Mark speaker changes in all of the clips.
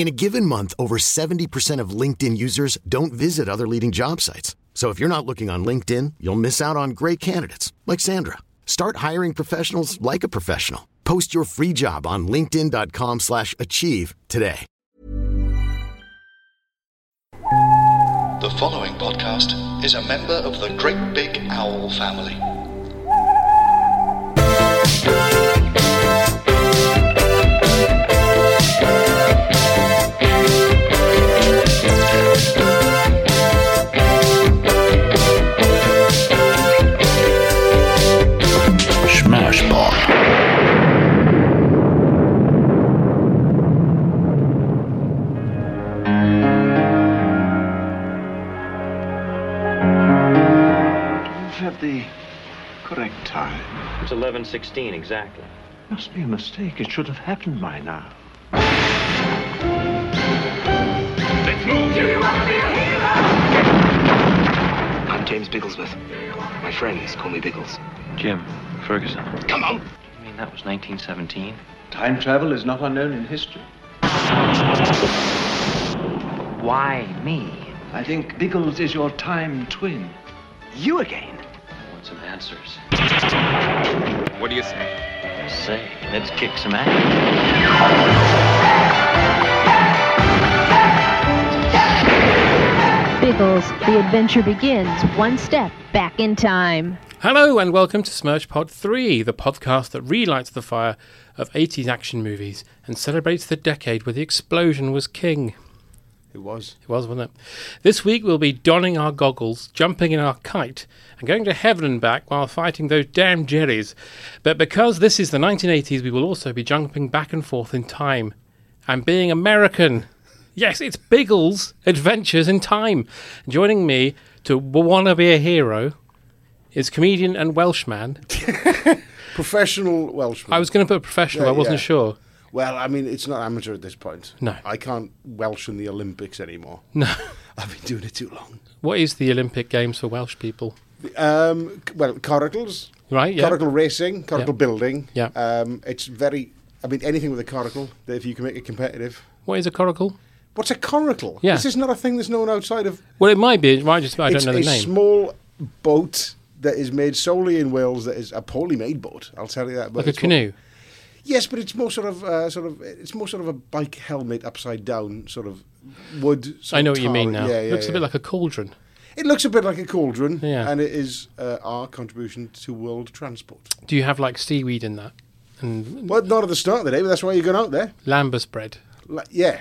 Speaker 1: In a given month, over 70% of LinkedIn users don't visit other leading job sites. So if you're not looking on LinkedIn, you'll miss out on great candidates like Sandra. Start hiring professionals like a professional. Post your free job on linkedin.com/achieve slash achieve today.
Speaker 2: The following podcast is a member of the Great Big Owl family.
Speaker 3: Smashbot.
Speaker 4: You've had the correct time.
Speaker 5: It's 11:16 exactly.
Speaker 4: Must be a mistake. It should have happened by now.
Speaker 6: I'm James Bigglesworth. My friends call me Biggles.
Speaker 5: Jim Ferguson.
Speaker 6: Come on!
Speaker 5: I mean, that was 1917.
Speaker 4: Time travel is not unknown in history.
Speaker 5: Why me?
Speaker 4: I think Biggles is your time twin.
Speaker 6: You again?
Speaker 5: I want some answers. What do you say? I say, let's kick some ass.
Speaker 7: Biggles, the adventure begins one step back in time.
Speaker 8: Hello and welcome to Smirch Pod 3, the podcast that relights the fire of 80s action movies and celebrates the decade where the explosion was king.
Speaker 9: It was.
Speaker 8: It was, wasn't it? This week we'll be donning our goggles, jumping in our kite, and going to heaven and back while fighting those damn jellies. But because this is the 1980s, we will also be jumping back and forth in time and being American. Yes, it's Biggles Adventures in Time. Joining me to wanna be a hero is comedian and Welshman
Speaker 9: Professional Welshman.
Speaker 8: I was going to put professional.
Speaker 9: Yeah,
Speaker 8: I wasn't
Speaker 9: yeah.
Speaker 8: sure.
Speaker 9: Well, I mean, it's not amateur at this point.
Speaker 8: No.
Speaker 9: I can't Welsh in the Olympics anymore.
Speaker 8: No.
Speaker 9: I've been doing it too long.
Speaker 8: What is the Olympic Games for Welsh people?
Speaker 9: Um, c- well, coracles.
Speaker 8: Right, yeah.
Speaker 9: Coracle racing, coracle
Speaker 8: Yeah.
Speaker 9: building.
Speaker 8: Yeah.
Speaker 9: Um, it's very, I mean, anything with a coracle, that if you can make it competitive.
Speaker 8: What is a coracle?
Speaker 9: What's a coracle?
Speaker 8: Yeah.
Speaker 9: This is not a thing that's known outside of.
Speaker 8: Well, it might be. It might just. Be, I
Speaker 9: it's
Speaker 8: don't know the
Speaker 9: a
Speaker 8: name.
Speaker 9: small boat that is made solely in Wales that is a poorly made boat. I'll tell you that. but
Speaker 8: like a
Speaker 9: it's what-
Speaker 8: canoe.
Speaker 9: Yes, but it's more sort of uh, sort of it's more sort of a bike helmet upside down sort of wood. sort
Speaker 8: I know
Speaker 9: of
Speaker 8: what you mean
Speaker 9: tarry.
Speaker 8: now.
Speaker 9: Yeah, yeah,
Speaker 8: Looks a
Speaker 9: yeah.
Speaker 8: bit like a cauldron.
Speaker 9: it looks a bit like a cauldron,
Speaker 8: Yeah.
Speaker 9: and it is uh, our contribution to world transport.
Speaker 8: Do you have like seaweed in that and
Speaker 9: Well, not at the start of the day, but that's why you're going out there.
Speaker 8: lambus bread?
Speaker 9: La- yeah,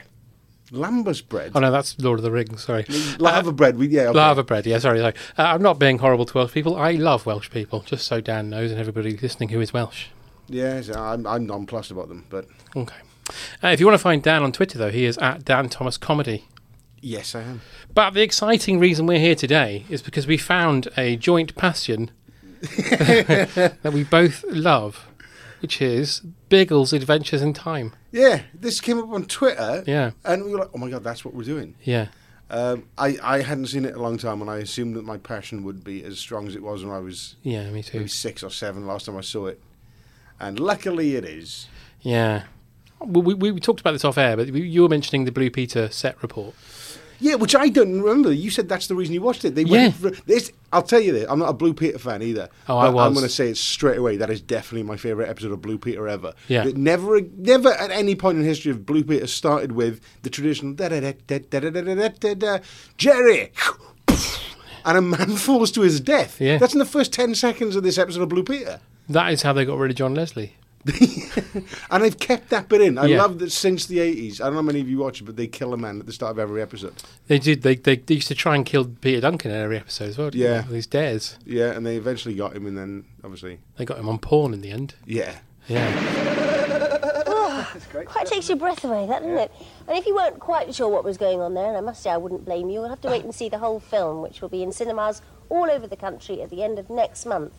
Speaker 9: lambus bread,
Speaker 8: Oh no, that's Lord of the Rings. Sorry,
Speaker 9: lava bread. We yeah, okay.
Speaker 8: lava bread. Yeah, sorry. sorry. Uh, I'm not being horrible to Welsh people. I love Welsh people. Just so Dan knows and everybody listening who is Welsh.
Speaker 9: Yes, I'm I'm nonplussed about them, but
Speaker 8: Okay. Uh, if you want to find Dan on Twitter though, he is at Dan Thomas Comedy.
Speaker 9: yes, I am.
Speaker 8: But the exciting reason we're here today is because we found a joint passion that we both love, which is Biggles Adventures in Time.
Speaker 9: Yeah, this came up on Twitter.
Speaker 8: Yeah.
Speaker 9: and we were like, oh my god, that's what we're doing.
Speaker 8: Yeah.
Speaker 9: Um, I, I hadn't seen it in a long time, and I assumed that my passion would be as strong as it was when I was
Speaker 8: Yeah, me too.
Speaker 9: maybe six or seven last time I saw it. And luckily it is.
Speaker 8: Yeah. We, we, we talked about this off air, but we- you were mentioning the Blue Peter set report.
Speaker 9: Yeah, which I don't remember. You said that's the reason you watched it. They
Speaker 8: Yeah.
Speaker 9: went for, this. I'll tell you this. I'm not a Blue Peter fan either.
Speaker 8: Oh, I
Speaker 9: but I'm
Speaker 8: was.
Speaker 9: going to say it straight away. That is definitely my favorite episode of Blue Peter ever.
Speaker 8: Yeah.
Speaker 9: That never, never at any point in history of Blue Peter started with the traditional da da da da da da da da da da Jerry. And a man falls to his death.
Speaker 8: Yeah.
Speaker 9: That's in the first 10 seconds of this episode of Blue Peter.
Speaker 8: That is how they got rid of John Leslie.
Speaker 9: and I've kept that bit in. I
Speaker 8: Yeah.
Speaker 9: love that since the 80s. I don't know how many of you watch it, but they kill a man at the start of every episode.
Speaker 8: They did. They, they, they used to try and kill Peter Duncan in every episode as well. didn't
Speaker 9: Yeah.
Speaker 8: they? With These dares.
Speaker 9: Yeah, and they eventually got him, and then obviously.
Speaker 8: They got him on porn in the end.
Speaker 9: Yeah.
Speaker 8: Yeah.
Speaker 10: Quite takes your breath away, that doesn't it? And if you weren't quite sure what was going on there, and I must say I wouldn't blame you, you'll have to wait and see the whole film, which will be in cinemas all over the country at the end of next month.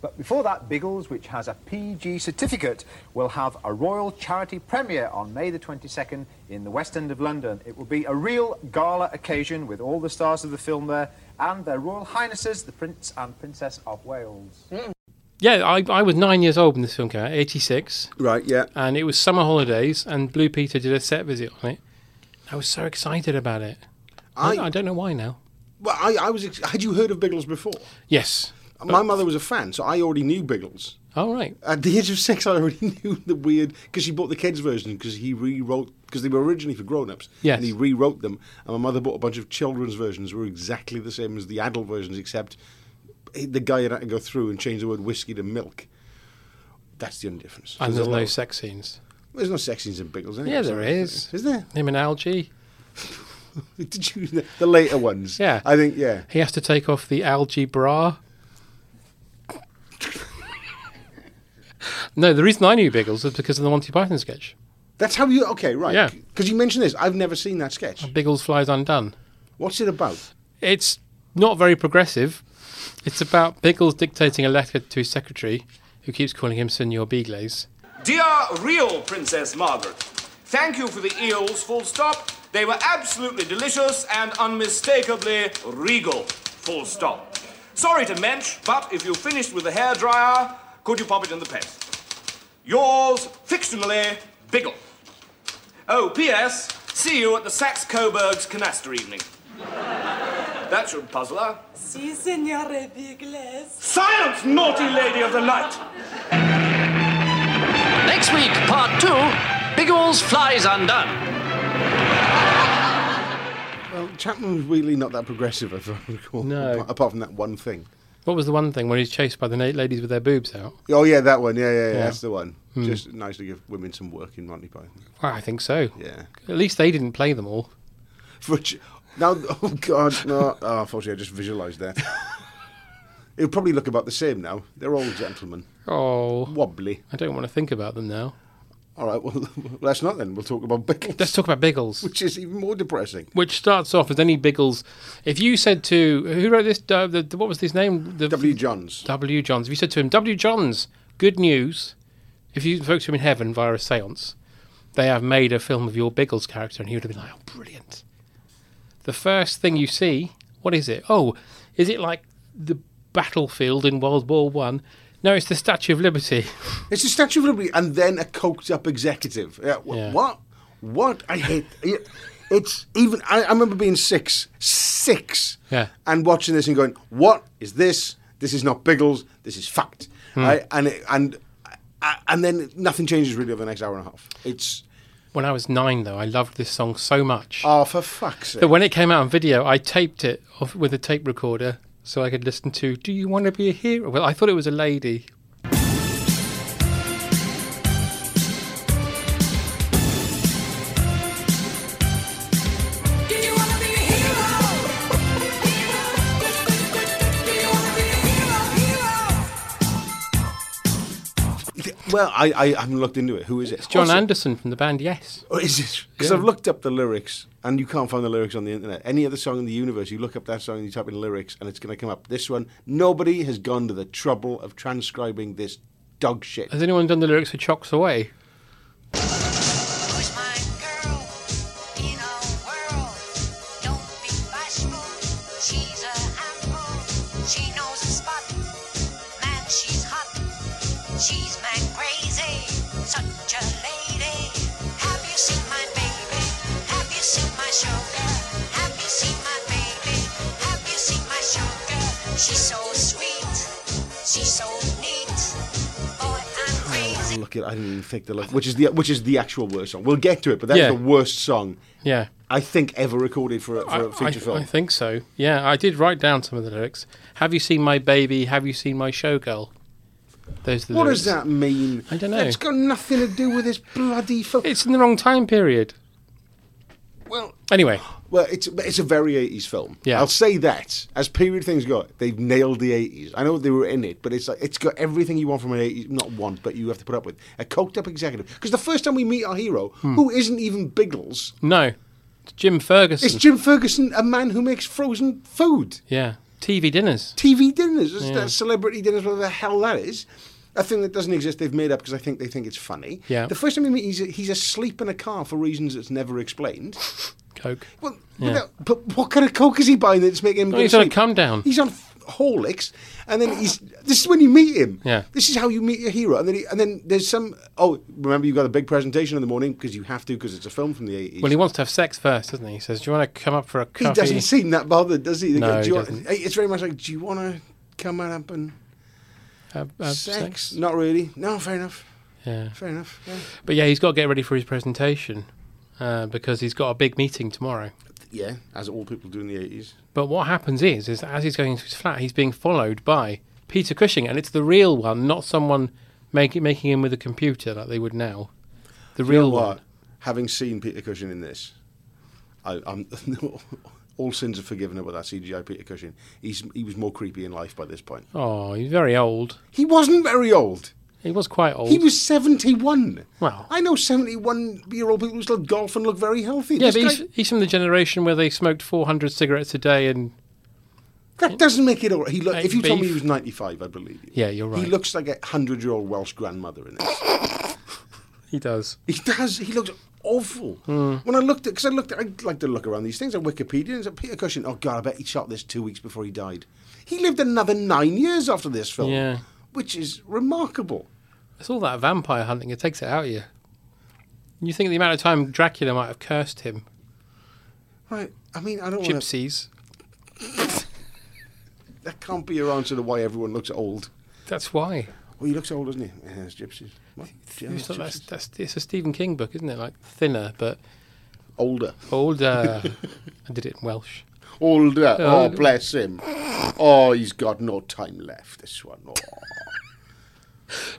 Speaker 11: But before that, Biggles, which has a PG certificate, will have a royal charity premiere on May the 22nd in the West End of London. It will be a real gala occasion with all the stars of the film there and their Royal Highnesses, the Prince and Princess of Wales.
Speaker 8: Yeah, I, I was nine years old when this film came out, 86.
Speaker 9: Right, yeah.
Speaker 8: And it was summer holidays, and Blue Peter did a set visit on it. I was so excited about it. I,
Speaker 9: I-
Speaker 8: I don't know why now.
Speaker 9: Well, I, I was. Ex- had you heard of Biggles before?
Speaker 8: Yes.
Speaker 9: My mother was a fan, so I already knew Biggles.
Speaker 8: Oh, right.
Speaker 9: At the age of six, I already knew the weird because she bought the kids' version because he rewrote because they were originally for grown-ups.
Speaker 8: Yes.
Speaker 9: and he rewrote them. And my mother bought a bunch of children's versions, were exactly the same as the adult versions, except the guy had to go through and change the word whiskey to milk. That's the only difference.
Speaker 8: And
Speaker 9: So
Speaker 8: there's
Speaker 9: a
Speaker 8: no
Speaker 9: lot-
Speaker 8: sex scenes.
Speaker 9: There's no sex scenes in Biggles. Anyway,
Speaker 8: Yeah, there is.
Speaker 9: Is there?
Speaker 8: Him and Algie.
Speaker 9: Did you the later ones?
Speaker 8: Yeah.
Speaker 9: I think yeah.
Speaker 8: He has to take off the algae bra. no, the reason I knew Biggles is because of the Monty Python sketch.
Speaker 9: That's how you okay right?
Speaker 8: Yeah. Um,
Speaker 9: Because you mentioned this, I've never seen that sketch.
Speaker 8: Biggles flies undone.
Speaker 9: What's it about?
Speaker 8: It's not very progressive. It's about Biggles dictating a letter to his secretary, who keeps calling him Senor Biglaze.
Speaker 12: Dear real Princess Margaret, thank you for the eels, full stop. They were absolutely delicious and unmistakably regal, full stop. Sorry to mensch, but if you finished with the hairdryer, could you pop it in the press? Yours, fictionally, Biggle. Oh, P.S. See you at the Saxe Coburg's Canaster evening. that should puzzle her.
Speaker 13: Si, Signore Bigles.
Speaker 12: Silence, naughty lady of the night!
Speaker 14: Next week, part two Biggles Flies Undone.
Speaker 9: Well, Chapman was really not that progressive, if I recall. No. Apart from that one thing.
Speaker 8: What was the one thing when he's chased by the na- ladies with their boobs out?
Speaker 9: Oh yeah, that one. Yeah, yeah, yeah.
Speaker 8: Yeah.
Speaker 9: That's the one.
Speaker 8: Hmm.
Speaker 9: Just nice to give women some work in Monty Python.
Speaker 8: Well, I think so.
Speaker 9: Yeah.
Speaker 8: At least they didn't play them all.
Speaker 9: For a ch- now, oh god, no. Oh, unfortunately, I just visualised that. It'll probably look about the same now. They're all gentlemen.
Speaker 8: Oh.
Speaker 9: Wobbly.
Speaker 8: I don't want to think about them now.
Speaker 9: All right. Well, let's not then. We'll talk about Biggles.
Speaker 8: Let's talk about Biggles,
Speaker 9: which is even more depressing.
Speaker 8: Which starts off as any Biggles. If you said to who wrote this, uh, the, the- what was his name? The, w
Speaker 9: Johns.
Speaker 8: W Johns. If you said to him, W Johns, good news. If you spoke to him in heaven via a séance, they have made a film of your Biggles character, and he would have been like, oh, brilliant. The first thing you see, what is it? Oh, is it like the battlefield in World War One? No, it's the Statue of Liberty.
Speaker 9: It's the Statue of Liberty, and then a coked up executive. Yeah, wh-
Speaker 8: Yeah.
Speaker 9: What? What? I hate. it- It's even. I, I remember being six, six,
Speaker 8: Yeah.
Speaker 9: and watching this and going, "What is this? This is not Biggles. This is fact."
Speaker 8: Hmm.
Speaker 9: I, and it, and I- and then nothing changes really over the next hour and a half. It's
Speaker 8: When I was nine, though, I loved this song so much.
Speaker 9: oh, for fuck's sake!
Speaker 8: that when it came out on video, I taped it off with a tape recorder so I could listen to "Do You Want to Be a Hero." Well, I thought it was a lady.
Speaker 9: well, I, I haven't looked into it. Who is it? It's
Speaker 8: John Anderson from the band Yes.
Speaker 9: Oh, is it? Because
Speaker 8: Yeah.
Speaker 9: I've looked up the lyrics, and you can't find the lyrics on the internet. Any other song in the universe, you look up that song and you type in lyrics, and it's going to come up. This one, nobody has gone to the trouble of transcribing this dog shit.
Speaker 8: Has anyone done the lyrics for "Chocks Away"?
Speaker 15: She's a handful. She knows a spot. Man, she's hot. She's man crazy. Such a lady. Have you seen my baby? Have you seen my sugar? Have you seen my baby? Have you seen my sugar? She's so sweet. She's so neat. Boy, I'm
Speaker 9: Oh, look at, I didn't even think the lyrics, which is the which is the actual worst song. We'll get to it, but that's
Speaker 8: Yeah.
Speaker 9: the worst song.
Speaker 8: Yeah.
Speaker 9: I think ever recorded for a, for a feature
Speaker 8: I,
Speaker 9: film.
Speaker 8: I think so. Yeah, I did write down some of the lyrics. Have you seen my baby? Have you seen my showgirl? Those are the
Speaker 9: What
Speaker 8: lyrics.
Speaker 9: does that mean?
Speaker 8: I don't know.
Speaker 9: It's got nothing to do with this bloody. Fo-
Speaker 8: it's in the wrong time period.
Speaker 9: Well,
Speaker 8: Anyway,
Speaker 9: well, it's it's a very eighties film.
Speaker 8: Yeah.
Speaker 9: I'll say that. As period things go, they've nailed the eighties. I know they were in it, but it's like it's got everything you want from an eighties. Not want, but you have to put up with a coked up executive. Because the first time we meet our hero,
Speaker 8: Hmm.
Speaker 9: who isn't even Biggles,
Speaker 8: no, it's Jim Ferguson.
Speaker 9: it's Jim Ferguson, a man who makes frozen food,
Speaker 8: Yeah, TV dinners.
Speaker 9: TV dinners, it's
Speaker 8: Yeah.
Speaker 9: that celebrity dinners, whatever the hell that is. A thing that doesn't exist, they've made up because I think they think it's funny.
Speaker 8: Yeah.
Speaker 9: The first time we meet, he's, he's asleep in a car for reasons that's never explained.
Speaker 8: Coke.
Speaker 9: Well,
Speaker 8: Yeah.
Speaker 9: without- but what kind of coke is he buying that's making him?
Speaker 8: No,
Speaker 9: go
Speaker 8: he's on a
Speaker 9: asleep?
Speaker 8: come down.
Speaker 9: He's on f- Horlicks, and then he's. This is when you meet him.
Speaker 8: Yeah.
Speaker 9: This is how you meet your hero, and then he, and then there's some. Oh, remember you got a big presentation in the morning because you have to because it's a film from the eighties.
Speaker 8: Well, he wants to have sex first, doesn't he? He says, "Do you want to come up for a coffee?"
Speaker 9: he doesn't seem that bothered, does he? They
Speaker 8: No,
Speaker 9: go, do you
Speaker 8: he
Speaker 9: want-
Speaker 8: doesn't.
Speaker 9: It's very much like, do you want to come out up and
Speaker 8: Have- have
Speaker 9: sex? Not really. No, fair enough.
Speaker 8: Yeah.
Speaker 9: Fair enough. Yeah.
Speaker 8: But yeah, he's got to get ready for his presentation uh, because he's got a big meeting tomorrow.
Speaker 9: Yeah, as all people do in the eighties.
Speaker 8: But what happens is, is as he's going into his flat, he's being followed by Peter Cushing, and it's the real one, not someone making making him with a computer like they would now. The
Speaker 9: You know
Speaker 8: real
Speaker 9: what?
Speaker 8: one.
Speaker 9: Having seen Peter Cushing in this, I, I'm all sins are forgiven about that CGI Peter Cushing. He's he was more creepy in life by this point.
Speaker 8: Oh, he's very old.
Speaker 9: He wasn't very old.
Speaker 8: He was quite old.
Speaker 9: He was seventy one.
Speaker 8: Well.
Speaker 9: I know seventy one year old people who still golf and look very healthy.
Speaker 8: Yeah,
Speaker 9: This
Speaker 8: but
Speaker 9: guy-
Speaker 8: he's, he's from the generation where they smoked 400 cigarettes a day, and
Speaker 9: that doesn't make it all right. He look,
Speaker 8: Hey,
Speaker 9: if you told me
Speaker 8: beef.
Speaker 9: he was ninety five, I believe you.
Speaker 8: Yeah, you're right.
Speaker 9: He looks like a hundred year old Welsh grandmother in this.
Speaker 8: he does.
Speaker 9: He does. He looks awful.
Speaker 8: Hmm.
Speaker 9: When I looked at, because I looked, at, I like to look around these things on Wikipedia. And it's like Peter Cushing. Oh God, I bet he shot this two weeks before he died. He lived another nine years after this film.
Speaker 8: Yeah.
Speaker 9: Which is remarkable.
Speaker 8: It's all that vampire hunting, it takes it out of you. You think the amount of time Dracula might have cursed him.
Speaker 9: Right. I mean, I don't want to.
Speaker 8: Gypsies.
Speaker 9: That can't be your answer to why everyone looks old.
Speaker 8: That's why.
Speaker 9: Well, he looks old, doesn't he? Yeah, it's gypsies. What? Yeah, it's
Speaker 8: It's, not- that's,
Speaker 9: gypsies.
Speaker 8: that's, it's a Stephen King book, isn't it? Like thinner, but
Speaker 9: Older.
Speaker 8: older. I did it in Welsh.
Speaker 9: Older. Oh,
Speaker 8: Old.
Speaker 9: bless him. Oh, he's got no time left, this one. Oh.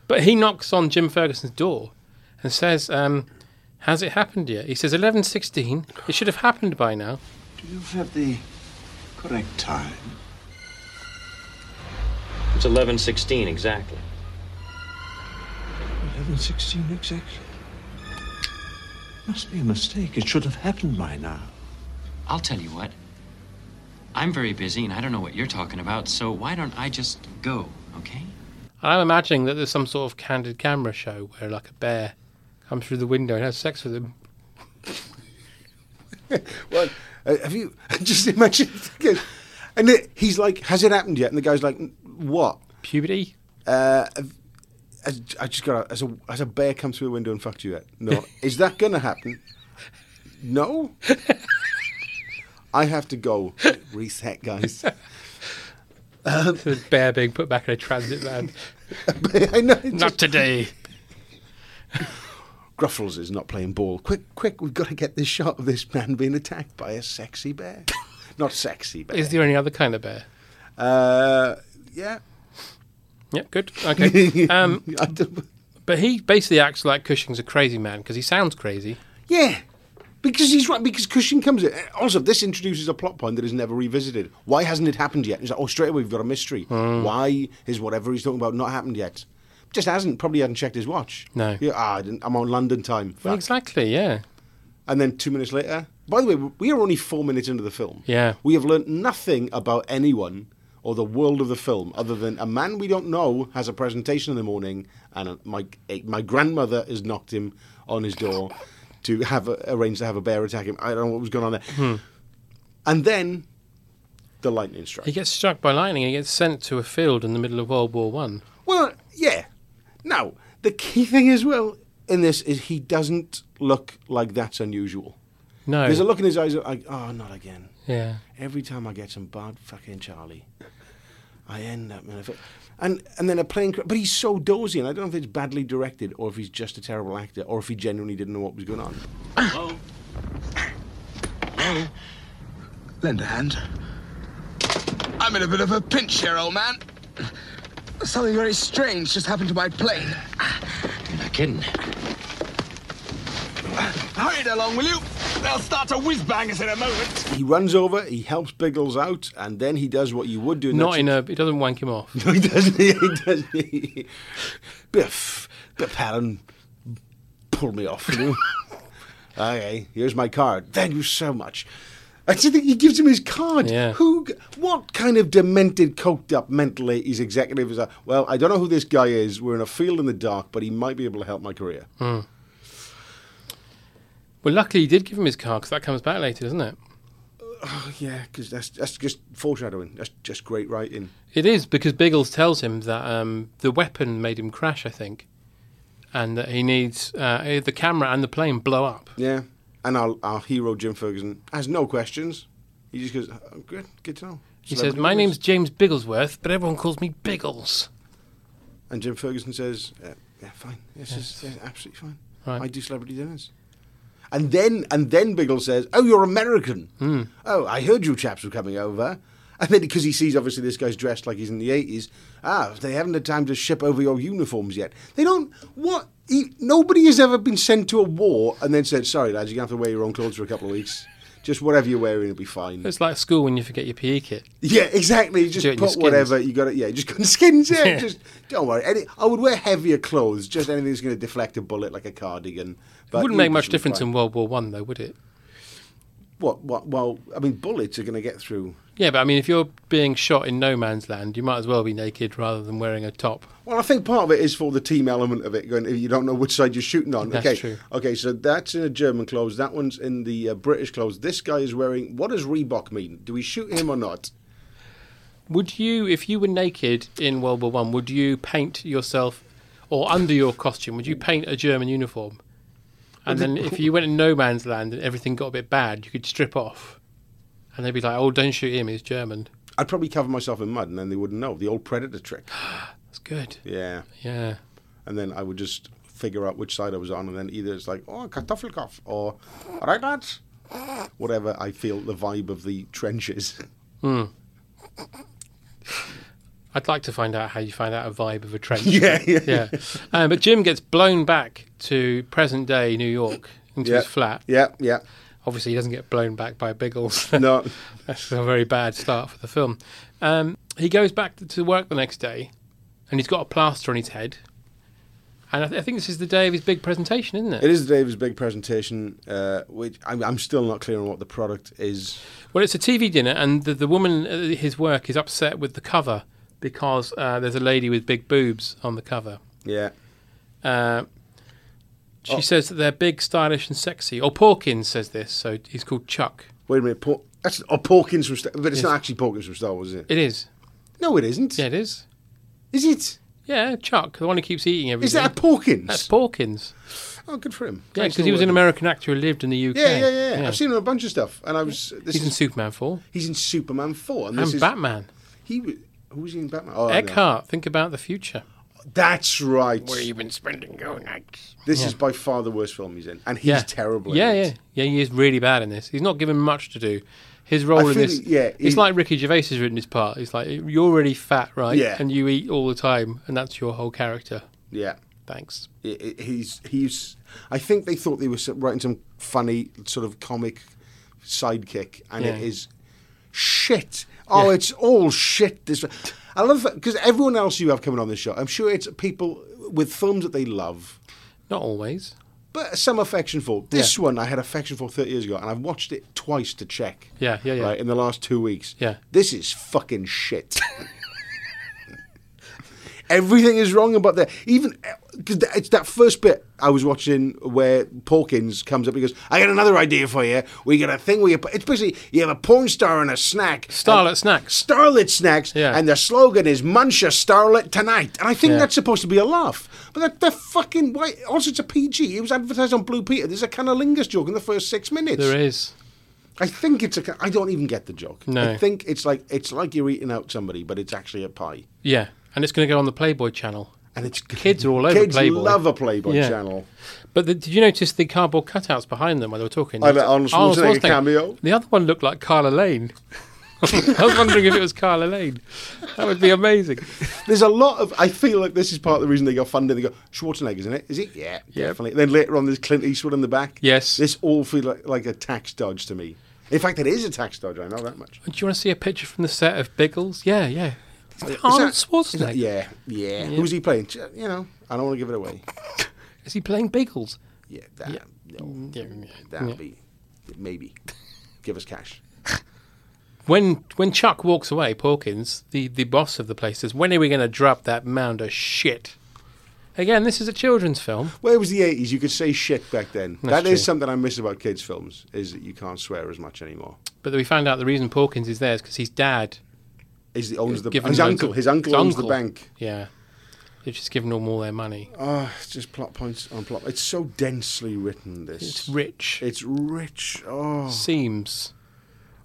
Speaker 8: But he knocks on Jim Ferguson's door and says, um, "Has it happened yet?" He says, "11:16. It should have happened by now."
Speaker 4: Do you have the correct time?
Speaker 5: It's 1116 exactly.
Speaker 4: 1116 exactly. Must be a mistake. It should have happened by now.
Speaker 5: I'll tell you what. I'm very busy and I don't know what you're talking about, so why don't I just go, okay?
Speaker 8: And I'm imagining that there's some sort of candid camera show where, like, a bear comes through the window and has sex with him.
Speaker 9: Well, uh, have you just imagine? And it, he's like, "Has it happened yet?" And the guy's like, "N- "What?"
Speaker 8: Puberty.
Speaker 9: Uh, have- as- I just got as a as a bear comes through the window and fucked you yet? No. Is that gonna happen? No. I have to go. Reset, guys.
Speaker 8: the bear being put back in a transit van.
Speaker 9: I know. it
Speaker 8: Not
Speaker 9: Just,
Speaker 8: today.
Speaker 9: Gruffles is not playing ball. Quick, quick! We've got to get this shot of this man being attacked by a sexy bear. not sexy bear.
Speaker 8: Is there any other kind of bear?
Speaker 9: uh, yeah.
Speaker 8: Yep, good. Okay. Um,
Speaker 9: I don't-
Speaker 8: but he basically acts like Cushing's a crazy man because he sounds crazy.
Speaker 9: Yeah. Because he's right, because Cushing comes in. Also, this introduces a plot point that is never revisited. Why hasn't it happened yet? It's like, oh, straight away we've got a mystery.
Speaker 8: Hmm.
Speaker 9: Why is whatever he's talking about not happened yet? Just hasn't. Probably hasn't checked his watch.
Speaker 8: No.
Speaker 9: Yeah, ah, I didn't, I'm on London time.
Speaker 8: Well,
Speaker 9: Fuck.
Speaker 8: exactly. Yeah.
Speaker 9: And then two minutes later. By the way, we are only four minutes into the film.
Speaker 8: Yeah.
Speaker 9: We have learnt nothing about anyone or the world of the film other than a man we don't know has a presentation in the morning and uh my eh, my grandmother has knocked him on his door to have a, arrange to have a bear attack him. I don't know what was going on there.
Speaker 8: Hmm.
Speaker 9: And then the lightning strike.
Speaker 8: He gets struck by lightning and he gets sent to a field in the middle of World War One.
Speaker 9: Well, yeah. Now, the key thing as well in this is he doesn't look like that's unusual.
Speaker 8: No.
Speaker 9: There's a look in his eyes like, oh, not again.
Speaker 8: Yeah.
Speaker 9: Every time I get some bad fucking Charlie, I end up in a. fi- And, and then a plane crash. But he's so dozy, and I don't know if it's badly directed or if he's just a terrible actor or if he genuinely didn't know what was going on.
Speaker 5: Hello?
Speaker 6: Lend a hand. I'm in a bit of a pinch here, old man.
Speaker 16: Something very strange just happened to my plane.
Speaker 5: You're not kidding.
Speaker 16: Hurry it along, will you? They'll start to whiz bang us in a moment.
Speaker 9: He runs over, he helps Biggles out, and then he does what you would do. In
Speaker 8: Not
Speaker 9: that
Speaker 8: in a. It doesn't wank him off.
Speaker 9: No, he doesn't. He doesn't. He, bit of, bit of pattern. Pull me off. You know? okay, here's my card. Thank you so much. I just think he gives him his card.
Speaker 8: Yeah.
Speaker 9: Who? g- What kind of demented, coked up, mental eighties executive is that? Well, I don't know who this guy is. We're in a field in the dark, but he might be able to help my career.
Speaker 8: Hmm. Well, luckily he did give him his car because that comes back later, doesn't it?
Speaker 9: Oh, yeah, because that's that's just foreshadowing. That's just great writing.
Speaker 8: It is because Biggles tells him that um, the weapon made him crash, I think, and that he needs uh, the camera and the plane blow up.
Speaker 9: Yeah, and our, our hero Jim Ferguson has no questions. He just goes, oh, "Good, good to know."
Speaker 8: He
Speaker 9: Celebrity
Speaker 8: says, "My
Speaker 9: witness."
Speaker 8: name's James Bigglesworth, but everyone calls me Biggles."
Speaker 9: And Jim Ferguson says, uh, "Yeah, fine. This is yeah, absolutely fine.
Speaker 8: Right.
Speaker 9: I do celebrity dinners." And then and then Biggle says, "Oh, you're American.
Speaker 8: Hmm.
Speaker 9: Oh, I heard you chaps were coming over." And then because he sees obviously this guy's dressed like he's in the eighties. Ah, they haven't had time to ship over your uniforms yet. They don't. What? He, nobody has ever been sent to a war and then said, "Sorry, lads, you have to wear your own clothes for a couple of weeks. Just whatever you're wearing will be fine."
Speaker 8: It's like school when you forget your PE kit.
Speaker 9: Yeah, exactly. You
Speaker 8: Do it
Speaker 9: just
Speaker 8: in your
Speaker 9: put
Speaker 8: skins.
Speaker 9: whatever you got. It. Yeah, you just got skins. Yeah,
Speaker 8: Yeah.
Speaker 9: just don't worry. Any, I would wear heavier clothes. Just anything that's going to deflect a bullet, like a cardigan.
Speaker 8: it wouldn't
Speaker 9: you'd
Speaker 8: make
Speaker 9: be
Speaker 8: much
Speaker 9: just
Speaker 8: difference
Speaker 9: fine.
Speaker 8: in World War One, though, would it?
Speaker 9: What? What? Well, I mean, bullets are going to get through.
Speaker 8: Yeah, but I mean, if you're being shot in no man's land, you might as well be naked rather than wearing a top.
Speaker 9: Well, I think part of it is for the team element of it. Going, you don't know which side you're shooting on.
Speaker 8: That's
Speaker 9: okay,
Speaker 8: true.
Speaker 9: okay. So that's in a German clothes. That one's in the uh, British clothes. This guy is wearing. What does Reebok mean? Do we shoot him or not?
Speaker 8: Would you, if you were naked in World War One, would you paint yourself, or under your costume, would you paint a German uniform? And
Speaker 9: Well,
Speaker 8: then
Speaker 9: the-
Speaker 8: if you went in no man's land and everything got a bit bad, you could strip off, and they'd be like, "Oh, don't shoot him; he's German."
Speaker 9: I'd probably cover myself in mud, and then they wouldn't know. The old predator trick.
Speaker 8: That's good.
Speaker 9: Yeah.
Speaker 8: Yeah.
Speaker 9: and then I would just figure out which side I was on, and then either it's like, oh, Kartoffelkopf, or all right, lads, whatever I feel the vibe of the trenches.
Speaker 8: Hmm. I'd like to find out how you find out a vibe of a trench.
Speaker 9: Yeah, yeah.
Speaker 8: Um, but Jim gets blown back to present day New York into his
Speaker 9: Yeah,
Speaker 8: flat.
Speaker 9: Yeah, yeah.
Speaker 8: Obviously, he doesn't get blown back by Biggles.
Speaker 9: No.
Speaker 8: That's a very bad start for the film. Um, he goes back to work the next day and he's got a plaster on his head. And I, th- I think this is the day of his big presentation, isn't it?
Speaker 9: It is the day of his big presentation, uh, which I'm, I'm still not clear on what the product is.
Speaker 8: Well, it's a TV dinner, and the, the woman at his work is upset with the cover because uh, there's a lady with big boobs on the cover.
Speaker 9: Yeah.
Speaker 8: Uh, she
Speaker 9: Oh.
Speaker 8: says that they're big, stylish, and sexy. Or Porkins says this, so he's called Chuck.
Speaker 9: Wait a minute, Por- that's oh, Porkins from Star, but it's
Speaker 8: Yes.
Speaker 9: not actually Porkins from Star Wars, is it?
Speaker 8: It is.
Speaker 9: No, it isn't.
Speaker 8: Yeah, it is.
Speaker 9: Is it?
Speaker 8: Yeah, Chuck, the one who keeps eating everything.
Speaker 9: Is that a Porkins?
Speaker 8: That's Porkins.
Speaker 9: oh, good for him.
Speaker 8: Yeah,
Speaker 9: Thanks
Speaker 8: because
Speaker 9: for
Speaker 8: he was
Speaker 9: the
Speaker 8: an
Speaker 9: word.
Speaker 8: American actor who lived in the UK.
Speaker 9: Yeah, yeah, yeah, I've seen him in a bunch of stuff, and I was. This
Speaker 8: He's in
Speaker 9: is-
Speaker 8: Superman 4
Speaker 9: He's in Superman four, and,
Speaker 8: and
Speaker 9: this is
Speaker 8: Batman.
Speaker 9: He was, who was he in Batman? Oh, I know.
Speaker 8: Eckhart, think about the future.
Speaker 9: That's right.
Speaker 8: been spending your nights?
Speaker 9: This
Speaker 8: Yeah.
Speaker 9: is by far the worst film he's in, and he's
Speaker 8: yeah.
Speaker 9: terrible. in
Speaker 8: Yeah,
Speaker 9: it.
Speaker 8: yeah, yeah. He is really bad in this. He's not given much to do. His role in
Speaker 9: feel
Speaker 8: this,
Speaker 9: he- yeah,
Speaker 8: it's
Speaker 9: he-
Speaker 8: like Ricky Gervais has written his part. It's like you're already fat, right?
Speaker 9: Yeah.
Speaker 8: and you eat all the time, and that's your whole character.
Speaker 9: yeah.
Speaker 8: Thanks.
Speaker 9: I- I- He's he's. I think they thought they were so- writing some funny sort of comic sidekick, and it
Speaker 8: Yeah.
Speaker 9: is shit. Oh,
Speaker 8: Yeah.
Speaker 9: it's all shit. This I love because everyone else you have coming on this show, I'm sure it's people with films that they love.
Speaker 8: Not always.
Speaker 9: But some affection for this one, I had affection for thirty years ago, and I've watched it twice to check.
Speaker 8: Yeah, yeah, yeah.
Speaker 9: Right in the last two weeks.
Speaker 8: Yeah.
Speaker 9: This is fucking shit. Everything is wrong about that. Even because it's that first bit I was watching where Porkins comes up. He goes, "I got another idea for you. We got a thing where you put, it's basically you have a porn star and a snack,
Speaker 8: Starlet
Speaker 9: and-
Speaker 8: snacks.
Speaker 9: starlet snacks,
Speaker 8: Yeah.
Speaker 9: and the slogan is "Munch a starlet tonight." And I think
Speaker 8: Yeah.
Speaker 9: that's supposed to be a laugh, but that, they're fucking why? Also, it's a PG. It was advertised on Blue Peter. There's a cunnilingus joke in the first six minutes.
Speaker 8: There is.
Speaker 9: I think it's a. I don't even get the joke.
Speaker 8: No.
Speaker 9: I think it's like it's like you're eating out somebody, but it's actually a pie.
Speaker 8: Yeah, and it's going to go on the Playboy channel.
Speaker 9: And it's
Speaker 8: Kids are all over
Speaker 9: Kids
Speaker 8: Playboy.
Speaker 9: love a Playboy
Speaker 8: Yeah.
Speaker 9: channel.
Speaker 8: But the, did you notice the cardboard cutouts behind them while they were talking?
Speaker 9: Oh, the Arnold Schwarzenegger cameo?
Speaker 8: The other one looked like Carla Lane. I was wondering if it was Carla Lane. That would be amazing.
Speaker 9: There's a lot of. I feel like this is part of the reason they got funded. They go Schwarzenegger's in it. Is he? Yeah,
Speaker 8: Yeah.
Speaker 9: definitely. Then later on, there's Clint Eastwood in the back.
Speaker 8: Yes.
Speaker 9: This all feels like, like a tax dodge to me. In fact, it is a tax dodge. I know that much.
Speaker 8: Do you want to see a picture from the set of Biggles? Yeah, yeah. It's
Speaker 9: Is
Speaker 8: Arnold
Speaker 9: that-
Speaker 8: Schwarzenegger.
Speaker 9: is that- yeah, yeah,
Speaker 8: Yeah.
Speaker 9: Who's he playing? Ch- You know, I don't want to give it away.
Speaker 8: Is he playing Biggles?
Speaker 9: Yeah, that,
Speaker 8: Yeah.
Speaker 9: no,
Speaker 8: Yeah, yeah,
Speaker 9: that'll
Speaker 8: yeah.
Speaker 9: be maybe. give us cash.
Speaker 8: When when Chuck walks away, Porkins, the, the boss of the place, says, "When are we going to drop that mound of shit?" Again, this is a children's film.
Speaker 9: Well, it was the eighties. You could say shit back then.
Speaker 8: That's
Speaker 9: That is
Speaker 8: true.
Speaker 9: something I miss about kids' films: is that you can't swear as much anymore.
Speaker 8: But we find out the reason Porkins is there is because his dad
Speaker 9: Is the owns the
Speaker 8: given
Speaker 9: his
Speaker 8: loads
Speaker 9: uncle?
Speaker 8: of-
Speaker 9: His uncle owns the bank.
Speaker 8: Yeah, they've just given them all their money.
Speaker 9: Ah, it's just plot points on plot. It's so densely written. This
Speaker 8: It's rich.
Speaker 9: It's rich. Oh,
Speaker 8: seems.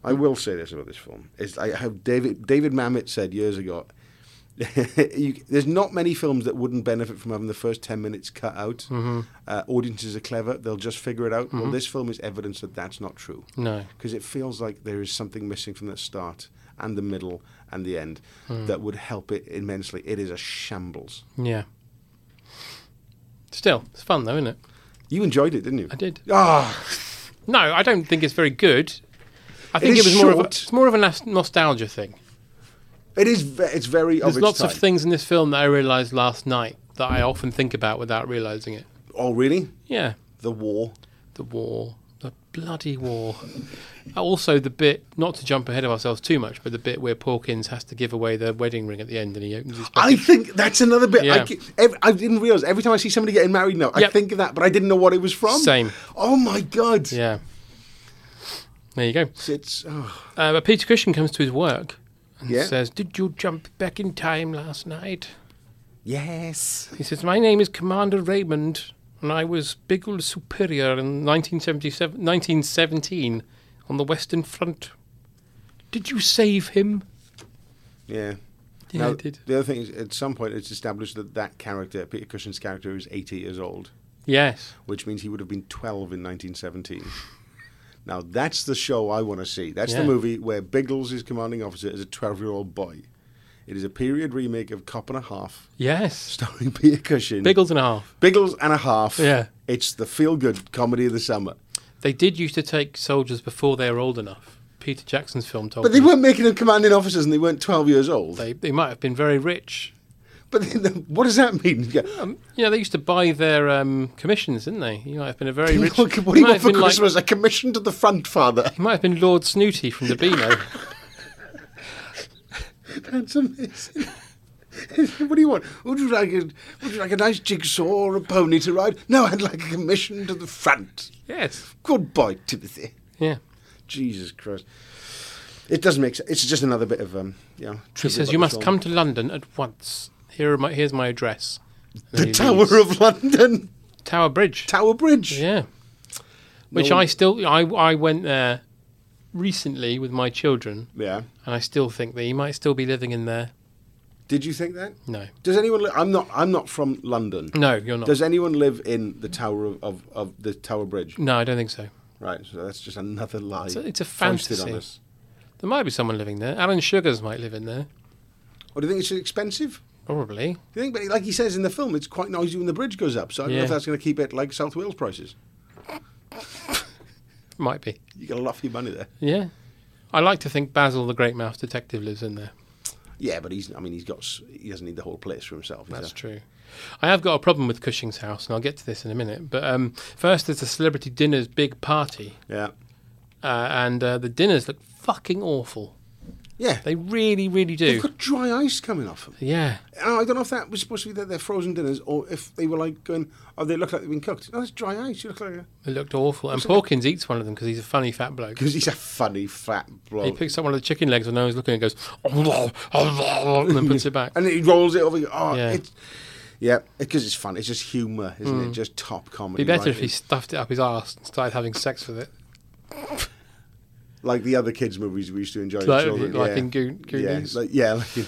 Speaker 9: I will say this about this film: is I have David David Mamet said years ago. you, there's not many films that wouldn't benefit from having the first ten minutes cut out.
Speaker 8: Mhm.
Speaker 9: Uh, audiences are clever; they'll just figure it out. Well,
Speaker 8: Mhm.
Speaker 9: this film is evidence that that's not true.
Speaker 8: No.
Speaker 9: because it feels like there is something missing from the start and the middle and the end
Speaker 8: Mm.
Speaker 9: that would help it immensely. It is a shambles.
Speaker 8: Yeah. Still, it's fun though, isn't it?
Speaker 9: You enjoyed it, didn't you?
Speaker 8: I did.
Speaker 9: Ah,
Speaker 8: No, I don't think it's very good. I
Speaker 9: It
Speaker 8: think it,
Speaker 9: is
Speaker 8: was more of a,
Speaker 9: short.
Speaker 8: it's more of a nos- nostalgia thing.
Speaker 9: it is. Ve- it's very.
Speaker 8: There's
Speaker 9: of its
Speaker 8: lots
Speaker 9: time.
Speaker 8: of things in this film that I realised last night that I often think about without realising it.
Speaker 9: Oh, really?
Speaker 8: Yeah,
Speaker 9: The war.
Speaker 8: the war, the bloody war. Also, the bit not to jump ahead of ourselves too much, but the bit where Porkins has to give away the wedding ring at the end and he opens his.
Speaker 9: I think that's another bit.
Speaker 8: Yeah.
Speaker 9: I, ke- ev- I didn't realize every time I see somebody getting married now, I
Speaker 8: Yep.
Speaker 9: think of that, but I didn't know what it was from.
Speaker 8: Same.
Speaker 9: Oh my god!
Speaker 8: Yeah. There you go.
Speaker 9: It's oh.
Speaker 8: Uh, but Peter Cushing comes to his work and
Speaker 9: Yeah.
Speaker 8: says, "Did you jump back in time last night?"
Speaker 9: yes.
Speaker 8: He says, My name is Commander Raymond, and I was Biggle's superior in 1977 1917 on the Western Front. Did you save him?
Speaker 9: Yeah.
Speaker 8: Yeah, I did.
Speaker 9: The other thing is, at some point, it's established that that character, Peter Cushing's character, is 80 years old,
Speaker 8: Yes.
Speaker 9: which means he would have been 12 in 1917. Now, that's the show I want to see. That's
Speaker 8: Yeah.
Speaker 9: the movie where Biggles, his commanding officer, is a 12 year old boy. It is a period remake of Cop and a Half,
Speaker 8: Yes.
Speaker 9: starring Peter Cushing.
Speaker 8: Biggles and a half.
Speaker 9: Biggles and a half.
Speaker 8: Yeah.
Speaker 9: It's the feel good comedy of the summer.
Speaker 8: They did used to take soldiers before they were old enough. Peter Jackson's film told
Speaker 9: But they
Speaker 8: me.
Speaker 9: weren't making them commanding officers and they weren't 12 years old.
Speaker 8: Oh, They, they might have been very rich.
Speaker 9: But then, what does that mean? You go,
Speaker 8: Um, you know, they used to buy their um, commissions, didn't they? You might have been a very rich.
Speaker 9: What, what do
Speaker 8: you
Speaker 9: you want
Speaker 8: might have
Speaker 9: for
Speaker 8: been like-
Speaker 9: Christmas? A commission to the front, father.
Speaker 8: you might have been Lord Snooty from the Beano.
Speaker 9: That's amazing. what do you want? Would you like a would you like a nice jigsaw or a pony to ride? No, I'd like a commission to the front.
Speaker 8: yes.
Speaker 9: Good boy, Timothy.
Speaker 8: Yeah.
Speaker 9: Jesus Christ. It doesn't make sense. It's just another bit of um, you know.
Speaker 8: He says, "You must come to London at once. Here are my, here's my address." And then
Speaker 9: the
Speaker 8: he
Speaker 9: Tower
Speaker 8: leaves.
Speaker 9: of London,
Speaker 8: Tower Bridge.
Speaker 9: Tower Bridge."
Speaker 8: yeah, which
Speaker 9: No-
Speaker 8: I still I I went there recently with my children,
Speaker 9: Yeah.
Speaker 8: and I still think that he might still be living in there.
Speaker 9: Did you think that?
Speaker 8: No,
Speaker 9: Does anyone? Li- I'm not. I'm not from London.
Speaker 8: no, you're not.
Speaker 9: Does anyone live in the Tower of, of, of the Tower Bridge?
Speaker 8: no, I don't think so.
Speaker 9: Right. So that's just another lie.
Speaker 8: It's a, it's a
Speaker 9: foisted on
Speaker 8: fantasy.
Speaker 9: us.
Speaker 8: There might be someone living there. Alan Sugars might live in there,
Speaker 9: Or do you think it's expensive?
Speaker 8: probably.
Speaker 9: Do you think? But like he says in the film, it's quite noisy when the bridge goes up. So I don't know if
Speaker 8: Yeah.
Speaker 9: that's going to keep it like South Wales prices.
Speaker 8: Might be.
Speaker 9: You get a lot for your money there.
Speaker 8: Yeah, I like to think Basil the Great Mouse Detective lives in there.
Speaker 9: Yeah, but he's. I mean, he's got. s- He doesn't need the whole place for himself.
Speaker 8: That's
Speaker 9: That's
Speaker 8: true. I have got a problem with Cushing's house, and I'll get to this in a minute. But um, first, there's the celebrity dinner's big party,
Speaker 9: Yeah.
Speaker 8: uh, and uh, the dinners look fucking awful.
Speaker 9: Yeah.
Speaker 8: They really, really
Speaker 9: They've
Speaker 8: do.
Speaker 9: got dry ice coming off them.
Speaker 8: Yeah,
Speaker 9: I don't know if that was supposed to be their, their frozen dinners or if they were like going, oh, they look like they've been cooked. No, it's dry ice. You look like a.
Speaker 8: it looked awful. And
Speaker 9: Looks like a-
Speaker 8: Porkins eats one of them because he's a funny fat bloke.
Speaker 9: Because he's a funny fat
Speaker 8: He
Speaker 9: bloke.
Speaker 8: picks up one of the chicken legs when no one's looking and goes, and then puts it back.
Speaker 9: and then he rolls it over. Oh,
Speaker 8: Yeah.
Speaker 9: it's. Yeah, because it's fun. It's just humour, isn't it? Just top comedy.
Speaker 8: Mm. Be better if
Speaker 9: writing.
Speaker 8: he stuffed it up his ass and started having sex with it,
Speaker 9: like the other kids' movies we used to enjoy. as
Speaker 8: like,
Speaker 9: children.
Speaker 8: like
Speaker 9: yeah.
Speaker 8: in Goon- Goonies.
Speaker 9: Yeah, like, yeah, like in-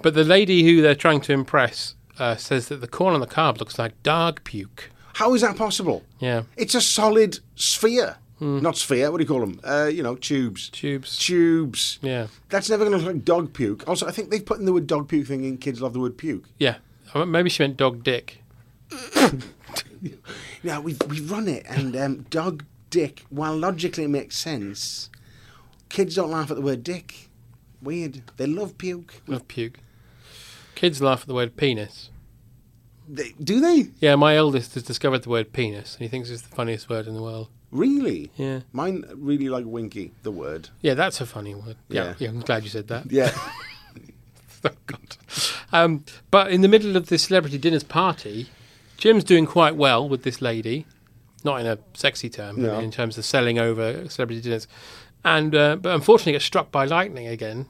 Speaker 8: But the lady who they're trying to impress uh, says that the corn on the carb looks like dog puke.
Speaker 9: How is that possible?
Speaker 8: Yeah.
Speaker 9: It's a solid sphere. Not sphere. What do you call them? Uh, you know, tubes.
Speaker 8: Hmm. Tubes.
Speaker 9: Tubes.
Speaker 8: Yeah.
Speaker 9: That's never going to look like dog puke. Also, I think they've put in the word dog puke thing in kids love the word puke.
Speaker 8: Yeah. Uh, Maybe she meant dog dick.
Speaker 9: Now we we run it and um, dog dick. While logically it makes sense, kids don't laugh at the word dick. Weird. They love puke.
Speaker 8: Love puke. Kids laugh at the word penis.
Speaker 9: They, do they?
Speaker 8: Yeah, my eldest has discovered the word penis and he thinks it's the funniest word in the world.
Speaker 9: Really?
Speaker 8: Yeah.
Speaker 9: Mine really like winky. The word.
Speaker 8: Yeah, that's a funny word. Yeah, yeah.
Speaker 9: Yeah.
Speaker 8: I'm glad you said that.
Speaker 9: Yeah.
Speaker 8: oh, God. Um, but in the middle of this celebrity dinner's party, Jim's doing quite well with this lady, not in a sexy term,
Speaker 9: No.
Speaker 8: in terms of selling over celebrity dinners. And uh, but unfortunately, gets struck by lightning again.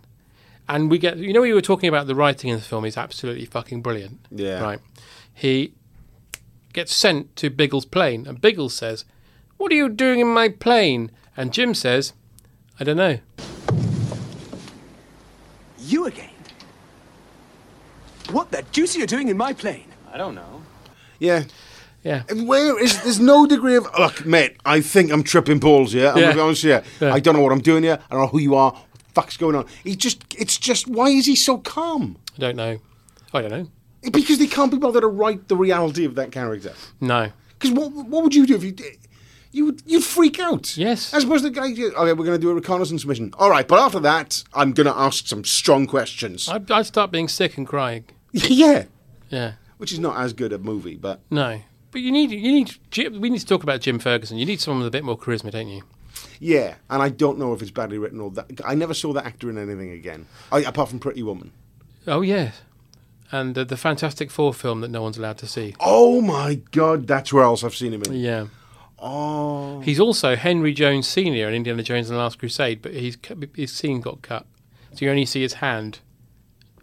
Speaker 8: And we get, you know, we were talking about the writing in the film is absolutely fucking brilliant.
Speaker 9: Yeah.
Speaker 8: Right. He gets sent to Biggles' plane, and Biggles says, "What are you doing in my plane?" And Jim says, "I don't know."
Speaker 16: You again? What the deuce are you doing in my plane?
Speaker 5: I don't know.
Speaker 9: Yeah.
Speaker 8: Yeah.
Speaker 9: And where is there's no degree of look, mate. I think I'm tripping balls here. I'm
Speaker 8: Yeah.
Speaker 9: gonna be honest here.
Speaker 8: Yeah.
Speaker 9: I don't know what I'm doing here. I don't know who you are. What the fuck's going on? He just it's just why is he so calm?
Speaker 8: I don't know. I don't know.
Speaker 9: Because they can't be bothered to write the reality of that character.
Speaker 8: No.
Speaker 9: Because what what would you do if you did? You would you'd freak out.
Speaker 8: Yes.
Speaker 9: I suppose the guy. Okay, we're going to do a reconnaissance mission. All right, but after that, I'm going to ask some strong questions.
Speaker 8: I'd, I'd start being sick and crying.
Speaker 9: yeah,
Speaker 8: Yeah.
Speaker 9: which is not as good a movie, but
Speaker 8: No. But you need you need Jim, we need to talk about Jim Ferguson. You need someone with a bit more charisma, don't you?
Speaker 9: yeah. And I don't know if it's badly written or that. I never saw that actor in anything again, I, apart from Pretty Woman.
Speaker 8: Oh yes. And uh, the Fantastic Four film that no one's allowed to see.
Speaker 9: Oh my God, that's where else I've seen him in.
Speaker 8: Yeah.
Speaker 9: Oh,
Speaker 8: He's also Henry Jones Senior in Indiana Jones and the Last Crusade, but he's cut- his scene got cut, so you only see his hand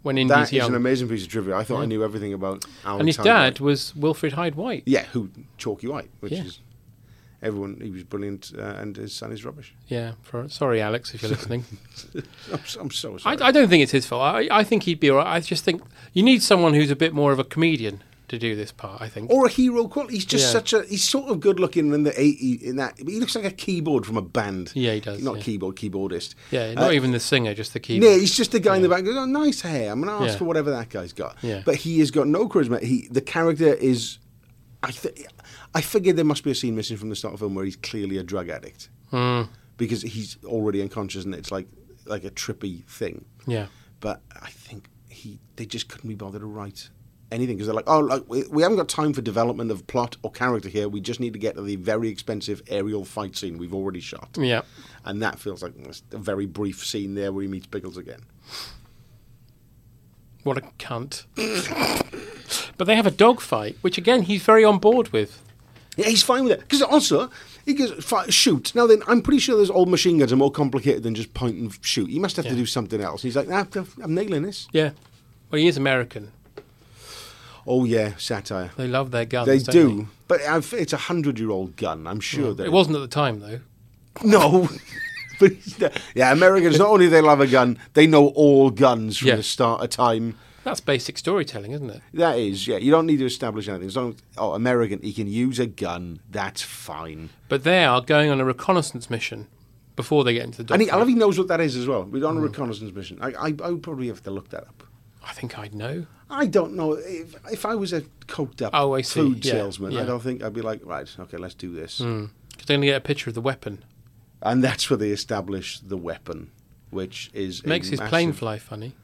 Speaker 8: when Indy's
Speaker 9: that is
Speaker 8: young.
Speaker 9: an amazing piece of trivia. I thought I knew everything about. Alan
Speaker 8: and his
Speaker 9: Tudyk.
Speaker 8: dad was Wilfred Hyde White.
Speaker 9: Yeah, who Chalky White, which
Speaker 8: Yeah.
Speaker 9: is everyone. He was brilliant, uh, and his son is rubbish.
Speaker 8: Yeah. For, sorry, Alex, if you're listening.
Speaker 9: I'm, so- I'm so
Speaker 8: I,
Speaker 9: sorry.
Speaker 8: I don't think it's his fault. I, I think he'd be all right. I just think you need someone who's a bit more of a comedian to do this part. I think.
Speaker 9: or a hero quality. He's just
Speaker 8: Yeah.
Speaker 9: such a. He's sort of good looking in the eighty in that. But he looks like a keyboard from a band.
Speaker 8: Yeah, he does,
Speaker 9: Not
Speaker 8: yeah.
Speaker 9: keyboard, keyboardist.
Speaker 8: yeah, not
Speaker 9: Uh,
Speaker 8: even the singer, just the keyboard.
Speaker 9: No, he's just the guy in the back. Goes, oh, nice hair. I'm going to ask
Speaker 8: Yeah.
Speaker 9: for whatever that guy's got.
Speaker 8: Yeah.
Speaker 9: But he has got no charisma. He the character is. I th- I figured there must be a scene missing from the start of the film where he's clearly a drug addict
Speaker 8: Mm,
Speaker 9: because he's already unconscious and it's like like a trippy thing.
Speaker 8: yeah.
Speaker 9: But I think he they just couldn't be bothered to write anything because they're like, oh, like we, we haven't got time for development of plot or character here. We just need to get to the very expensive aerial fight scene we've already shot.
Speaker 8: Yeah.
Speaker 9: And that feels like it's a very brief scene there where he meets Pickles again.
Speaker 8: What a cunt. but they have a dog fight, which again he's very on board with.
Speaker 9: Yeah, he's fine with it because also. He goes, "Fi- shoot. Now then, I'm pretty sure those old machine guns are more complicated than just point and shoot. He must have to do something else. He's like, nah, I'm nailing this.
Speaker 8: Yeah. Well, he is American.
Speaker 9: Oh, yeah, satire.
Speaker 8: They love their guns.
Speaker 9: They Hmm.
Speaker 8: don't
Speaker 9: do, but I've, it's a hundred-year-old gun. I'm sure that
Speaker 8: It wasn't at the time though.
Speaker 9: No. but it's not- yeah, Americans not only they love a gun, they know all guns from
Speaker 8: Yeah.
Speaker 9: the start of time.
Speaker 8: That's basic storytelling, isn't it?
Speaker 9: That is, yeah. You don't need to establish anything. As long as oh, American, he can use a gun. That's fine.
Speaker 8: But they are going on a reconnaissance mission before they get into the dog.
Speaker 9: And he, I
Speaker 8: fight.
Speaker 9: love he knows what that is as well. We're
Speaker 8: Mm.
Speaker 9: on a reconnaissance mission. I, I, I would probably have to look that up.
Speaker 8: I think I'd know.
Speaker 9: I don't know if if I was a coked up
Speaker 8: Oh, I see.
Speaker 9: food
Speaker 8: Yeah,
Speaker 9: salesman.
Speaker 8: yeah. Mm.
Speaker 9: I don't think I'd be like, right, okay, let's do this.
Speaker 8: Because they're going to get a picture of the weapon.
Speaker 9: And that's where they establish the weapon, which is a
Speaker 8: Makes his plane
Speaker 9: massive-
Speaker 8: fly funny.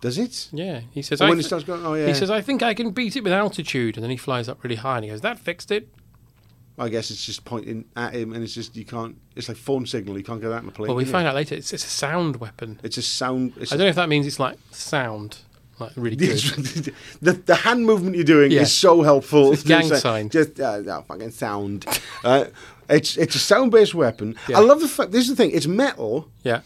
Speaker 9: Does it?
Speaker 8: Yeah, he says.
Speaker 9: Oh,
Speaker 8: I
Speaker 9: when it starts going- oh,
Speaker 8: He
Speaker 9: yeah.
Speaker 8: says, "I think I can beat it with altitude," and then he flies up really high, and he goes, "That fixed it."
Speaker 9: I guess it's just pointing at him, and it's just you can't. It's like phone signal. You can't get that in a plane.
Speaker 8: Well, we
Speaker 9: can you?
Speaker 8: find out later it's, it's a sound weapon.
Speaker 9: It's a sound. It's
Speaker 8: I don't know if that means it's like sound, like really good.
Speaker 9: the, the hand movement you're doing
Speaker 8: Yeah.
Speaker 9: is so helpful.
Speaker 8: It's a gang
Speaker 9: Just-
Speaker 8: sign.
Speaker 9: Just uh, no, fucking sound. uh, it's it's a sound-based weapon.
Speaker 8: Yeah.
Speaker 9: I love the fact. This is the thing. It's metal.
Speaker 8: yeah,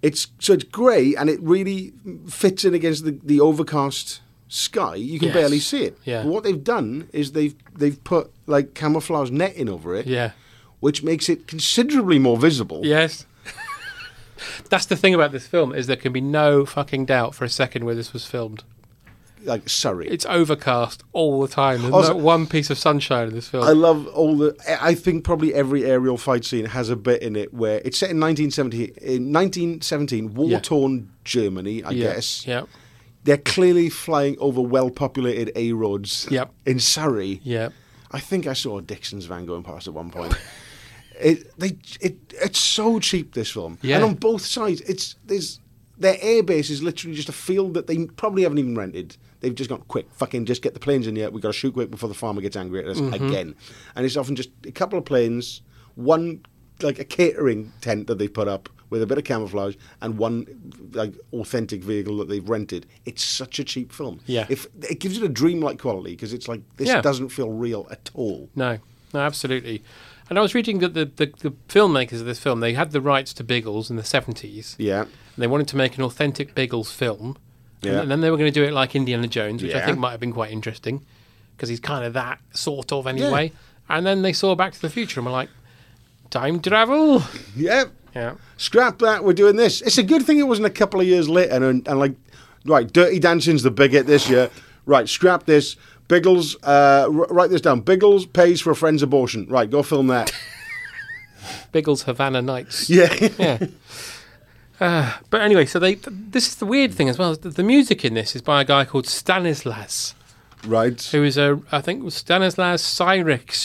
Speaker 9: It's so it's grey, and it really fits in against the, the overcast sky. You can
Speaker 8: Yes.
Speaker 9: barely see it.
Speaker 8: Yeah.
Speaker 9: But what they've done is they've they've put like camouflage netting over it.
Speaker 8: yeah,
Speaker 9: Which makes it considerably more visible.
Speaker 8: yes. That's the thing about this film is there can be no fucking doubt for a second where this was filmed.
Speaker 9: like Surrey.
Speaker 8: It's overcast all the time. There's
Speaker 9: Also-
Speaker 8: not one piece of sunshine in this film.
Speaker 9: I love all the. I- I think probably every aerial fight scene has a bit in it where it's set in 1917, in 1917 war torn Germany, I
Speaker 8: Yeah,
Speaker 9: guess.
Speaker 8: yeah.
Speaker 9: They're clearly flying over well populated A roads
Speaker 8: Yep.
Speaker 9: in Surrey.
Speaker 8: Yep.
Speaker 9: I think I saw a Dixon's van going past at one point. it they it it's so cheap this film.
Speaker 8: Yeah.
Speaker 9: And on both sides it's there's their air base is literally just a field that they probably haven't even rented. They've just gone quick, fucking just get the planes in here. We've got to shoot quick before the farmer gets angry at us
Speaker 8: Mhm.
Speaker 9: again. And it's often just a couple of planes, one like a catering tent that they put up with a bit of camouflage and one like authentic vehicle that they've rented. It's such a cheap film.
Speaker 8: Yeah.
Speaker 9: If it gives it a dreamlike quality because it's like this
Speaker 8: Yeah.
Speaker 9: doesn't feel real at all.
Speaker 8: No, no, absolutely. And I was reading that the, the, the filmmakers of this film they had the rights to Biggles in the seventies.
Speaker 9: Yeah.
Speaker 8: And they wanted to make an authentic Biggles film. And-
Speaker 9: Yeah.
Speaker 8: And then they were going to do it like Indiana Jones, which I
Speaker 9: Yeah.
Speaker 8: think might have been quite interesting because he's kind of that sort of anyway. And then they saw Back to the Future and were like, time travel.
Speaker 9: Yep.
Speaker 8: Yeah.
Speaker 9: Scrap that. We're doing this. It's a good thing it wasn't a couple of years later and, and, like, right, Dirty Dancing's the big hit this year. Right, scrap this. Biggles, uh, r- write this down. Biggles pays for a friend's abortion. Right, go film that.
Speaker 8: Biggles Havana Nights.
Speaker 9: Yeah.
Speaker 8: yeah. Uh, but anyway, so they. th- This is the weird thing as well. is that The music in this is by a guy called Stanislas,
Speaker 9: right?
Speaker 8: Who is a I think it was Stanislas Cyrix.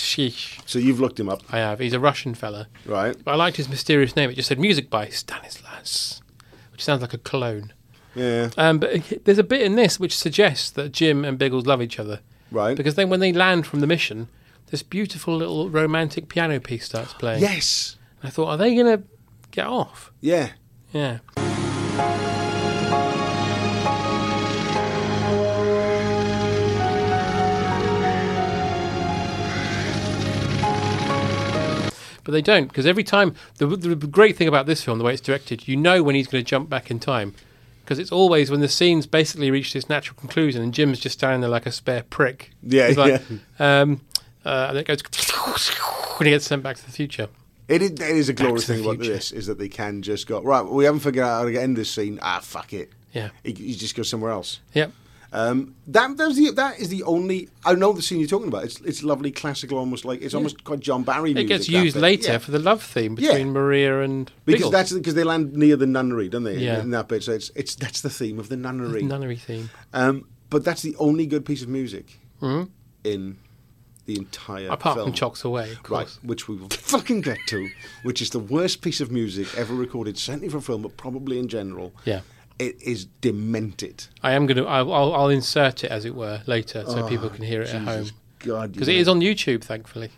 Speaker 9: So you've looked him up.
Speaker 8: I have. He's a Russian fella.
Speaker 9: Right.
Speaker 8: But I liked his mysterious name. It just said music by Stanislas, which sounds like a clone.
Speaker 9: Yeah.
Speaker 8: Um, but h- there's a bit in this which suggests that Jim and Biggles love each other.
Speaker 9: Right.
Speaker 8: Because then when they land from the mission, this beautiful little romantic piano piece starts playing.
Speaker 9: Yes.
Speaker 8: And I thought, are they going to get off?
Speaker 9: Yeah.
Speaker 8: Yeah. But they don't, because every time the, the great thing about this film, the way it's directed, you know when he's going to jump back in time, because it's always when the scenes basically reach this natural conclusion, and Jim's just standing there like a spare prick.
Speaker 9: Yeah,
Speaker 8: He's like, Um, uh, and it goes, and he gets sent back to the future.
Speaker 9: It is, it is a
Speaker 8: Back to
Speaker 9: glorious
Speaker 8: the
Speaker 9: thing about
Speaker 8: future.
Speaker 9: this is that they can just go right. We haven't figured out how to end this scene. Ah, fuck it.
Speaker 8: Yeah.
Speaker 9: you, you just go somewhere else.
Speaker 8: Yep.
Speaker 9: Um, that that, was the, that is the only. I know the scene you're talking about. It's it's lovely, classical, almost like it's
Speaker 8: Yeah.
Speaker 9: almost quite John Barry.
Speaker 8: It
Speaker 9: music,
Speaker 8: gets
Speaker 9: that
Speaker 8: used
Speaker 9: bit.
Speaker 8: later
Speaker 9: Yeah.
Speaker 8: for the love theme
Speaker 9: Yeah.
Speaker 8: between Maria and
Speaker 9: Because
Speaker 8: Biggles.
Speaker 9: that's because they land near the nunnery, don't they? in-
Speaker 8: Yeah.
Speaker 9: In that bit, so it's it's that's the theme of the nunnery.
Speaker 8: nunnery theme.
Speaker 9: Um, but that's the only good piece of music
Speaker 8: Mhm.
Speaker 9: in the entire
Speaker 8: Apart
Speaker 9: film.
Speaker 8: from Chocks Away, of
Speaker 9: Right,
Speaker 8: course.
Speaker 9: which we will fucking get to, which is the worst piece of music ever recorded, certainly for film, but probably in general.
Speaker 8: Yeah.
Speaker 9: It is demented.
Speaker 8: I am going to. I'll, I'll I'll insert it as it were later, so
Speaker 9: Oh,
Speaker 8: people can hear it at home.
Speaker 9: Jesus God,
Speaker 8: because
Speaker 9: yeah.
Speaker 8: it is on YouTube, thankfully.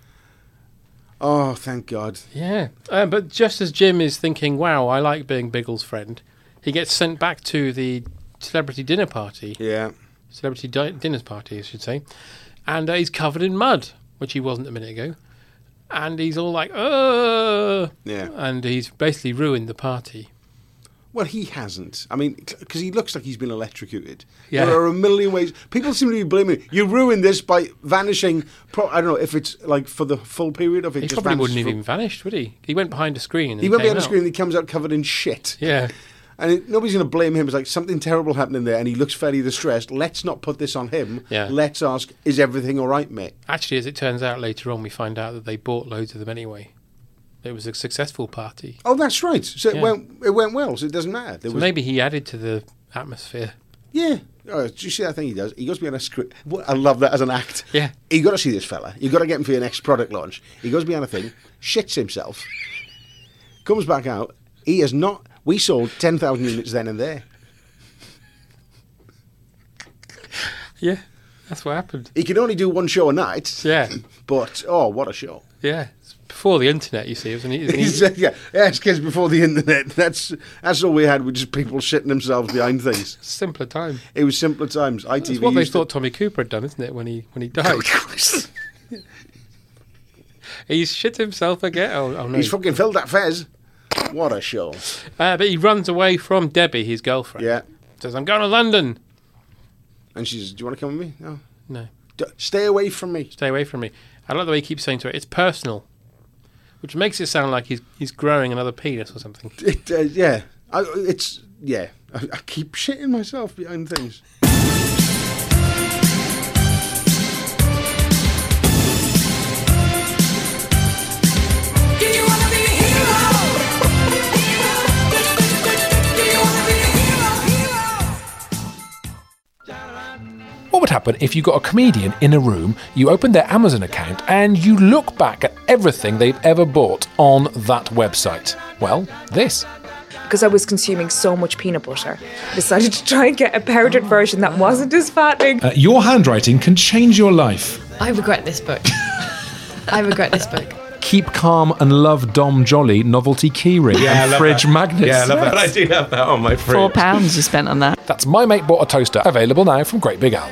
Speaker 9: Oh, thank God.
Speaker 8: Yeah, um, but just as Jim is thinking, "Wow, I like being Biggles' friend," he gets sent back to the celebrity dinner party.
Speaker 9: Yeah,
Speaker 8: celebrity di- dinner party, I should say, and uh, he's covered in mud, which he wasn't a minute ago, and he's all like, "Oh,"
Speaker 9: Yeah.
Speaker 8: and he's basically ruined the party.
Speaker 9: Well, he hasn't. I mean, because he looks like he's been electrocuted.
Speaker 8: Yeah.
Speaker 9: There are a million ways. People seem to be blaming it. you ruined this by vanishing. Pro- I don't know if it's like for the full period of it.
Speaker 8: He
Speaker 9: just
Speaker 8: probably
Speaker 9: vanishes
Speaker 8: wouldn't have
Speaker 9: for-
Speaker 8: even vanished, would he? He went behind a screen. And
Speaker 9: He went
Speaker 8: came
Speaker 9: behind the
Speaker 8: out.
Speaker 9: screen and he comes out covered in shit.
Speaker 8: Yeah.
Speaker 9: And it, nobody's going to blame him. It's like something terrible happened in there, and he looks fairly distressed. Let's not put this on him.
Speaker 8: Yeah.
Speaker 9: Let's ask, is everything all right, mate?
Speaker 8: Actually, as it turns out later on, we find out that they bought loads of them anyway. It was a successful party.
Speaker 9: Oh, that's right. So
Speaker 8: Yeah.
Speaker 9: it went. It went well. So it doesn't matter. There
Speaker 8: So
Speaker 9: was-
Speaker 8: maybe he added to the atmosphere.
Speaker 9: Yeah. Oh, do you see that thing he does? He goes behind a script. What, I love that as an act.
Speaker 8: Yeah.
Speaker 9: You got to see this fella. You got to get him for your next product launch. He goes behind a thing, shits himself, comes back out. He has not. We sold ten thousand units then and there.
Speaker 8: Yeah, that's what happened.
Speaker 9: He can only do one show a night.
Speaker 8: Yeah.
Speaker 9: But oh, what a show!
Speaker 8: Yeah, it's before the internet, you see, it was an, it was an e-,
Speaker 9: He's, yeah, yeah, it's kids before the internet. That's that's all we had. were just people shitting themselves behind things.
Speaker 8: simpler time.
Speaker 9: It was simpler times. ITV.
Speaker 8: It's what they
Speaker 9: used to-
Speaker 8: thought Tommy Cooper had done, isn't it? When he when he died, he's shit himself again. Oh, oh no!
Speaker 9: He's fucking filled that fez. What a show!
Speaker 8: uh, but he runs away from Debbie, his girlfriend.
Speaker 9: Yeah.
Speaker 8: says, "I'm going to London."
Speaker 9: And she says, "Do you want to come with me?" No.
Speaker 8: No.
Speaker 9: D- stay away from me.
Speaker 8: Stay away from me. I like the way he keeps saying to her, "It's personal," which makes it sound like he's he's growing another penis or something.
Speaker 9: It, uh, yeah, I, it's yeah. I, I keep shitting myself behind things.
Speaker 17: happen if you got a comedian in a room, you open their Amazon account, and you look back at everything they've ever bought on that website? Well, this.
Speaker 18: because I was consuming so much peanut butter, decided to try and get a powdered version that wasn't as fattening.
Speaker 17: Uh, your handwriting can change your life.
Speaker 19: I regret this book. I regret this book.
Speaker 17: Keep Calm and Love Dom Jolly novelty keyring
Speaker 20: Yeah, I
Speaker 17: and
Speaker 20: love
Speaker 17: fridge
Speaker 20: that.
Speaker 17: magnets.
Speaker 20: Yeah, I love that. I do have that on my fridge.
Speaker 17: you spent on that. That's My Mate Bought a Toaster, available now from Great Big Al.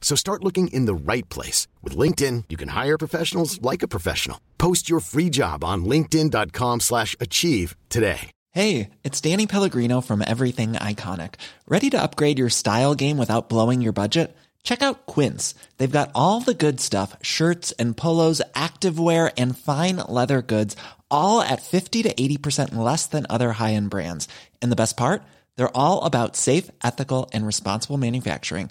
Speaker 1: So start looking in the right place. With LinkedIn, you can hire professionals like a professional. Post your free job on linkedin.com/achieve slash achieve today.
Speaker 21: Hey, it's Danny Pellegrino from Everything Iconic. Ready to upgrade your style game without blowing your budget? Check out Quince. They've got all the good stuff shirts and polos, activewear, and fine leather goods, all at 50 to 80% less than other high end brands. And the best part? They're all about safe, ethical, and responsible manufacturing.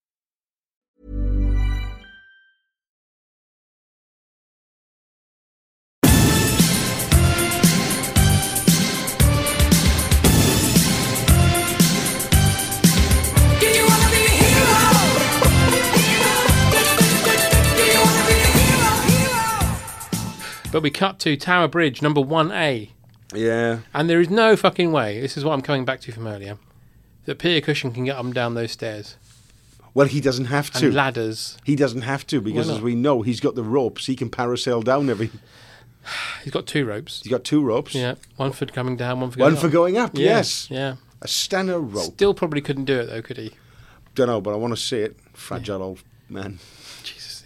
Speaker 8: But we cut to Tower Bridge number 1A.
Speaker 9: Yeah.
Speaker 8: And there is no fucking way, this is what I'm coming back to from earlier, that Peter Cushing can get up and down those stairs.
Speaker 9: Well, he doesn't have to.
Speaker 8: And ladders.
Speaker 9: He doesn't have to because,
Speaker 8: Why
Speaker 9: as
Speaker 8: not?
Speaker 9: we know, he's got the ropes. He can parasail down every.
Speaker 8: He's got two ropes.
Speaker 9: He's got two ropes.
Speaker 8: Yeah, one for coming down, one for going
Speaker 9: One
Speaker 8: up.
Speaker 9: for going up.
Speaker 8: Yeah,
Speaker 9: Yes.
Speaker 8: Yeah.
Speaker 9: A stanner rope.
Speaker 8: Still probably couldn't do it though, could he?
Speaker 9: Don't know, but I want to see it. Fragile old man.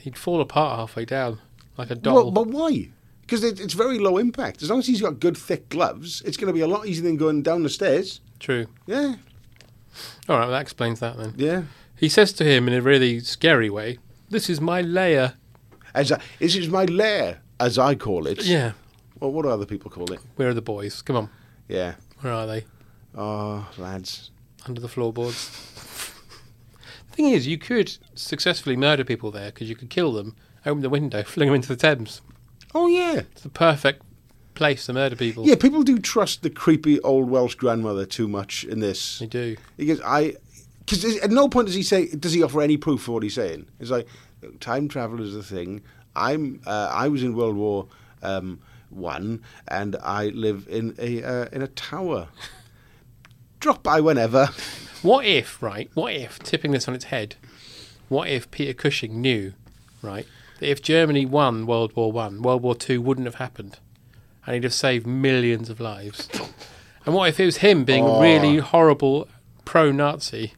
Speaker 8: He'd fall apart halfway down, like a doll.
Speaker 9: Well, but why? Because it, it's very low impact. As long as he's got good thick gloves, it's going to be a lot easier than going down the stairs.
Speaker 8: True.
Speaker 9: Yeah.
Speaker 8: All right, well, that explains that then.
Speaker 9: Yeah.
Speaker 8: He says to him in a really scary way, "This is my lair."
Speaker 9: As I, this is my lair, as I call it.
Speaker 8: Yeah.
Speaker 9: Well, what do other people call it?
Speaker 8: Where are the boys? Come on.
Speaker 9: Yeah.
Speaker 8: Where are they?
Speaker 9: Oh, lads.
Speaker 8: Under the floorboards. the thing is, you could successfully murder people there because you could kill them, open the window, fling them into the Thames.
Speaker 9: Oh yeah.
Speaker 8: It's the perfect place to murder people.
Speaker 9: Yeah, people do trust the creepy old Welsh grandmother too much in this. They
Speaker 8: do.
Speaker 9: Because I, because at no point does he say, does he offer any proof for what he's saying? It's like time travel is a thing. I'm, uh, I was in World War um, One, and I live in a uh, in a tower. Drop by whenever.
Speaker 8: What if, right? What if, tipping this on its head, what if Peter Cushing knew, right, that if Germany won World War One, World War Two wouldn't have happened, and he'd have saved millions of lives. And what if it was him being a
Speaker 9: Oh.
Speaker 8: really horrible pro-Nazi,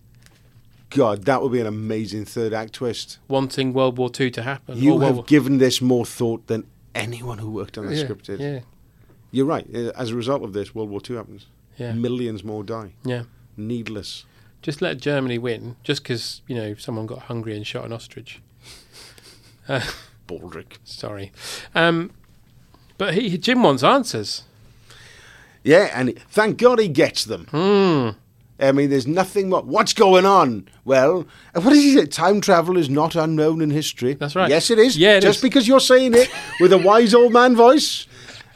Speaker 9: God, that would be an amazing third act twist.
Speaker 8: wanting World War Two to happen?
Speaker 9: You
Speaker 8: or World
Speaker 9: have
Speaker 8: War-
Speaker 9: given this more thought than anyone who worked on the
Speaker 8: Yeah,
Speaker 9: script did.
Speaker 8: yeah.
Speaker 9: You're right. Uh, As a result of this, World War II happens.
Speaker 8: Yeah.
Speaker 9: Millions more die.
Speaker 8: Yeah.
Speaker 9: Needless.
Speaker 8: just let Germany win, just because you know someone got hungry and shot an ostrich. Uh,
Speaker 9: Baldric.
Speaker 8: Sorry, um, but he Jim wants answers.
Speaker 9: Yeah, and thank God he gets them.
Speaker 8: Hmm.
Speaker 9: I mean, there's nothing more. What's going on? Well, uh, what is it? Time travel is not unknown in history. That's
Speaker 8: right.
Speaker 9: Yes, it is.
Speaker 8: Yeah, it
Speaker 9: Just
Speaker 8: is.
Speaker 9: because you're saying it with a wise old man voice.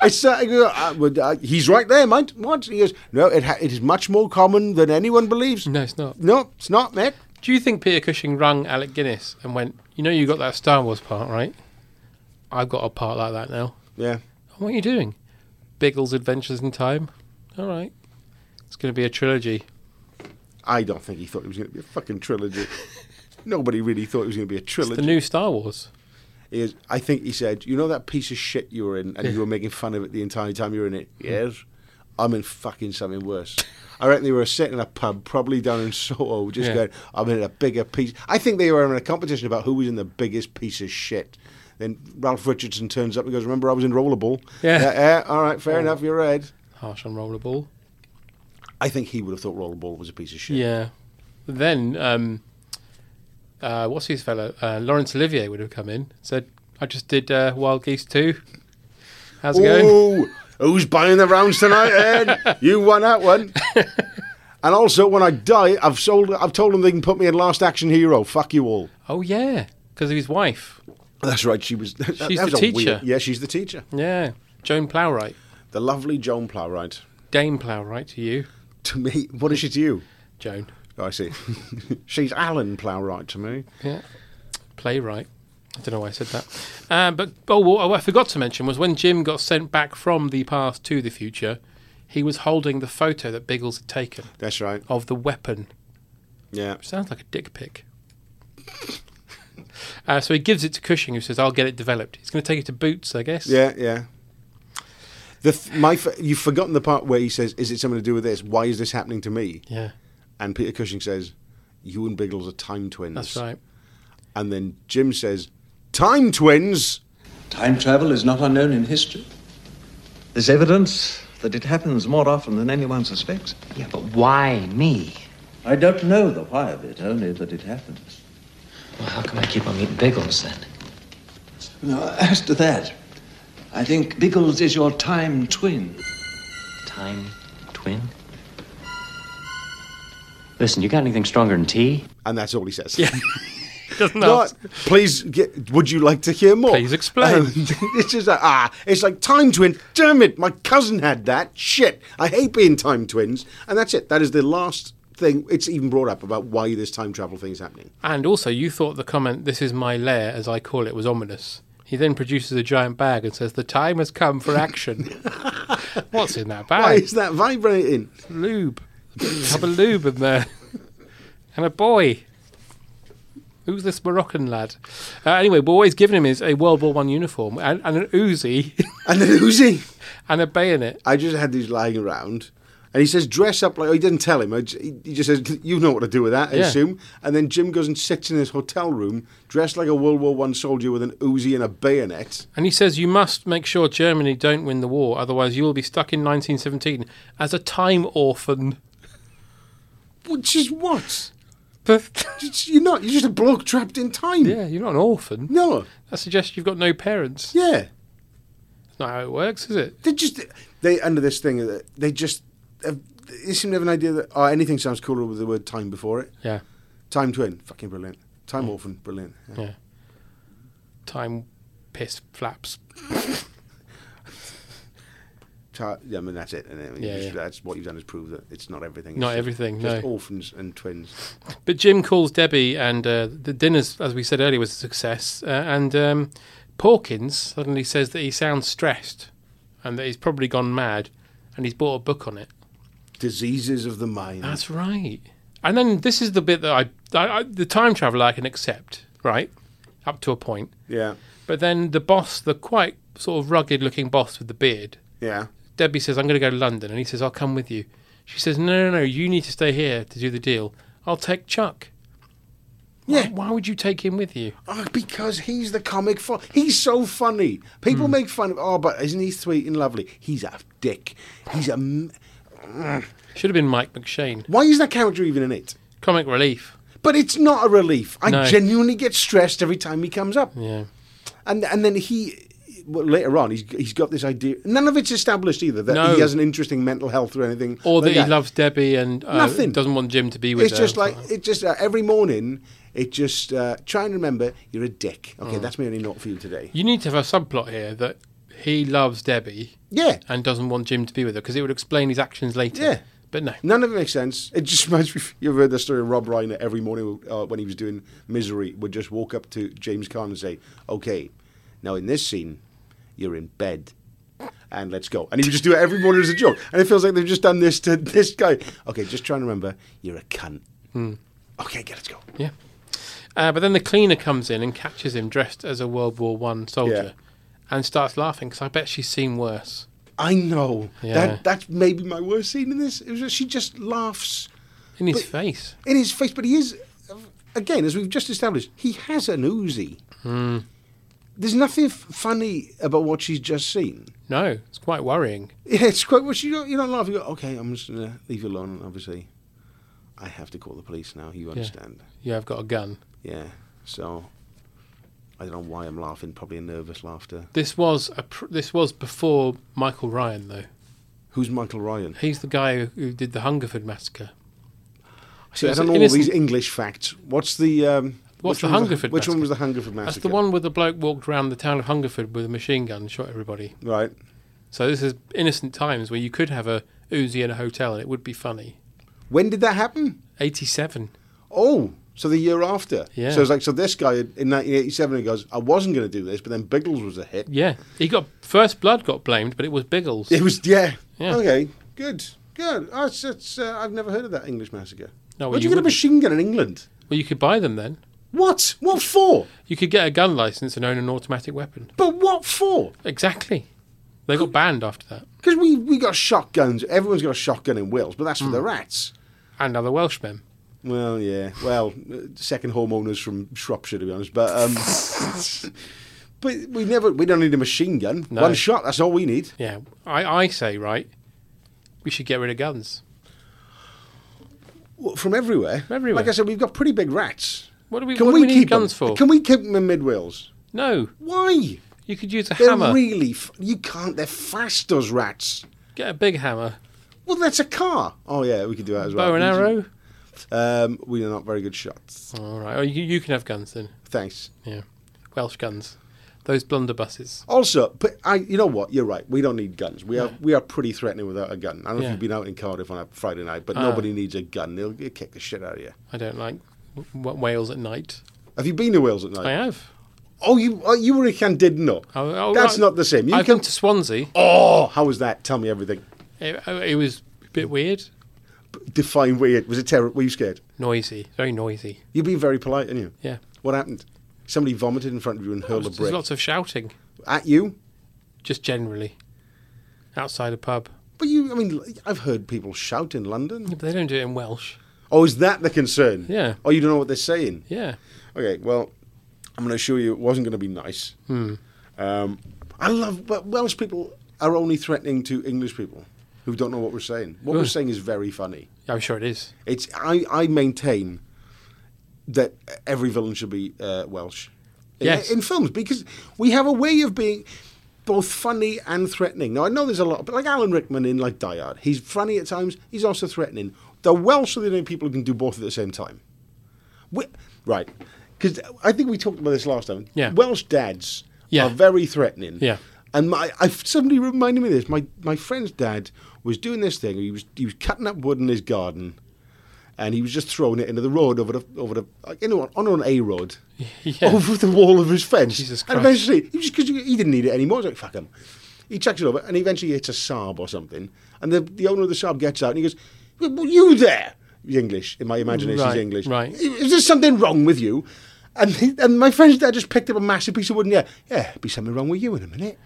Speaker 9: It's, uh, uh, I would- uh, he's right there, mate. What? He goes, no, it, ha- it is much more common than anyone believes.
Speaker 8: No, it's not.
Speaker 9: No, it's not, mate.
Speaker 8: Do you think Peter Cushing rung Alec Guinness and went, "You know, you got that Star Wars part right? I've got a part like that now.
Speaker 9: Yeah.
Speaker 8: What are you doing? Biggles Adventures in Time. All right. It's going to be a trilogy.
Speaker 9: I don't think he thought it was going to be a fucking trilogy. Nobody really thought it was going to be a trilogy.
Speaker 8: the new Star Wars.
Speaker 9: Is, I think he said, "You know that piece of shit you were in, and you were making fun of it the entire time you were in it." Yes, I'm in fucking something worse. I reckon they were sitting in a pub, probably down in Soho, just
Speaker 22: Yeah.
Speaker 9: going, "I'm in a bigger piece." I think they were in a competition about who was in the biggest piece of shit. Then Ralph Richardson turns up and goes, "Remember, I was in Rollerball."
Speaker 8: Yeah.
Speaker 9: yeah, all right, fair
Speaker 8: Oh.
Speaker 9: enough. You're right.
Speaker 8: Harsh on Rollerball.
Speaker 9: I think he would have thought Rollerball was a piece of shit.
Speaker 8: Yeah. Then, um, uh, what's his fellow? Uh, Laurence Olivier would have come in said, I just did uh, Wild Geese 2. How's it going?
Speaker 9: Ooh, who's buying the rounds tonight, Ed? you won that one. and also, when I die, I've sold. I've told them they can put me in Last Action Hero. Fuck you all.
Speaker 8: Oh, yeah. Because of his wife.
Speaker 9: That's right. She was. That, that
Speaker 8: She's
Speaker 9: was
Speaker 8: the
Speaker 9: a
Speaker 8: teacher.
Speaker 9: weird- yeah, she's the teacher.
Speaker 8: Yeah. Joan Plowright.
Speaker 9: The lovely Joan Plowright.
Speaker 8: Dame Plowright to you.
Speaker 9: To me, what is she to you?
Speaker 8: Joan.
Speaker 9: Oh, I see. she's Alan Plowright to me.
Speaker 8: Yeah. Playwright. I don't know why I said that. Uh, but oh, what I forgot to mention was when Jim got sent back from the past to the future, he was holding the photo that Biggles had taken.
Speaker 9: That's right.
Speaker 8: Of the weapon.
Speaker 9: Yeah.
Speaker 8: Which sounds like a dick pic. uh, so he gives it to Cushing, who says, I'll get it developed. He's going to take it to Boots, I guess.
Speaker 9: Yeah, yeah. The th- my f- you've forgotten the part where he says, "Is it something to do with this? Why is this happening to me?"
Speaker 8: Yeah.
Speaker 9: And Peter Cushing says, "You and Biggles are time twins."
Speaker 8: That's right.
Speaker 9: And then Jim says, "Time twins."
Speaker 23: Time travel is not unknown in history. There's evidence that it happens more often than anyone suspects. Yeah, but why me? I don't know the why of it, only that it happens. Well, how come I keep on meeting Biggles then? No, as to that, I think Biggles is your time twin.
Speaker 5: Time twin? Listen, you got anything stronger than tea?
Speaker 9: And that's all he says.
Speaker 5: Yeah.
Speaker 8: Doesn't
Speaker 9: Not, please, get, would you like to hear more? Please
Speaker 8: explain.
Speaker 9: it's just like, ah, it's like time twin. Damn it, my cousin had that. Shit, I hate being time twins. And that's it. That is the last thing it's even brought up about why this time travel thing is happening.
Speaker 8: And also, you thought the comment, This is my lair, as I call it, was ominous. He then produces a giant bag and says, The time has come for action. What's in that bag?
Speaker 9: Why is that vibrating?
Speaker 8: Lube. Have a lube in there. And a boy. Who's this Moroccan lad? Uh, anyway, well, what he's given him is a World War One uniform and, and an Uzi.
Speaker 9: And an Uzi.
Speaker 8: and a bayonet.
Speaker 9: I just had these lying around. And he says, dress up like. Oh, he didn't tell him. I j- He he just says, you know what to do with that, I
Speaker 8: Yeah.
Speaker 9: assume. And then Jim goes and sits in his hotel room, dressed like a World War One soldier with an Uzi and a bayonet.
Speaker 8: And he says, You must make sure Germany don't win the war, otherwise, you will be stuck in 1917 as a time orphan.
Speaker 9: Which is what?
Speaker 8: But
Speaker 9: you're not. You're just a bloke trapped in time.
Speaker 8: Yeah, you're not an orphan.
Speaker 9: No.
Speaker 8: That suggests you've got no parents.
Speaker 9: Yeah.
Speaker 8: That's not how it works, is it?
Speaker 9: They just they under this thing that they just have, they seem to have an idea that oh, anything sounds cooler with the word time before it.
Speaker 8: Yeah.
Speaker 9: Time twin, fucking brilliant. Time orphan, brilliant.
Speaker 8: Yeah. Time piss flaps.
Speaker 9: Ta- yeah, I mean that's it. And I mean,
Speaker 8: Yeah,
Speaker 9: just-
Speaker 8: yeah.
Speaker 9: That's what you've done is prove that it's not everything.
Speaker 8: Not
Speaker 9: It's
Speaker 8: everything,
Speaker 9: Just
Speaker 8: no.
Speaker 9: orphans and twins.
Speaker 8: But Jim calls Debbie, and uh, the dinner's, as we said earlier, was a success. Uh, and um, Porkins suddenly says that he sounds stressed and that he's probably gone mad and he's bought a book on it.
Speaker 9: Diseases of the mind.
Speaker 8: That's right. And then this is the bit that I, I, I the time travel I can accept, right? Up to a point.
Speaker 9: Yeah.
Speaker 8: But then the boss, the quite sort of rugged looking boss with the beard,
Speaker 9: Yeah.
Speaker 8: Debbie says, I'm going to go to London. And he says, I'll come with you. She says, No, no, no, you need to stay here to do the deal. I'll take Chuck. Yeah. Why, why would you take him with you?
Speaker 9: Oh, because he's the comic fun. He's so funny. People
Speaker 8: Hmm.
Speaker 9: make fun of. Oh, but isn't he sweet and lovely? He's a dick. He's a. m-
Speaker 8: Should have been Mike McShane.
Speaker 9: Why is that character even in it?
Speaker 8: Comic relief.
Speaker 9: But it's not a relief. I
Speaker 8: No.
Speaker 9: genuinely get stressed every time he comes up.
Speaker 8: Yeah.
Speaker 9: And and then he well, later on he's he's got this idea. None of it's established either that
Speaker 8: No.
Speaker 9: he has an interesting mental health or anything.
Speaker 8: Or that
Speaker 9: like
Speaker 8: he loves Debbie and uh,
Speaker 9: Nothing.
Speaker 8: doesn't want Jim to be with
Speaker 9: It's
Speaker 8: her.
Speaker 9: just like it just uh, every morning. It just uh, try and remember you're a dick. Okay,
Speaker 8: Mm.
Speaker 9: that's my only note for you today.
Speaker 8: You need to have a subplot here that he loves Debbie.
Speaker 9: Yeah.
Speaker 8: And doesn't want Jim to be with her because it would explain his actions later.
Speaker 9: Yeah.
Speaker 8: But no.
Speaker 9: None of it makes sense. It just reminds me. You've heard the story of Rob Reiner every morning uh, when he was doing Misery, would just walk up to James Caan and say, "Okay, now in this scene, you're in bed." and let's go. And he would just do it every morning as a joke. And it feels like they've just done this to this guy. Okay, just try and remember, you're a cunt.
Speaker 8: Hmm.
Speaker 9: Okay, get, let's go.
Speaker 8: Yeah. Uh, but then the cleaner comes in and catches him dressed as a World War One soldier, and starts laughing because I bet she's seen worse.
Speaker 9: I know.
Speaker 8: Yeah.
Speaker 9: That that's maybe my worst scene in this. It was just, she just laughs
Speaker 8: in his face.
Speaker 9: In his face, but he is again, as we've just established, he has an Uzi.
Speaker 8: Hmm.
Speaker 9: There's nothing f- funny about what she's just seen.
Speaker 8: No, it's quite worrying.
Speaker 9: Yeah, it's quite. Well, you don't, you don't laugh. You go, okay, I'm just gonna leave you alone. And obviously, I have to call the police now. You
Speaker 8: Yeah.
Speaker 9: understand?
Speaker 8: Yeah, I've got a gun.
Speaker 9: Yeah. So I don't know why I'm laughing. Probably a nervous laughter.
Speaker 8: This was a pr- this was before Michael Ryan though.
Speaker 9: Who's Michael Ryan?
Speaker 8: He's the guy who, who did the Hungerford massacre.
Speaker 9: See, I
Speaker 8: it's
Speaker 9: don't know all
Speaker 8: innocent-
Speaker 9: these English facts. What's the um,
Speaker 8: What's
Speaker 9: which one
Speaker 8: the
Speaker 9: was
Speaker 8: Hungerford?
Speaker 9: Which one was the
Speaker 8: massacre?
Speaker 9: Hungerford massacre?
Speaker 8: That's the one where the bloke walked around the town of Hungerford with a machine gun and shot everybody.
Speaker 9: Right.
Speaker 8: So this is innocent times where you could have a Uzi in a hotel and it would be funny.
Speaker 9: When did that happen?
Speaker 8: Eighty-seven.
Speaker 9: Oh, so the year after.
Speaker 8: Yeah.
Speaker 9: So it's like so this guy in 1987 he goes, I wasn't going to do this, but then Biggles was a hit.
Speaker 8: Yeah, he got first blood got blamed, but it was Biggles.
Speaker 9: It was yeah.
Speaker 8: Yeah.
Speaker 9: Okay. Good. Good. Oh, it's, it's, uh, I've never heard of that English massacre.
Speaker 8: No, well,
Speaker 9: Where'd you,
Speaker 8: you
Speaker 9: get a
Speaker 8: wouldn't.
Speaker 9: machine gun in England?
Speaker 8: Well, you could buy them then.
Speaker 9: What? What for?
Speaker 8: You could get a gun license and own an automatic weapon.
Speaker 9: But what for?
Speaker 8: Exactly. They got banned after that.
Speaker 9: Because we we got shotguns. Everyone's got a shotgun in Wales, but
Speaker 8: Hmm.
Speaker 9: that's for the rats.
Speaker 8: And other Welshmen.
Speaker 9: Well, yeah. Well, uh, second homeowners from Shropshire, to be honest. But um, but we never we don't need a machine gun.
Speaker 8: No.
Speaker 9: One shot. That's all we need.
Speaker 8: Yeah, I, I say right. We should get rid of guns.
Speaker 9: Well, From everywhere.
Speaker 8: everywhere.
Speaker 9: Like I said, we've got pretty big rats.
Speaker 8: What do we?
Speaker 9: Can
Speaker 8: what
Speaker 9: we,
Speaker 8: do we
Speaker 9: keep
Speaker 8: need guns
Speaker 9: them?
Speaker 8: for?
Speaker 9: Can we keep them in mid Wales?
Speaker 8: No.
Speaker 9: Why?
Speaker 8: You could use a
Speaker 9: They're
Speaker 8: hammer.
Speaker 9: really. F- you can't. They're fast, those rats.
Speaker 8: Get a big hammer.
Speaker 9: Well, that's a car. Oh yeah, we could do that as well.
Speaker 8: Bow and arrow?
Speaker 9: Um, we are not very good shots.
Speaker 8: All right. Oh, you, you can have guns then.
Speaker 9: Thanks.
Speaker 8: Yeah. Welsh guns. Those blunderbusses.
Speaker 9: Also, but I, you know what? You're right. We don't need guns. We are we are pretty threatening without a gun. I don't know
Speaker 8: Yeah.
Speaker 9: if you've been out in Cardiff on a Friday night, but
Speaker 8: Ah.
Speaker 9: nobody needs a gun. They'll, they'll kick the shit out of you.
Speaker 8: I don't like w- w- Wales at night.
Speaker 9: Have you been to Wales at night?
Speaker 8: I have.
Speaker 9: Oh, you oh, you were in Candidno.
Speaker 8: Oh, oh,
Speaker 9: That's
Speaker 8: right.
Speaker 9: not the same. You
Speaker 8: I've
Speaker 9: can-
Speaker 8: been to Swansea.
Speaker 9: Oh, how was that? Tell me everything.
Speaker 8: It, oh, it was a bit weird.
Speaker 9: Define weird. Was it terrible? Were you scared?
Speaker 8: Noisy. Very noisy.
Speaker 9: You've been very polite, haven't you?
Speaker 8: Yeah.
Speaker 9: What happened? Somebody vomited in front of you and hurled a
Speaker 8: There's
Speaker 9: brick
Speaker 8: lots of shouting.
Speaker 9: at you.
Speaker 8: Just generally. Outside a pub.
Speaker 9: But you, I mean, I've heard people shout in London.
Speaker 8: But they don't do it in Welsh.
Speaker 9: Oh, is that the concern?
Speaker 8: Yeah.
Speaker 9: Oh, you don't know what they're saying.
Speaker 8: Yeah.
Speaker 9: Okay, well, I'm going to assure you it wasn't going to be nice.
Speaker 8: Hmm.
Speaker 9: Um, I love, but Welsh people are only threatening to English people who don't know what we're saying. What we're
Speaker 8: Ugh.
Speaker 9: saying is very funny.
Speaker 8: I'm sure it is.
Speaker 9: It's I, I maintain that every villain should be uh, Welsh. In-
Speaker 8: Yes.
Speaker 9: In, films, because we have a way of being both funny and threatening. Now I know there's a lot, but like Alan Rickman in like Die Hard, he's funny at times. He's also threatening. The Welsh are the only people who can do both at the same time. We, right, because I think we talked about this last time.
Speaker 8: Yeah.
Speaker 9: Welsh dads
Speaker 8: Yeah.
Speaker 9: are very threatening.
Speaker 8: Yeah.
Speaker 9: And my, I somebody reminded me of this. My my friend's dad was doing this thing. He was he was cutting up wood in his garden, and he was just throwing it into the road over the over the like, you know on on a road over the wall of his fence.
Speaker 8: Jesus
Speaker 9: and
Speaker 8: Christ.
Speaker 9: eventually, he just because he didn't need it anymore, he's like fuck him. He chucks it over, and eventually hits a Saab or something. And the the owner of the Saab gets out, and he goes, "Well, well, "You there?" He's English in my imagination,
Speaker 8: Right,
Speaker 9: he's English.
Speaker 8: right.
Speaker 9: Is there something wrong with you? And he- and my friend's dad just picked up a massive piece of wood, and yeah, yeah, be something wrong with you in a minute.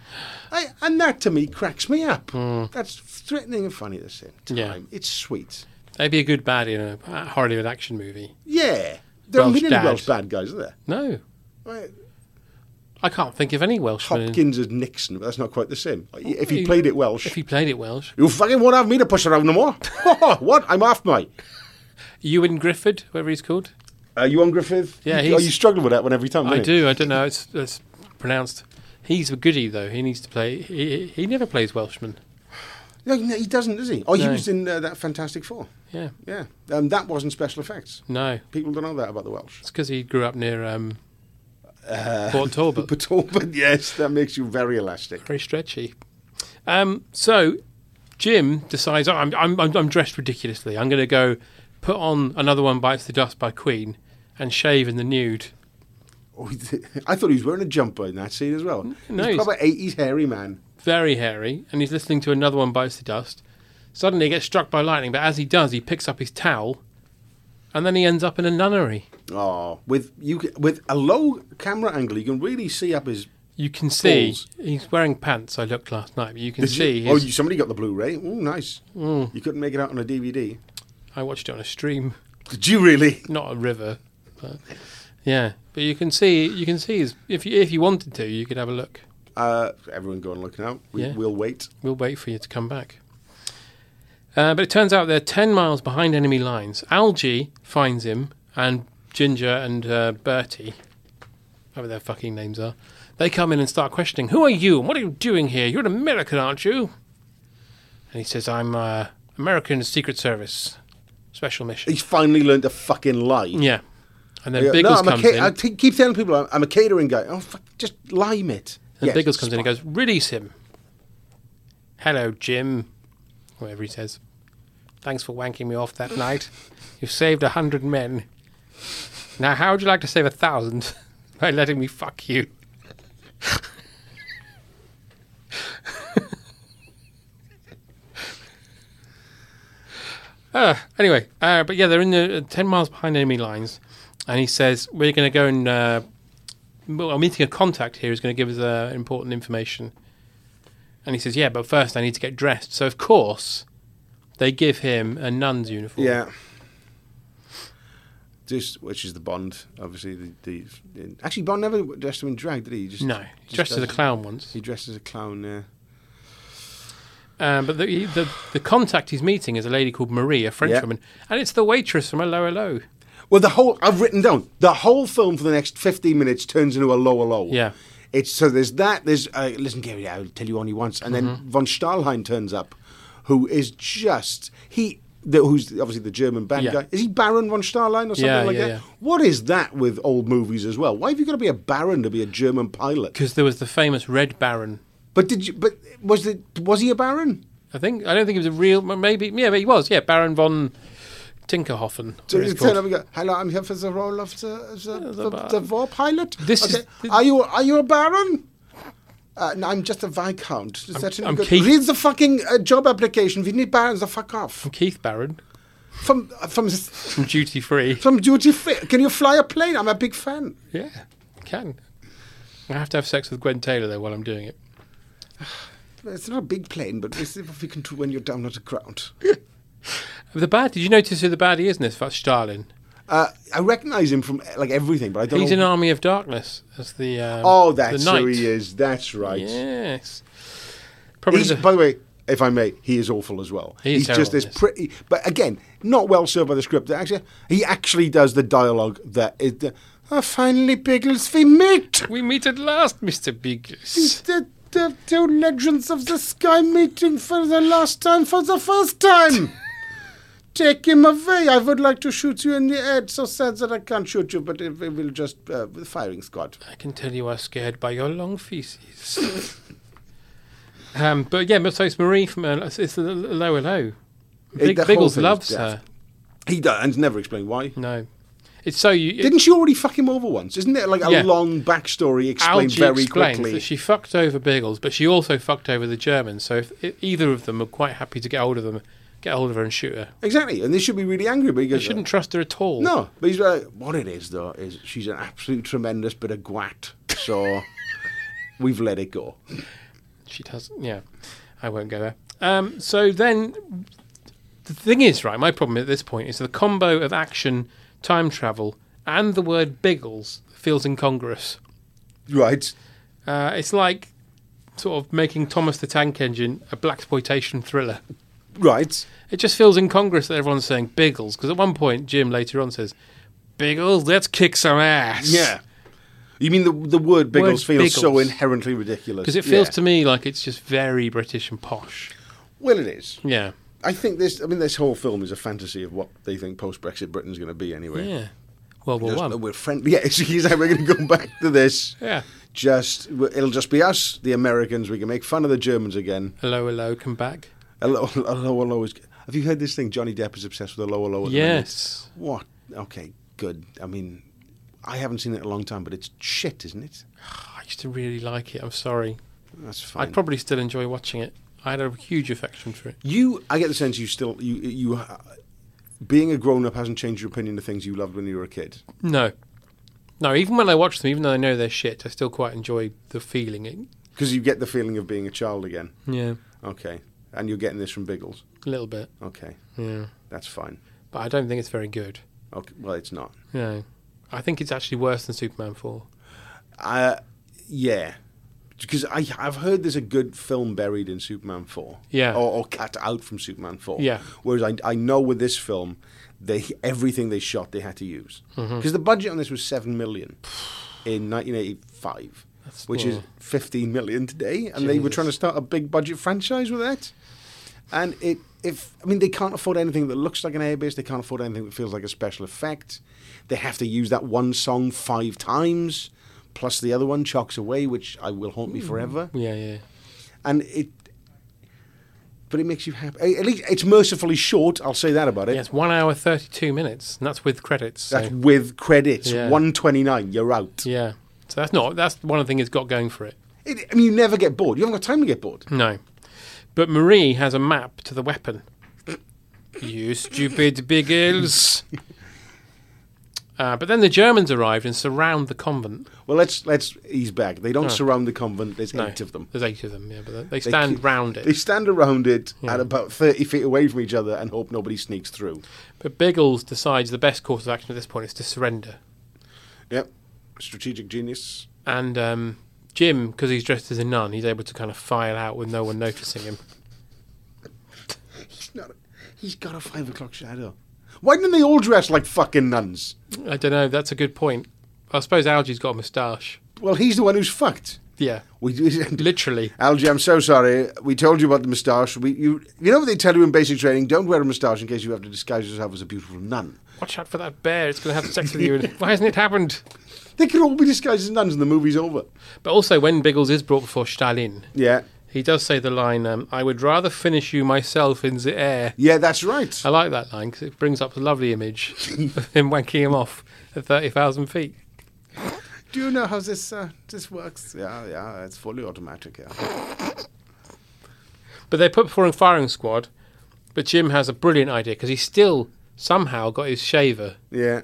Speaker 9: I, and that to me cracks me up. That's threatening and funny at the same time.
Speaker 8: Hmm. Yeah.
Speaker 9: It's sweet.
Speaker 8: They'd be a good baddie in a uh, Hollywood action movie.
Speaker 9: Yeah. There haven't
Speaker 8: Welsh
Speaker 9: been any
Speaker 8: dad.
Speaker 9: Welsh bad guys, are there?
Speaker 8: No.
Speaker 9: Right.
Speaker 8: I can't think of any Welsh.
Speaker 9: Hopkins is Nixon, but that's not quite the same. If he played it Welsh,
Speaker 8: If he played it Welsh.
Speaker 9: you fucking won't have me to push around no more. what? I'm off, mate.
Speaker 8: Ewan Griffith, whatever he's called.
Speaker 9: Uh, you on Griffith?
Speaker 8: Yeah,
Speaker 9: you, oh,
Speaker 8: he's-
Speaker 9: you struggle with that one every time.
Speaker 8: I
Speaker 9: don't you?
Speaker 8: do. I don't know. how It's, it's pronounced. He's a goodie though. He needs to play. He, he never plays Welshman.
Speaker 9: No, no, he doesn't, does he? Oh, he
Speaker 8: No.
Speaker 9: was in uh, that Fantastic Four.
Speaker 8: Yeah.
Speaker 9: Yeah. Um, that wasn't special effects.
Speaker 8: No,
Speaker 9: People don't know that about the Welsh.
Speaker 8: it's because he grew up near um, Port Talbot.
Speaker 9: Uh, But, but yes, that makes you very elastic.
Speaker 8: Very stretchy. Um, so Jim decides, oh, I'm, I'm, I'm, I'm dressed ridiculously. I'm going to go put on another one bites the dust by Queen and shave in the nude.
Speaker 9: Oh, he did- I thought he was wearing a jumper in that scene as well.
Speaker 8: Mm, no,
Speaker 9: he's
Speaker 8: he's-
Speaker 9: probably eighties hairy man.
Speaker 8: very hairy, and he's listening to another one bites the dust. Suddenly, he gets struck by lightning, but as he does, he picks up his towel, and then he ends up in a nunnery.
Speaker 9: Oh, with you c- with a low camera angle, you can really see up his.
Speaker 8: You can see he's wearing pants. I looked last night, but you can see.
Speaker 9: Oh,
Speaker 8: his- Mm.
Speaker 9: you, somebody got the Blu-ray. Oh, nice. You couldn't make it out on a DVD.
Speaker 8: I watched it on a stream.
Speaker 9: Did you really?
Speaker 8: Not a river, but yeah. But you can see, you can see his. If you if you wanted to, you could have a look.
Speaker 9: Uh, everyone go and look now. We,
Speaker 8: Yeah.
Speaker 9: We'll wait.
Speaker 8: We'll wait for you to come back. Uh, but it turns out they're 10 miles behind enemy lines. Algie finds him, and Ginger and uh, Bertie, whatever their fucking names are, they come in and start questioning Who are you? And what are you doing here? You're an American, aren't you? And he says, I'm uh, American Secret Service, special mission.
Speaker 9: He's finally learned to fucking lie.
Speaker 8: Yeah. And then
Speaker 9: Yeah,
Speaker 8: Biggles
Speaker 9: I'm a
Speaker 8: comes
Speaker 9: ca-
Speaker 8: in.
Speaker 9: I t- keep telling people I'm, I'm a catering guy. Oh, fuck, just lie, mate.
Speaker 8: And
Speaker 9: Yes,
Speaker 8: Biggles comes in and
Speaker 9: spy.
Speaker 8: goes, Release him. Hello, Jim. Whatever he says. Thanks for wanking me off that night. You saved a hundred men. Now, how would you like to save a thousand by letting me fuck you? Uh, anyway, uh, but yeah, they're in the uh, 10 miles behind enemy lines. And he says, We're going to go and. Uh, well, I'm meeting a contact here who's going to give us uh, important information. And he says, Yeah, but first I need to get dressed. So, of course, they give him a nun's uniform.
Speaker 9: Yeah. Just which is the Bond, obviously. The, the in- actually Bond never dressed him in drag, did he? He Just,
Speaker 8: No, he
Speaker 9: just
Speaker 8: dressed as a
Speaker 9: does-
Speaker 8: clown once.
Speaker 9: He dressed as a clown. Yeah.
Speaker 8: Um, but the, the the contact he's meeting is a lady called Marie, a Frenchwoman. And it's the waitress from a lower low.
Speaker 9: Well, the whole I've written down the whole film for the next fifteen minutes turns into a lower low.
Speaker 8: Yeah.
Speaker 9: It's so there's that. There's uh, listen, Gary. I'll tell you only once, and
Speaker 8: Mm-hmm.
Speaker 9: then von Stahlheim turns up, who is just he. The, who's obviously the German bad
Speaker 8: Yeah.
Speaker 9: guy? Is he Baron von Stahlheim or something
Speaker 8: Yeah,
Speaker 9: like
Speaker 8: yeah,
Speaker 9: that?
Speaker 8: yeah.
Speaker 9: What is that with old movies as well? Why have you got to be a Baron to be a German pilot?
Speaker 8: Because there was the famous Red Baron.
Speaker 9: But did you? But was it? Was he a Baron?
Speaker 8: I think I don't think he was a real. Maybe yeah, but he was. Yeah, Baron von Tinkerhoffen.
Speaker 9: So
Speaker 8: whatever
Speaker 9: you
Speaker 8: it's
Speaker 9: turn
Speaker 8: called.
Speaker 9: up and go, "Hello, I'm here for the role of the the, the,
Speaker 8: Baron.
Speaker 9: the war pilot."
Speaker 8: This is-
Speaker 9: is are you are you a baron? Uh, no, I'm just a viscount. Is
Speaker 8: I'm-
Speaker 9: that any
Speaker 8: I'm
Speaker 9: good?
Speaker 8: Keith-
Speaker 9: Read the fucking uh, job application. We need barons. The fuck off
Speaker 8: From Keith Baron
Speaker 9: from uh, from s-
Speaker 8: from Duty Free.
Speaker 9: from duty free. Can you fly a plane? I'm a big fan.
Speaker 8: Yeah, can. I have to have sex with Gwen Taylor though while I'm doing it.
Speaker 9: It's not a big plane, but we'll see what we can do when you're down on the ground.
Speaker 8: The bad. Did you notice who the baddie is in this? That's Stalin.
Speaker 9: Uh, I recognise him from uh, like everything, but I don't.
Speaker 8: He's
Speaker 9: know.
Speaker 8: in Army of Darkness as the. Um,
Speaker 9: oh, that's
Speaker 8: the knight.
Speaker 9: who he is. That's right.
Speaker 8: Yes.
Speaker 9: He's- by the way, if I may, he is awful as well.
Speaker 8: He is
Speaker 9: He's just
Speaker 8: terrible,
Speaker 9: this
Speaker 8: yes.
Speaker 9: pretty, but again, not well served by the script. Actually, he actually does the dialogue that is. The, oh, finally, Biggles, we meet.
Speaker 8: We meet at last, Mister Biggles.
Speaker 9: The, the two legends of the sky meeting for the last time, for the first time. Take him away. I would like to shoot you in the head. So sad that I can't shoot you, but it, it will just uh, with firing squad.
Speaker 8: I can tell you are scared by your long feces. um, but yeah, but so it's Marie from uh, it's the lower low. Big,
Speaker 9: the whole
Speaker 8: Biggles
Speaker 9: thing is
Speaker 8: loves
Speaker 9: daft.
Speaker 8: her.
Speaker 9: He does, and never explained why.
Speaker 8: No, it's so you.
Speaker 9: Didn't she already fuck him over once? Isn't there like a
Speaker 8: Yeah.
Speaker 9: long backstory explained
Speaker 8: Algy
Speaker 9: very
Speaker 8: explains
Speaker 9: quickly?
Speaker 8: that she fucked over Biggles, but she also fucked over the Germans. So if, if either of them were quite happy to get hold of them, get hold of her and shoot her.
Speaker 9: Exactly, and they should be really angry. But he
Speaker 8: They
Speaker 9: goes,
Speaker 8: shouldn't trust her at all.
Speaker 9: No, but he's like, what it is though is she's an absolute tremendous bit of guat. So we've let it go.
Speaker 8: She does. Yeah, I won't go there. Um, so then, the thing is, right? My problem at this point is the combo of action, time travel, and the word Biggles feels incongruous.
Speaker 9: Right.
Speaker 8: Uh, it's like sort of making Thomas the Tank Engine a black exploitation thriller.
Speaker 9: Right.
Speaker 8: It just feels incongruous that everyone's saying Biggles because at one point Jim later on says, "Biggles, let's kick some ass."
Speaker 9: Yeah. You mean the the word biggles
Speaker 8: Word
Speaker 9: feels so
Speaker 8: Biggles.
Speaker 9: inherently ridiculous?
Speaker 8: because it feels
Speaker 9: Yeah.
Speaker 8: to me like it's just very British and posh.
Speaker 9: well, it is.
Speaker 8: Yeah.
Speaker 9: I think this. I mean, this whole film is a fantasy of what they think post Brexit Britain's going to be anyway.
Speaker 8: Yeah. World War
Speaker 9: Just,
Speaker 8: One.
Speaker 9: uh, We're friendly. Yeah, it's, he's like, we're going to go back to this.
Speaker 8: Yeah.
Speaker 9: Just it'll just be us, the Americans. We can make fun of the Germans again.
Speaker 8: Hello, hello, come back.
Speaker 9: A low, a low, a low is. Have you heard this thing? Johnny Depp is obsessed with a lower low. At
Speaker 8: Yes.
Speaker 9: The minute. what? Okay. Good. I mean, I haven't seen it in a long time, but it's shit, isn't it?
Speaker 8: I used to really like it. I'm sorry.
Speaker 9: That's fine.
Speaker 8: I'd probably still enjoy watching it. I had a huge affection for it.
Speaker 9: You, I get the sense you still you you uh, being a grown up hasn't changed your opinion of things you loved when you were a kid.
Speaker 8: No. No, even when I watch them, even though I know they're shit, I still quite enjoy the feeling. It,
Speaker 9: Because you get the feeling of being a child again.
Speaker 8: Yeah.
Speaker 9: Okay. And you're getting this from Biggles.
Speaker 8: A little bit.
Speaker 9: Okay.
Speaker 8: Yeah.
Speaker 9: That's fine.
Speaker 8: But I don't think it's very good.
Speaker 9: Okay. Well, it's not.
Speaker 8: No. I think it's actually worse than Superman 4.
Speaker 9: Uh, yeah. Because I, I've heard there's a good film buried in Superman 4.
Speaker 8: Yeah.
Speaker 9: Or, or cut out from Superman 4.
Speaker 8: Yeah.
Speaker 9: Whereas I, I know with this film, they everything they shot, they had to use. Because
Speaker 8: Mhm.
Speaker 9: the budget on this was 7 million in 1985, which is
Speaker 8: poor.
Speaker 9: 15 million today. And they were
Speaker 8: Jesus.
Speaker 9: trying to start a big budget franchise with that. And it, if I mean, they can't afford anything that looks like an airbase. They can't afford anything that feels like a special effect. They have to use that one song five times, plus the other one, "Chocks Away," which I will haunt me
Speaker 8: Hmm.
Speaker 9: forever.
Speaker 8: Yeah, yeah.
Speaker 9: And it, but it makes you happy. At least it's mercifully short. I'll say that about it.
Speaker 8: Yes, one hour thirty-two minutes, and that's with credits. so-
Speaker 9: That's with credits.
Speaker 8: Yeah.
Speaker 9: One twenty-nine. You're out.
Speaker 8: Yeah, so that's not that's one of the things it's got going for it.
Speaker 9: It, I mean, you never get bored. You haven't got time to get bored.
Speaker 8: No, but Marie has a map to the weapon. you stupid biggles! uh, but then the Germans arrived and surround the convent.
Speaker 9: Well, let's let's ease back. They don't
Speaker 8: Oh.
Speaker 9: surround the convent. There's
Speaker 8: No,
Speaker 9: eight of them.
Speaker 8: There's eight of them. Yeah, but they, they stand
Speaker 9: keep-
Speaker 8: round it.
Speaker 9: They stand around it at about 30 feet away from each other and hope nobody sneaks through.
Speaker 8: But Biggles decides the best course of action at this point is to surrender.
Speaker 9: Yep. Strategic genius.
Speaker 8: And um, Jim, because he's dressed as a nun, he's able to kind of file out with no one noticing him.
Speaker 9: He's not. He's got a five o'clock shadow. Why didn't they all dress like fucking nuns?
Speaker 8: I don't know. That's a good point. I suppose Algie's got a moustache.
Speaker 9: Well, he's the one who's fucked.
Speaker 8: Yeah.
Speaker 9: We
Speaker 8: literally.
Speaker 9: Algie, I'm so sorry. We told you about the moustache. We you you know what they tell you in basic training? Don't wear a moustache in case you have to disguise yourself as a beautiful nun.
Speaker 8: Watch out for that bear. It's going to have sex with you. Why hasn't it happened?
Speaker 9: They could all be disguised as nuns, and the movie's over.
Speaker 8: But also, when Biggles is brought before Stalin,
Speaker 9: Yeah.
Speaker 8: he does say the line, um, "I would rather finish you myself in the air."
Speaker 9: Yeah, that's right.
Speaker 8: I like that line because it brings up a lovely image of him wanking him off at thirty thousand feet.
Speaker 9: Do you know how this uh, this works? Yeah, yeah, it's fully automatic. Yeah.
Speaker 8: But they're put before a firing squad. But Jim has a brilliant idea because he's still somehow got his shaver.
Speaker 9: Yeah.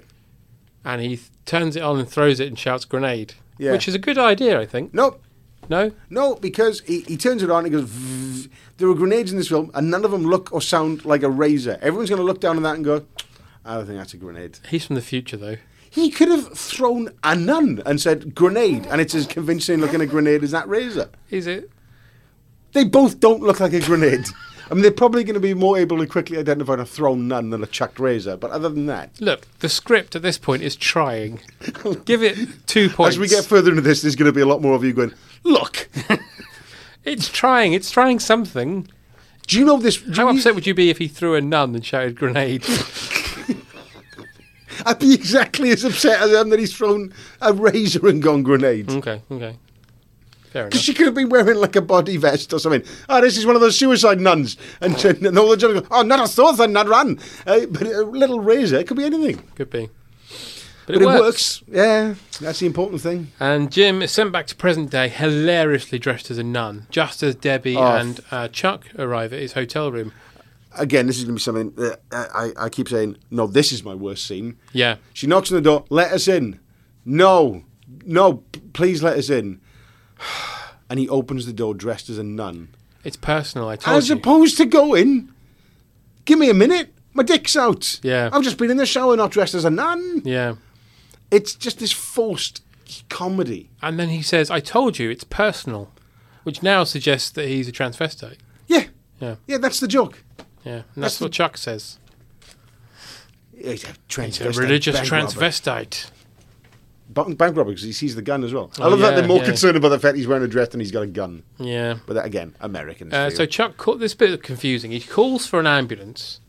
Speaker 8: And he th- turns it on and throws it and shouts grenade.
Speaker 9: Yeah.
Speaker 8: Which is a good idea, I think.
Speaker 9: Nope.
Speaker 8: No?
Speaker 9: No, because he, he turns it on and he goes, "Vzz." there are grenades in this film, and none of them look or sound like a razor. Everyone's going to look down on that and go, I don't think that's a grenade.
Speaker 8: He's from the future, though.
Speaker 9: He could have thrown a nun and said grenade, and it's as convincing looking a grenade as that razor.
Speaker 8: Is it?
Speaker 9: They both don't look like a grenade. I mean, they're probably going to be more able to quickly identify a thrown nun than a chucked razor, but other than that,
Speaker 8: Look, the script at this point is trying. Give it two points.
Speaker 9: as we get further into this, there's going to be a lot more of you going, look.
Speaker 8: it's trying. It's trying something.
Speaker 9: Do you know this?
Speaker 8: How upset would you be if he threw a nun and shouted grenade?
Speaker 9: I'd be exactly as upset as I am that he's thrown a razor and gone grenade.
Speaker 8: okay, okay. Fair
Speaker 9: Because
Speaker 8: enough.
Speaker 9: she could have been wearing like a body vest or something. Oh, this is one of those suicide nuns. And, then- and all the children go, oh, not a sword, then not run. Uh, but a little razor, it could be anything.
Speaker 8: Could be.
Speaker 9: But, it, works. Yeah, that's the important thing.
Speaker 8: And Jim is sent back to present day, hilariously dressed as a nun, just as Debbie
Speaker 9: Oh.
Speaker 8: and uh, Chuck arrive at his hotel room.
Speaker 9: Again, this is going to be something that uh, I, I I keep saying, no, this is my worst scene.
Speaker 8: Yeah.
Speaker 9: She knocks on the door, let us in. No, no, p- please let us in. And he opens the door dressed as a nun.
Speaker 8: It's personal, I told
Speaker 9: As
Speaker 8: you.
Speaker 9: opposed to going, give me a minute, my dick's out.
Speaker 8: Yeah.
Speaker 9: I've just been in the shower, not dressed as a nun.
Speaker 8: yeah.
Speaker 9: It's just this forced comedy.
Speaker 8: And then he says, I told you, it's personal, which now suggests that he's a transvestite.
Speaker 9: Yeah,
Speaker 8: Yeah,
Speaker 9: yeah, that's the joke.
Speaker 8: yeah. And
Speaker 9: That's
Speaker 8: that's,
Speaker 9: the-
Speaker 8: what Chuck says.
Speaker 9: It's a
Speaker 8: He's a
Speaker 9: transvestite
Speaker 8: religious
Speaker 9: bank robber.
Speaker 8: transvestite.
Speaker 9: Bank, bank robber 'cause he sees the gun as well. I
Speaker 8: Oh,
Speaker 9: love that they're
Speaker 8: yeah,
Speaker 9: more
Speaker 8: yeah.
Speaker 9: concerned about the fact he's wearing a dress than he's got a gun.
Speaker 8: Yeah.
Speaker 9: But that, again, Americans.
Speaker 8: Uh,
Speaker 9: for
Speaker 8: so
Speaker 9: you.
Speaker 8: Chuck, call, this bit of confusing. He calls for an ambulance.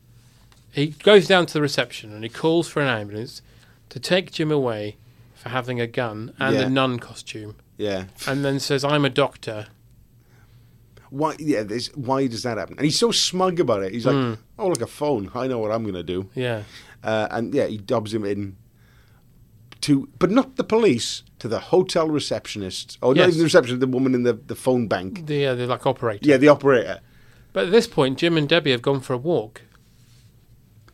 Speaker 8: He goes down to the reception and he calls for an ambulance to take Jim away for having a gun and
Speaker 9: Yeah.
Speaker 8: a nun costume,
Speaker 9: yeah,
Speaker 8: and then says, "I'm a doctor."
Speaker 9: why? Yeah, this, why does that happen? And he's so smug about it. He's like,
Speaker 8: Mm.
Speaker 9: "Oh, look a phone. I know what I'm going to do."
Speaker 8: Yeah.
Speaker 9: uh, and yeah, he dobs him in to, but not the police, to the hotel receptionist. Oh, not
Speaker 8: Yes.
Speaker 9: even the receptionist, the woman in the, the phone bank.
Speaker 8: The, uh, the like operator.
Speaker 9: Yeah, the operator.
Speaker 8: But at this point, Jim and Debbie have gone for a walk,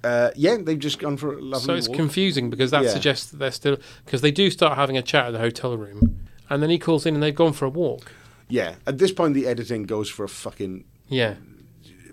Speaker 9: Uh, yeah, they've just gone for a lovely
Speaker 8: so it's
Speaker 9: walk.
Speaker 8: confusing because that
Speaker 9: Yeah.
Speaker 8: suggests that they're still because they do start having a chat in the hotel room, and then he calls in and they've gone for a walk.
Speaker 9: Yeah, at this point, the editing goes for a fucking
Speaker 8: Yeah.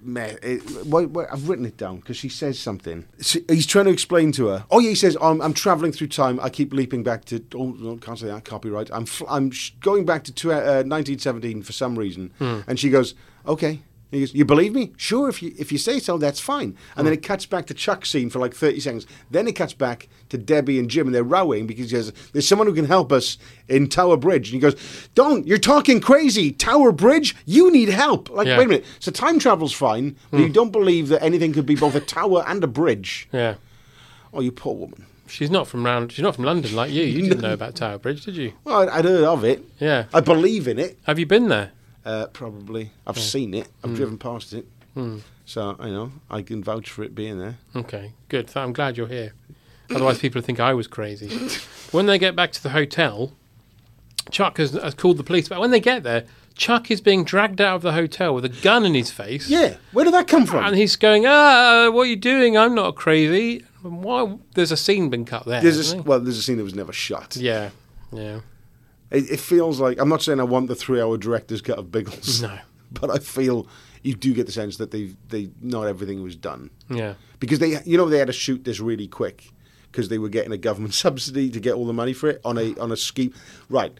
Speaker 9: meh. It, why- why- I've written it down because she says something. She, he's trying to explain to her. Oh yeah, he says I'm, I'm traveling through time. I keep leaping back to. Oh, no, can't say that. Copyright. I'm fl- I'm sh- going back to tw- uh, 1917 for some reason.
Speaker 22: Hmm.
Speaker 9: And she goes, okay. He goes, you believe me? Sure, if you if you say so, that's fine. And then
Speaker 22: Hmm.
Speaker 9: it cuts back to Chuck's scene for like 30 seconds. Then it cuts back to Debbie and Jim, and they're rowing because he says, there's someone who can help us in Tower Bridge. And he goes, don't, you're talking crazy. Tower Bridge, you need help. Like,
Speaker 8: Yeah.
Speaker 9: wait a minute. So time travel's fine, but you
Speaker 8: Hmm.
Speaker 9: don't believe that anything could be both a tower and a bridge.
Speaker 8: Yeah.
Speaker 9: Oh, you poor woman.
Speaker 8: She's not from round. She's not from London like you. You didn't know about Tower Bridge, did you?
Speaker 9: Well, I'd- I'd heard of it.
Speaker 8: Yeah.
Speaker 9: I believe in it.
Speaker 8: Have you been there?
Speaker 9: Uh, probably. I've
Speaker 8: Yeah.
Speaker 9: seen it. I've
Speaker 8: Hmm.
Speaker 9: driven past it.
Speaker 8: Hmm.
Speaker 9: So, I know. I can vouch for it being there.
Speaker 8: Okay, good. So I'm glad you're here. Otherwise, people would think I was crazy. when they get back to the hotel, Chuck has, has called the police. But when they get there, Chuck is being dragged out of the hotel with a gun in his face.
Speaker 9: Yeah, where did that come from?
Speaker 8: And he's going, "Ah, what are you doing? I'm not crazy." Why? There's a scene been cut there.
Speaker 9: There's a s-
Speaker 8: isn't
Speaker 9: well, there's a scene that was never shot.
Speaker 8: Yeah, yeah.
Speaker 9: It, it feels like I'm not saying I want the three-hour director's cut of Biggles.
Speaker 8: No.
Speaker 9: but I feel you do get the sense that they they not everything was done.
Speaker 8: Yeah.
Speaker 9: because they you know they had to shoot this really quick because they were getting a government subsidy to get all the money for it on a on a scheme. Right.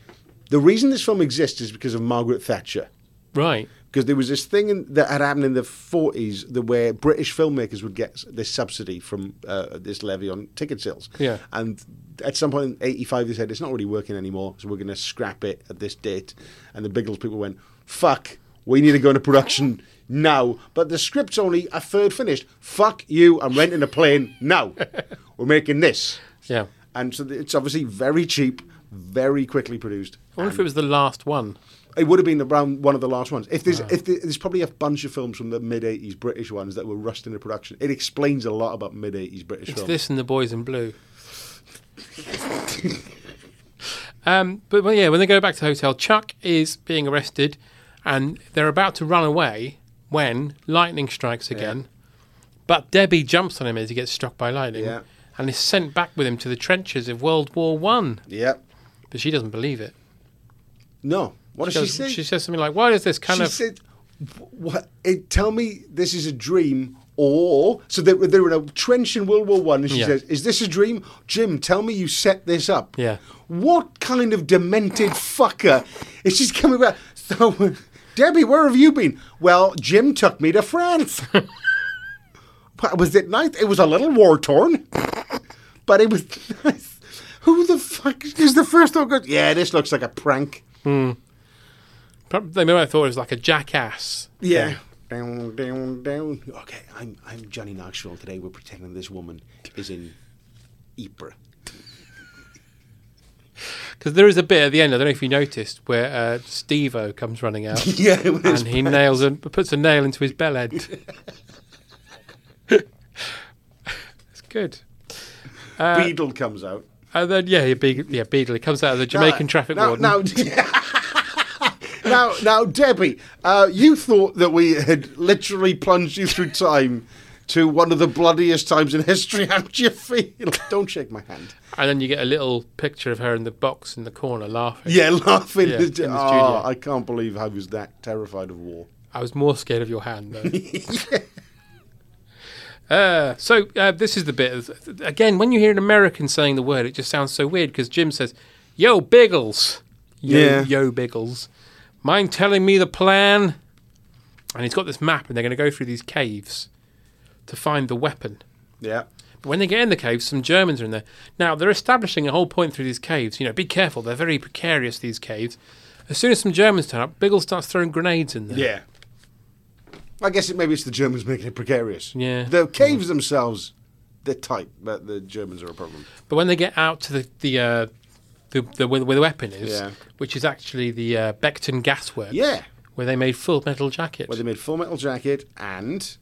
Speaker 9: The reason this film exists is because of Margaret Thatcher.
Speaker 8: Right.
Speaker 9: Because there was this thing in, that had happened in the 40s that where British filmmakers would get s- this subsidy from uh, this levy on ticket sales.
Speaker 8: Yeah.
Speaker 9: And at some point in 85, they said, it's not really working anymore, so we're going to scrap it at this date. And the Biggles people went, fuck, we need to go into production now. But the script's only a third finished. Fuck you, I'm renting a plane now. we're making this.
Speaker 8: Yeah.
Speaker 9: And so th- it's obviously very cheap, very quickly produced.
Speaker 8: I wonder if
Speaker 9: and-
Speaker 8: it was the last one.
Speaker 9: it would have been around one of the last ones. If there's, if there, there's probably a bunch of films from the mid '80s British ones that were rushed into production. It explains a lot about mid '80s British
Speaker 8: It's
Speaker 9: films.
Speaker 8: this and the boys in blue. um, but well, yeah, when they go back to the hotel, Chuck is being arrested, and they're about to run away when lightning strikes again. But Debbie jumps on him as he gets struck by lightning,
Speaker 9: Yeah.
Speaker 8: and is sent back with him to the trenches of World War One.
Speaker 9: Yeah,
Speaker 8: but she doesn't believe it.
Speaker 9: No, what
Speaker 8: she
Speaker 9: does she
Speaker 8: goes-
Speaker 9: say?
Speaker 8: She says something like, "Why does this kind
Speaker 9: she
Speaker 8: of?"
Speaker 9: said, "Wh- "What? It, tell me this is a dream." Or so they, were- they were in a trench in World War One, and she
Speaker 8: Yeah.
Speaker 9: says, "Is this a dream, Jim? Tell me you set this up."
Speaker 8: yeah,
Speaker 9: What kind of demented fucker is just coming back? So, Debbie, where have you been? Well, Jim took me to France. But was it nice? It was a little war torn, but it was nice. Who the fuck is the first one? Goes, yeah, this looks like a prank.
Speaker 8: Hmm. Prob- They might have thought it was like a jackass.
Speaker 9: Yeah. Down, down, down. Okay, I'm I'm Johnny Knoxville today. We're pretending this woman is in Ypres.
Speaker 8: Because there is a bit at the end, I don't know if you noticed, where uh, Steve O comes running out.
Speaker 9: Yeah, with his
Speaker 8: and he
Speaker 9: pants.
Speaker 8: nails a, puts a nail into his bell end. it's good. Uh,
Speaker 9: Beadle comes out.
Speaker 8: And then, yeah, yeah, Beadle, yeah, Beadle. He comes out of the Jamaican
Speaker 9: Now-
Speaker 8: traffic
Speaker 9: now,
Speaker 8: warden.
Speaker 9: Now, now, now, Debbie, uh, you thought that we had literally plunged you through time to one of the bloodiest times in history. How do you feel? Don't shake my hand.
Speaker 8: And then you get a little picture of her in the box in the corner laughing.
Speaker 9: Yeah, laughing.
Speaker 8: Yeah,
Speaker 9: in the,
Speaker 8: in the
Speaker 9: oh,
Speaker 8: studio.
Speaker 9: I can't believe I was that terrified of war.
Speaker 8: I was more scared of your hand, though. Uh, so uh, this is the bit of, again when you hear an American saying the word, it just sounds so weird because Jim says, "Yo, Biggles, yo,
Speaker 9: Yeah.
Speaker 8: yo, Biggles, mind telling me the plan?" And he's got this map, and they're going to go through these caves to find the weapon.
Speaker 9: Yeah.
Speaker 8: But when they get in the caves, some Germans are in there. Now they're establishing a whole point through these caves. You know, be careful; they're very precarious. These caves. As soon as some Germans turn up, Biggles starts throwing grenades in there.
Speaker 9: Yeah. I guess it, maybe it's the Germans making it precarious.
Speaker 8: Yeah. Mm.
Speaker 9: The caves themselves, they're tight, but the Germans are a problem.
Speaker 8: But when they get out to the the uh, the, the where, where the weapon is,
Speaker 9: Yeah.
Speaker 8: which is actually the uh, Beckton Gasworks,
Speaker 9: Yeah.
Speaker 8: where they made Full Metal Jacket.
Speaker 9: Where they made Full Metal Jacket and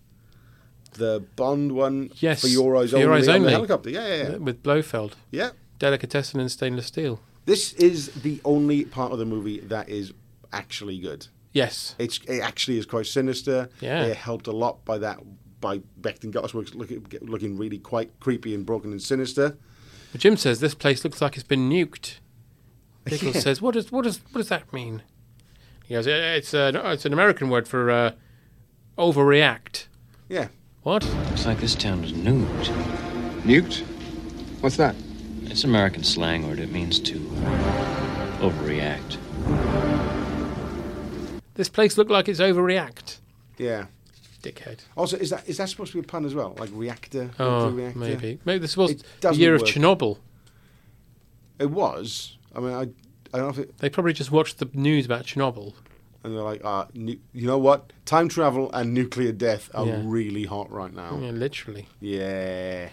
Speaker 9: the Bond one
Speaker 8: yes,
Speaker 9: for Your Eyes
Speaker 8: For Your
Speaker 9: Only
Speaker 8: Eyes
Speaker 9: on the
Speaker 8: Only.
Speaker 9: helicopter. Yeah, yeah, yeah.
Speaker 8: with Blofeld.
Speaker 9: Yeah.
Speaker 8: delicatessen in stainless steel.
Speaker 9: This is the only part of the movie that is actually good.
Speaker 8: Yes.
Speaker 9: It's, it actually is quite sinister.
Speaker 8: Yeah.
Speaker 9: It helped a lot by that, by Beckton Gottesworks looking, looking really quite creepy and broken and sinister.
Speaker 8: But Jim says this place looks like it's been nuked. Pickles
Speaker 9: Yeah.
Speaker 8: says, "What does what does what does that mean?" He goes, "Eh, "It's an it's an American word for uh, overreact."
Speaker 9: Yeah.
Speaker 8: What?
Speaker 5: Looks like this town was nuked. Nuked? What's that? It's American slang word. It means to overreact.
Speaker 8: This place looked like it's overreact.
Speaker 9: Yeah.
Speaker 8: Dickhead.
Speaker 9: Also, is that is that supposed to be a pun as well? Like reactor?
Speaker 8: Oh,
Speaker 9: nuclear reactor?
Speaker 8: maybe. Maybe this was
Speaker 9: It
Speaker 8: the
Speaker 9: doesn't
Speaker 8: year of
Speaker 9: work.
Speaker 8: Chernobyl.
Speaker 9: It was. I mean, I, I don't know if it.
Speaker 8: They probably just watched the news about Chernobyl.
Speaker 9: And they're like, uh, nu- you know what? Time travel and nuclear death are
Speaker 8: Yeah.
Speaker 9: really hot right now.
Speaker 8: Yeah, literally.
Speaker 9: Yeah.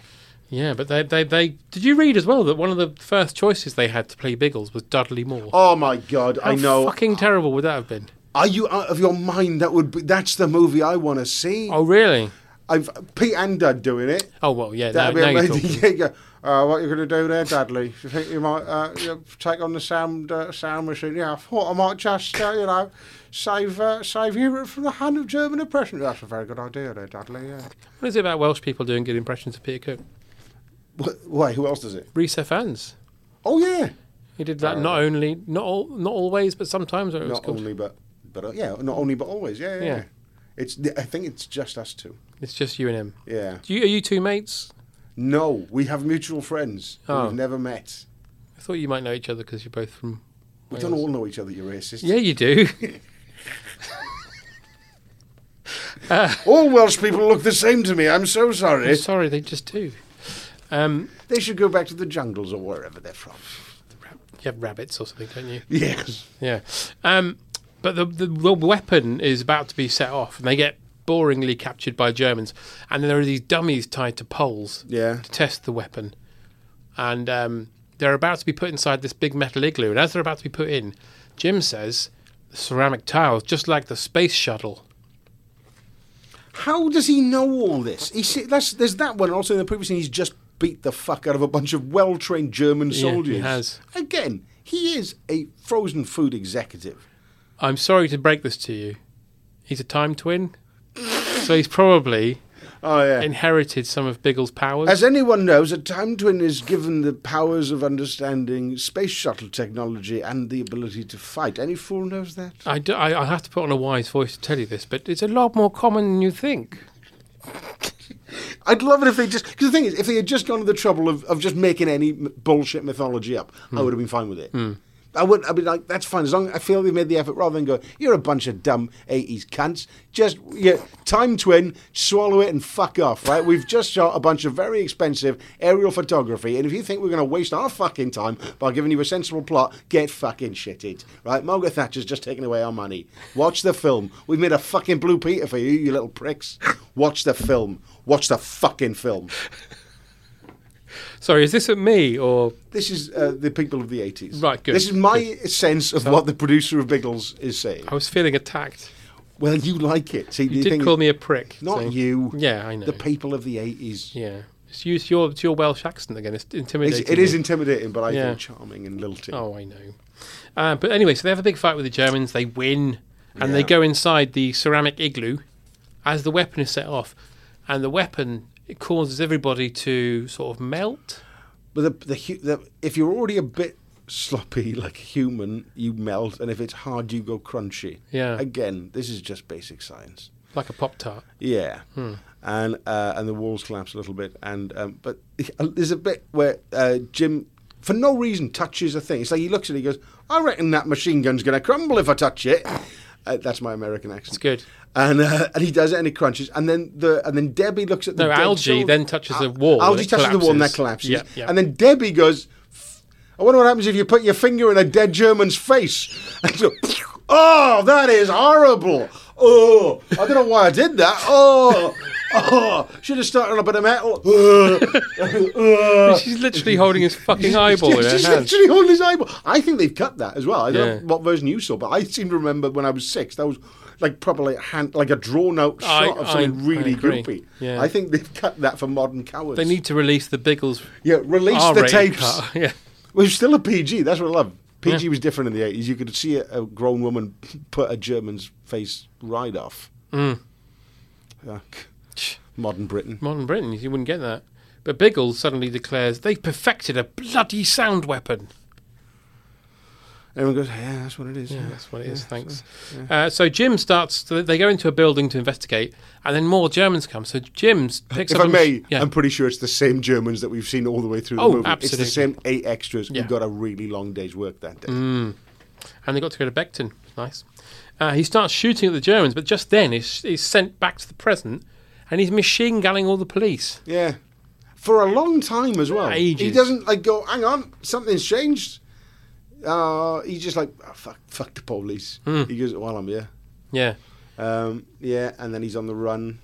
Speaker 8: Yeah, but they, they, they did you read as well that one of the first choices they had to play Biggles was Dudley Moore?
Speaker 9: Oh my god!
Speaker 8: How
Speaker 9: I know.
Speaker 8: Fucking terrible would that have been?
Speaker 9: Are you out of your mind? That would be. That's the movie I want to see.
Speaker 8: Oh really?
Speaker 9: I've Pete and Dud doing it.
Speaker 8: Oh well, yeah.
Speaker 9: That'd
Speaker 8: now,
Speaker 9: be
Speaker 8: now you're
Speaker 9: amazing.
Speaker 8: talking.
Speaker 9: Yeah, yeah. Uh, what you going to do there, Dudley? Do you think you might uh, you know, take on the sound uh, sound machine? Yeah, I thought I might just uh, you know save uh, save Europe from the hand of German oppression. That's a very good idea, there, Dudley. Yeah.
Speaker 8: What is it about Welsh people doing good impressions of Peter Cook?
Speaker 9: Why? Who else does it?
Speaker 8: Reese Fans.
Speaker 9: Oh yeah.
Speaker 8: He did that not only not all, not always, but sometimes. Or it was
Speaker 9: Uh, Not
Speaker 8: called.
Speaker 9: only, but but uh, yeah, not only but always. Yeah, yeah.
Speaker 8: Oh, Yeah.
Speaker 9: yeah. It's I think it's just us two.
Speaker 8: It's just you and him.
Speaker 9: Yeah.
Speaker 8: Do you, are you two mates?
Speaker 9: No, we have mutual friends who
Speaker 8: Oh.
Speaker 9: we've never met.
Speaker 8: I thought you might know each other because you're both from.
Speaker 9: We don't
Speaker 8: Wales.
Speaker 9: all know each other. You're racist.
Speaker 8: Yeah, you do.
Speaker 9: all Welsh people look the same to me. I'm so sorry.
Speaker 8: I'm sorry, they just do. Um,
Speaker 9: They should go back to the jungles or wherever they're from.
Speaker 8: you have rabbits or something, don't you?
Speaker 9: Yes.
Speaker 8: Yeah. Um, but the, the the weapon is about to be set off, and they get boringly captured by Germans, and there are these dummies tied to poles
Speaker 9: Yeah.
Speaker 8: to test the weapon, and um, they're about to be put inside this big metal igloo, and as they're about to be put in, Jim says the ceramic tiles, just like the space shuttle.
Speaker 9: How does he know all this? He see, that's, there's that one. Also, in the previous scene, he's just beat the fuck out of a bunch of well-trained German
Speaker 8: Yeah, he
Speaker 9: soldiers.
Speaker 8: has.
Speaker 9: Again, he is a frozen food executive.
Speaker 8: I'm sorry to break this to you, he's a time twin, so he's probably
Speaker 9: Oh yeah.
Speaker 8: inherited some of Biggle's powers.
Speaker 9: As anyone knows, a time twin is given the powers of understanding space shuttle technology and the ability to fight. Any fool knows that.
Speaker 8: I, do, I, I have to put on a wise voice to tell you this, but it's a lot more common than you think.
Speaker 9: I'd love it if they just. Because the thing is, if they had just gone to the trouble of, of just making any m- bullshit mythology up, I would have been fine with it. I would. I'd be like, that's fine. As long as I feel they've made the effort, rather than go, you're a bunch of dumb '80s cunts. Just yeah, time twin, swallow it and fuck off. Right? We've just shot a bunch of very expensive aerial photography, and if you think we're going to waste our fucking time by giving you a sensible plot, get fucking shitted. Right? Margaret Thatcher's just taken away our money. Watch the film. We've made a fucking Blue Peter for you, you little pricks. Watch the film. Watch the fucking film.
Speaker 8: Sorry, is this at me or
Speaker 9: This is uh, the people of the 80s.
Speaker 8: Right, good,
Speaker 9: This is my sense of
Speaker 8: So-
Speaker 9: what the producer of Biggles is saying.
Speaker 8: I was feeling attacked?
Speaker 9: Well, you like it. See,
Speaker 8: You
Speaker 9: the
Speaker 8: did
Speaker 9: thing
Speaker 8: call
Speaker 9: is-
Speaker 8: me a prick.
Speaker 9: Not
Speaker 8: so-
Speaker 9: you.
Speaker 8: Yeah, I know.
Speaker 9: The people of the 80s.
Speaker 8: yeah, it's, you- it's your it's your Welsh accent again. It's
Speaker 9: It's,
Speaker 8: intimidating.
Speaker 9: it is
Speaker 8: me.
Speaker 9: intimidating, but I
Speaker 8: Yeah.
Speaker 9: think charming and lilting.
Speaker 8: Oh, I know. Uh, but anyway, so they have a big fight with the Germans. They win, and they
Speaker 9: Yeah.
Speaker 8: go inside the ceramic igloo as the weapon is set off, and the weapon it causes everybody to sort of melt.
Speaker 9: But the, the, hu- the if you're already a bit sloppy, like human, you melt, and if it's hard, you go crunchy.
Speaker 8: Yeah.
Speaker 9: Again, this is just basic science.
Speaker 8: Like a pop tart.
Speaker 9: Yeah.
Speaker 8: Hmm.
Speaker 9: And uh, and the walls collapse a little bit, and um, but there's a bit where uh, Jim, for no reason, touches a thing. It's like he looks at it, he goes, "I reckon that machine gun's going to crumble if I touch it." Uh, that's my American accent. It's
Speaker 8: good.
Speaker 9: And uh, and he does it, and it crunches, and then the and then Debbie looks at the
Speaker 8: No,
Speaker 9: dead
Speaker 8: algae
Speaker 9: sol-
Speaker 8: then touches the
Speaker 9: Al-
Speaker 8: wall and
Speaker 9: Algae
Speaker 8: it
Speaker 9: touches the wall, and that
Speaker 8: collapses.
Speaker 9: collapses.
Speaker 8: Yeah, yeah.
Speaker 9: And then Debbie goes, I wonder what happens if you put your finger in a dead German's face. And you go, oh, that is horrible. Oh, I don't know why I did that. Oh, oh, should have started on a bit of metal. Uh, uh.
Speaker 8: She's literally holding his fucking eyeball in her
Speaker 9: She's
Speaker 8: hand.
Speaker 9: literally holding his eyeball. I think they've cut that as well. I don't
Speaker 8: Yeah.
Speaker 9: know what version you saw, but I seem to remember when I was six, that was like proper like, hand, like a drawn out
Speaker 8: I-
Speaker 9: shot of
Speaker 8: I-
Speaker 9: something
Speaker 8: I
Speaker 9: really
Speaker 8: agree.
Speaker 9: goopy.
Speaker 8: Yeah.
Speaker 9: I think they've cut that for modern cowards.
Speaker 8: They need to release the Biggles.
Speaker 9: Yeah, release the
Speaker 8: R-rated
Speaker 9: tapes.
Speaker 8: cut. Yeah.
Speaker 9: was still a PG. That's what I love. PG
Speaker 8: Yeah.
Speaker 9: was different in the eighties. You could see a, a grown woman put a German's face right off.
Speaker 8: Mm.
Speaker 9: Yuck. Modern Britain.
Speaker 8: Modern Britain, you wouldn't get that. But Biggles suddenly declares they've perfected a bloody sound weapon.
Speaker 9: Everyone goes, yeah, that's what it is.
Speaker 8: Yeah, that's what it is.
Speaker 9: Yeah,
Speaker 8: Thanks.
Speaker 9: so- yeah.
Speaker 8: Uh, so Jim starts. To, they go into a building to investigate, and then more Germans come. So Jim picks
Speaker 9: if I
Speaker 8: up. a mach-
Speaker 9: may,
Speaker 8: yeah.
Speaker 9: I'm pretty sure it's the same Germans that we've seen all the way through the
Speaker 8: Oh,
Speaker 9: movie.
Speaker 8: absolutely.
Speaker 9: It's the same eight extras
Speaker 8: Yeah.
Speaker 9: who got a really long day's work that day.
Speaker 8: Mm. And they got to go to Beckton. Nice. Uh, he starts shooting at the Germans, but just then he's, he's sent back to the present, and he's machine gunning all the police.
Speaker 9: Yeah, for a long time as well.
Speaker 8: Ages.
Speaker 9: He doesn't like go. Hang on, something's changed. Uh, he's just like "Oh, fuck, fuck the police.
Speaker 8: Hmm.
Speaker 9: He goes, "Well, I'm here."
Speaker 8: Yeah.
Speaker 9: Um, yeah, and then he's on the run.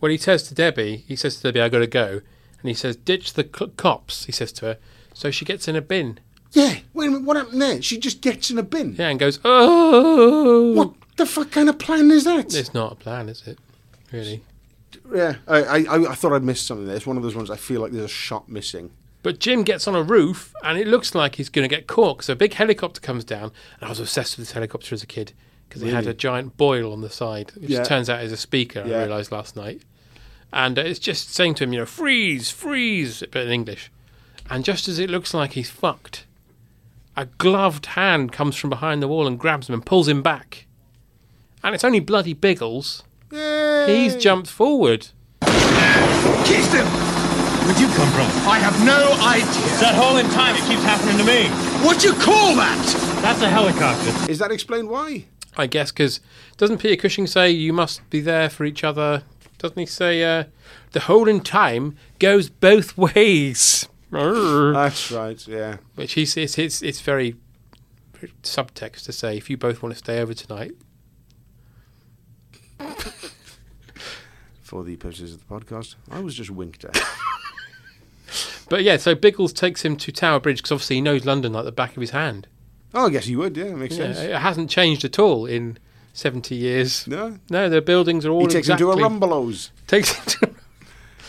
Speaker 8: Well, he says to Debbie, he says to Debbie, "I got to go," and he says, "Ditch the c- cops." He says to her, so she gets in a bin.
Speaker 9: Yeah. Wait a minute, what happened there? She just gets in a bin.
Speaker 8: Yeah, and goes, "Oh."
Speaker 9: What the fuck kind of plan is that?
Speaker 8: It's not a plan, is it? Really.
Speaker 9: Yeah, I, I, I- I thought I missed something there. It's one of those ones I feel like there's a shot missing.
Speaker 8: But Jim gets on a roof and it looks like he's going to get caught. So a big helicopter comes down. And I was obsessed with this helicopter as a kid because it had
Speaker 9: Really?
Speaker 8: a giant boil on the side, which
Speaker 9: Yeah.
Speaker 8: turns out is a speaker, I
Speaker 9: Yeah.
Speaker 8: realised last night. And uh, it's just saying to him, you know, freeze, freeze, but in English. And just as it looks like he's fucked, a gloved hand comes from behind the wall and grabs him and pulls him back. And it's only bloody Biggles. He's jumped forward.
Speaker 16: Keystone! Where'd you come from? I have no idea. That hole in time, it keeps happening to me. What you call that? That's a helicopter.
Speaker 9: Is that explained why?
Speaker 8: I guess because doesn't Peter Cushing say you must be there for each other? Doesn't he say uh, the whole in time goes both ways? That's
Speaker 9: right, yeah.
Speaker 8: Which he says it's it's very subtext to say if you both want to stay over tonight.
Speaker 9: For the purposes of the podcast, I was just winked at.
Speaker 8: But yeah, so Biggles takes him to Tower Bridge because obviously he knows London like the back of his hand.
Speaker 9: oh, I guess you would, yeah, it makes
Speaker 8: Yeah,
Speaker 9: sense.
Speaker 8: it hasn't changed at all in seventy years.
Speaker 9: No,
Speaker 8: no, the buildings are all
Speaker 9: He takes him to a
Speaker 8: exactly-
Speaker 9: Rumbelows.
Speaker 8: Takes him to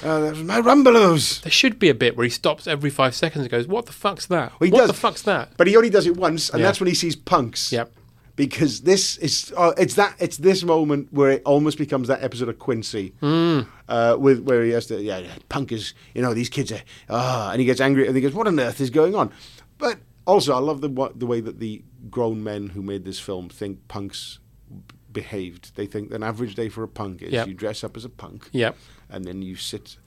Speaker 9: Uh, that was my Rumbelows.
Speaker 8: There should be a bit where he stops every five seconds and goes, "What the fuck's that?
Speaker 9: Well, he
Speaker 8: what
Speaker 9: does.
Speaker 8: the fuck's that?"
Speaker 9: But he only does it once, and
Speaker 8: Yeah.
Speaker 9: that's when he sees punks.
Speaker 8: Yep.
Speaker 9: Because this is uh, it's that it's this moment where it almost becomes that episode of Quincy,
Speaker 8: Hmm.
Speaker 9: uh, with where he has to yeah, yeah punk is you know these kids are ah and he gets angry and he goes what on earth is going on, but also I love the wa- the way that the grown men who made this film think punks b- behaved. They think an average day for a punk is
Speaker 8: Yep.
Speaker 9: you dress up as a punk,
Speaker 8: Yep.
Speaker 9: and then you sit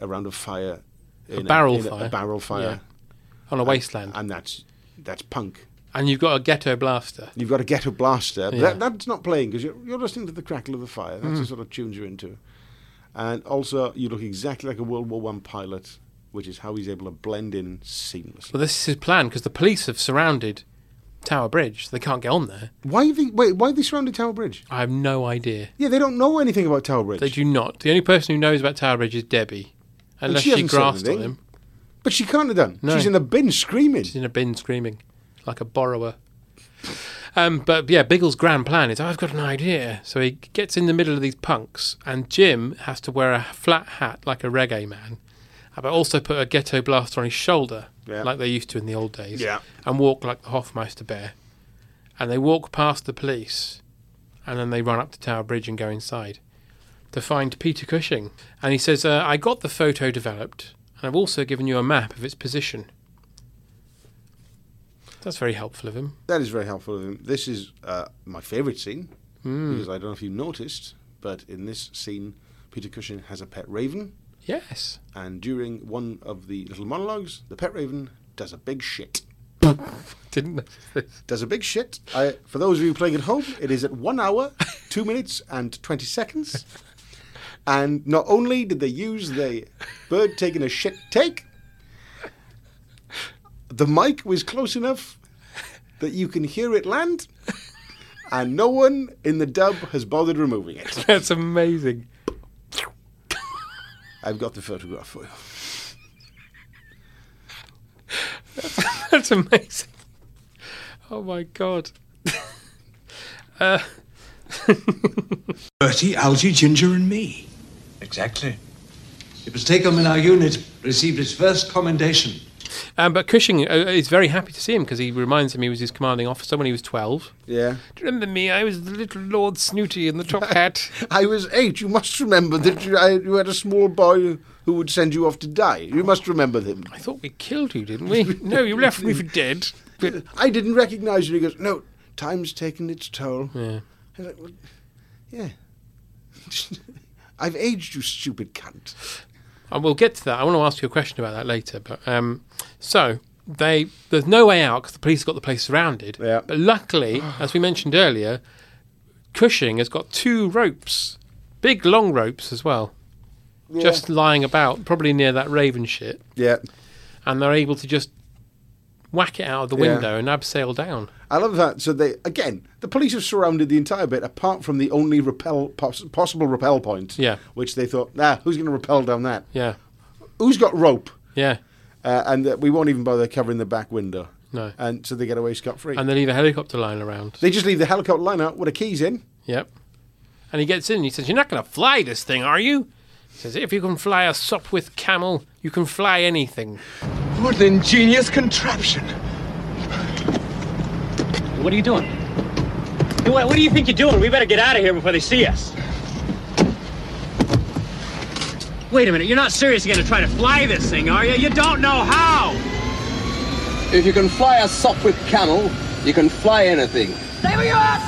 Speaker 9: around a fire,
Speaker 8: A barrel
Speaker 9: in
Speaker 8: fire.
Speaker 9: a barrel fire,
Speaker 8: Yeah. On a wasteland.
Speaker 9: and that's that's punk.
Speaker 8: And you've got a ghetto blaster.
Speaker 9: You've got a ghetto blaster. but
Speaker 8: Yeah.
Speaker 9: That, that's not playing because you're, you're listening to the crackle of the fire. That's the
Speaker 8: Mm.
Speaker 9: sort of tunes you're into. And also, you look exactly like a World War One pilot, which is how he's able to blend in seamlessly.
Speaker 8: Well, this is his plan because the police have surrounded Tower Bridge. They can't get on there.
Speaker 9: Why have they, wait? Why have they surrounded Tower Bridge?
Speaker 8: I have no idea.
Speaker 9: Yeah, they don't know anything about Tower Bridge.
Speaker 8: They do not. The only person who knows about Tower Bridge is Debbie,
Speaker 9: And
Speaker 8: unless
Speaker 9: she
Speaker 8: she,
Speaker 9: hasn't said
Speaker 8: grasped on
Speaker 9: anything.
Speaker 8: him.
Speaker 9: But she can't have done.
Speaker 8: No.
Speaker 9: She's in a bin screaming.
Speaker 8: She's in a bin screaming, like a borrower. Um, but yeah, Biggles' grand plan is I've got an idea. So he gets in the middle of these punks, and Jim has to wear a flat hat like a reggae man, uh, but also put a ghetto blaster on his shoulder,
Speaker 9: Yeah.
Speaker 8: like they used to in the old days,
Speaker 9: Yeah.
Speaker 8: and walk like the Hofmeister bear. And they walk past the police, and then they run up to Tower Bridge and go inside to find Peter Cushing. And he says, uh, I got the photo developed, and I've also given you a map of its position. That's very helpful of him.
Speaker 9: That is very helpful of him. This is uh, my favourite scene
Speaker 8: Hmm.
Speaker 9: because I don't know if you noticed, but in this scene, Peter Cushing has a pet raven.
Speaker 8: Yes.
Speaker 9: And during one of the little monologues, the pet raven does a big shit.
Speaker 8: Didn't notice this.
Speaker 9: Does a big shit. I, for those of you playing at home, it is at one hour, two minutes, and 20 seconds. And not only did they use the bird taking a shit take, the mic was close enough that you can hear it land, and no one in the dub has bothered removing it.
Speaker 8: That's amazing.
Speaker 9: I've got the photograph for you.
Speaker 8: That's amazing. Oh my god. uh,
Speaker 23: Bertie, Algy, Ginger, and me. Exactly. It was taken when our unit received its first commendation.
Speaker 8: Um, but Cushing uh, is very happy to see him because he reminds him he was his commanding officer when he was 12.
Speaker 9: Yeah.
Speaker 8: Do you remember me? I was the little Lord Snooty in the top hat.
Speaker 9: I was eight. You must remember that you, I, you had a small boy who would send you off to die. You must remember him.
Speaker 8: I thought we killed you, didn't we? No, you left me for dead.
Speaker 9: I didn't recognise you. He goes, no, time's taken its toll.
Speaker 8: Yeah.
Speaker 9: I was like, well, yeah. I've aged, you stupid cunt.
Speaker 8: And we'll get to that. I want to ask you a question about that later. But um, so they there's no way out because the police have got the place surrounded. Yeah. But luckily, as we mentioned earlier, Cushing has got two ropes, big long ropes as well,
Speaker 9: Yeah.
Speaker 8: just lying about, probably near that raven shit.
Speaker 9: Yeah.
Speaker 8: And they're able to just whack it out of the
Speaker 9: Yeah.
Speaker 8: window and abseil down.
Speaker 9: I love that. So they again, the police have surrounded the entire bit, apart from the only repel poss- possible repel point.
Speaker 8: Yeah.
Speaker 9: Which they thought, nah, who's going to repel down that?
Speaker 8: Yeah.
Speaker 9: Who's got rope?
Speaker 8: Yeah.
Speaker 9: Uh, and uh, we won't even bother covering the back window.
Speaker 8: No.
Speaker 9: And so they get away scot free.
Speaker 8: And they leave a helicopter line around.
Speaker 9: They just leave the helicopter line out with the keys in.
Speaker 8: Yep. And he gets in and he says, You're not going to fly this thing, are you? He says, If you can fly a Sopwith camel, you can fly anything.
Speaker 20: What an ingenious contraption.
Speaker 22: What are you doing? You- What, what do you think you're doing? We better get out of here before they see us. Wait a minute, you're not seriously going to try to fly this thing, are you? You don't know how!
Speaker 24: If you can fly a Sopwith camel, you can fly anything.
Speaker 22: Stay where you are!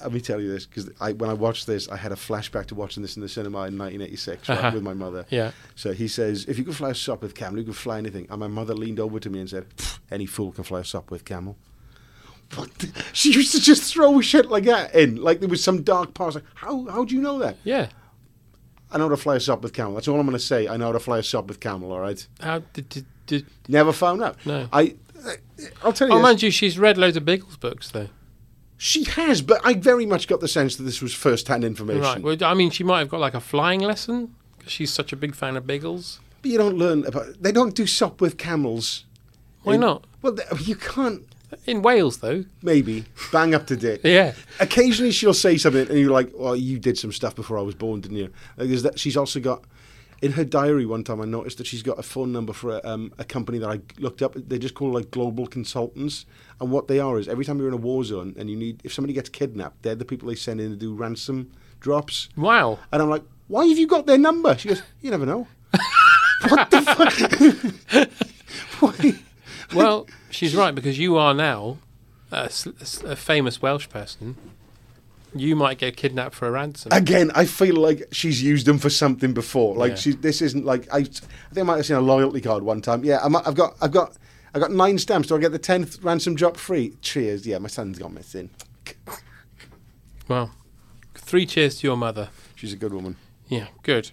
Speaker 9: Let me tell you this, because I, when I watched this, I had a flashback to watching this in the cinema in 1986 right,
Speaker 8: Uh-huh.
Speaker 9: with my mother.
Speaker 8: Yeah.
Speaker 9: So he says, if you could fly a sop with camel, you could fly anything. And my mother leaned over to me and said, "Pfft, any fool can fly a sop with camel. What the- She used to just throw shit like that in, like there was some dark past. Like, how, how do you know that?
Speaker 8: Yeah.
Speaker 9: I know how to fly a sop with camel. That's all I'm going to say. I know how to fly a sop with camel, all right?
Speaker 8: How did. did, did
Speaker 9: Never found out.
Speaker 8: No.
Speaker 9: I, I'll tell you
Speaker 8: Oh,
Speaker 9: this.
Speaker 8: mind you, she's read loads of Biggles books, though.
Speaker 9: She has, but I very much got the sense that this was first hand information.
Speaker 8: Right. Well, I mean, she might have got like a flying lesson because she's such a big fan of Biggles.
Speaker 9: But you don't learn about. They don't do sop with camels.
Speaker 8: Why
Speaker 9: In-
Speaker 8: not?
Speaker 9: Well, th- you can't.
Speaker 8: In Wales, though.
Speaker 9: Maybe bang up to dick.
Speaker 8: Yeah.
Speaker 9: Occasionally she'll say something, and you're like, "Well, you did some stuff before I was born, didn't you?" Like, there's that she's also got. In her diary, one time I noticed that she's got a phone number for a, um, a company that I looked up. They just call like global consultants, and what they are is every time you're in a war zone and you need, if somebody gets kidnapped, they're the people they send in to do ransom drops.
Speaker 8: Wow.
Speaker 9: And I'm like, why have you got their number? She goes, you never know.
Speaker 8: Well, she's right because you are now a, s- s- a famous Welsh person. You might get kidnapped for a ransom.
Speaker 9: Again, I feel like she's used them for something before. Like
Speaker 8: Yeah.
Speaker 9: she, this isn't like I. I think I might have seen a loyalty card one time. Yeah, I'm, I've got, I've got, I've got nine stamps. Do I get the tenth ransom drop free? Cheers. Yeah, my son's gone missing.
Speaker 8: Well, three cheers to your mother.
Speaker 9: She's a good woman.
Speaker 8: Yeah, good.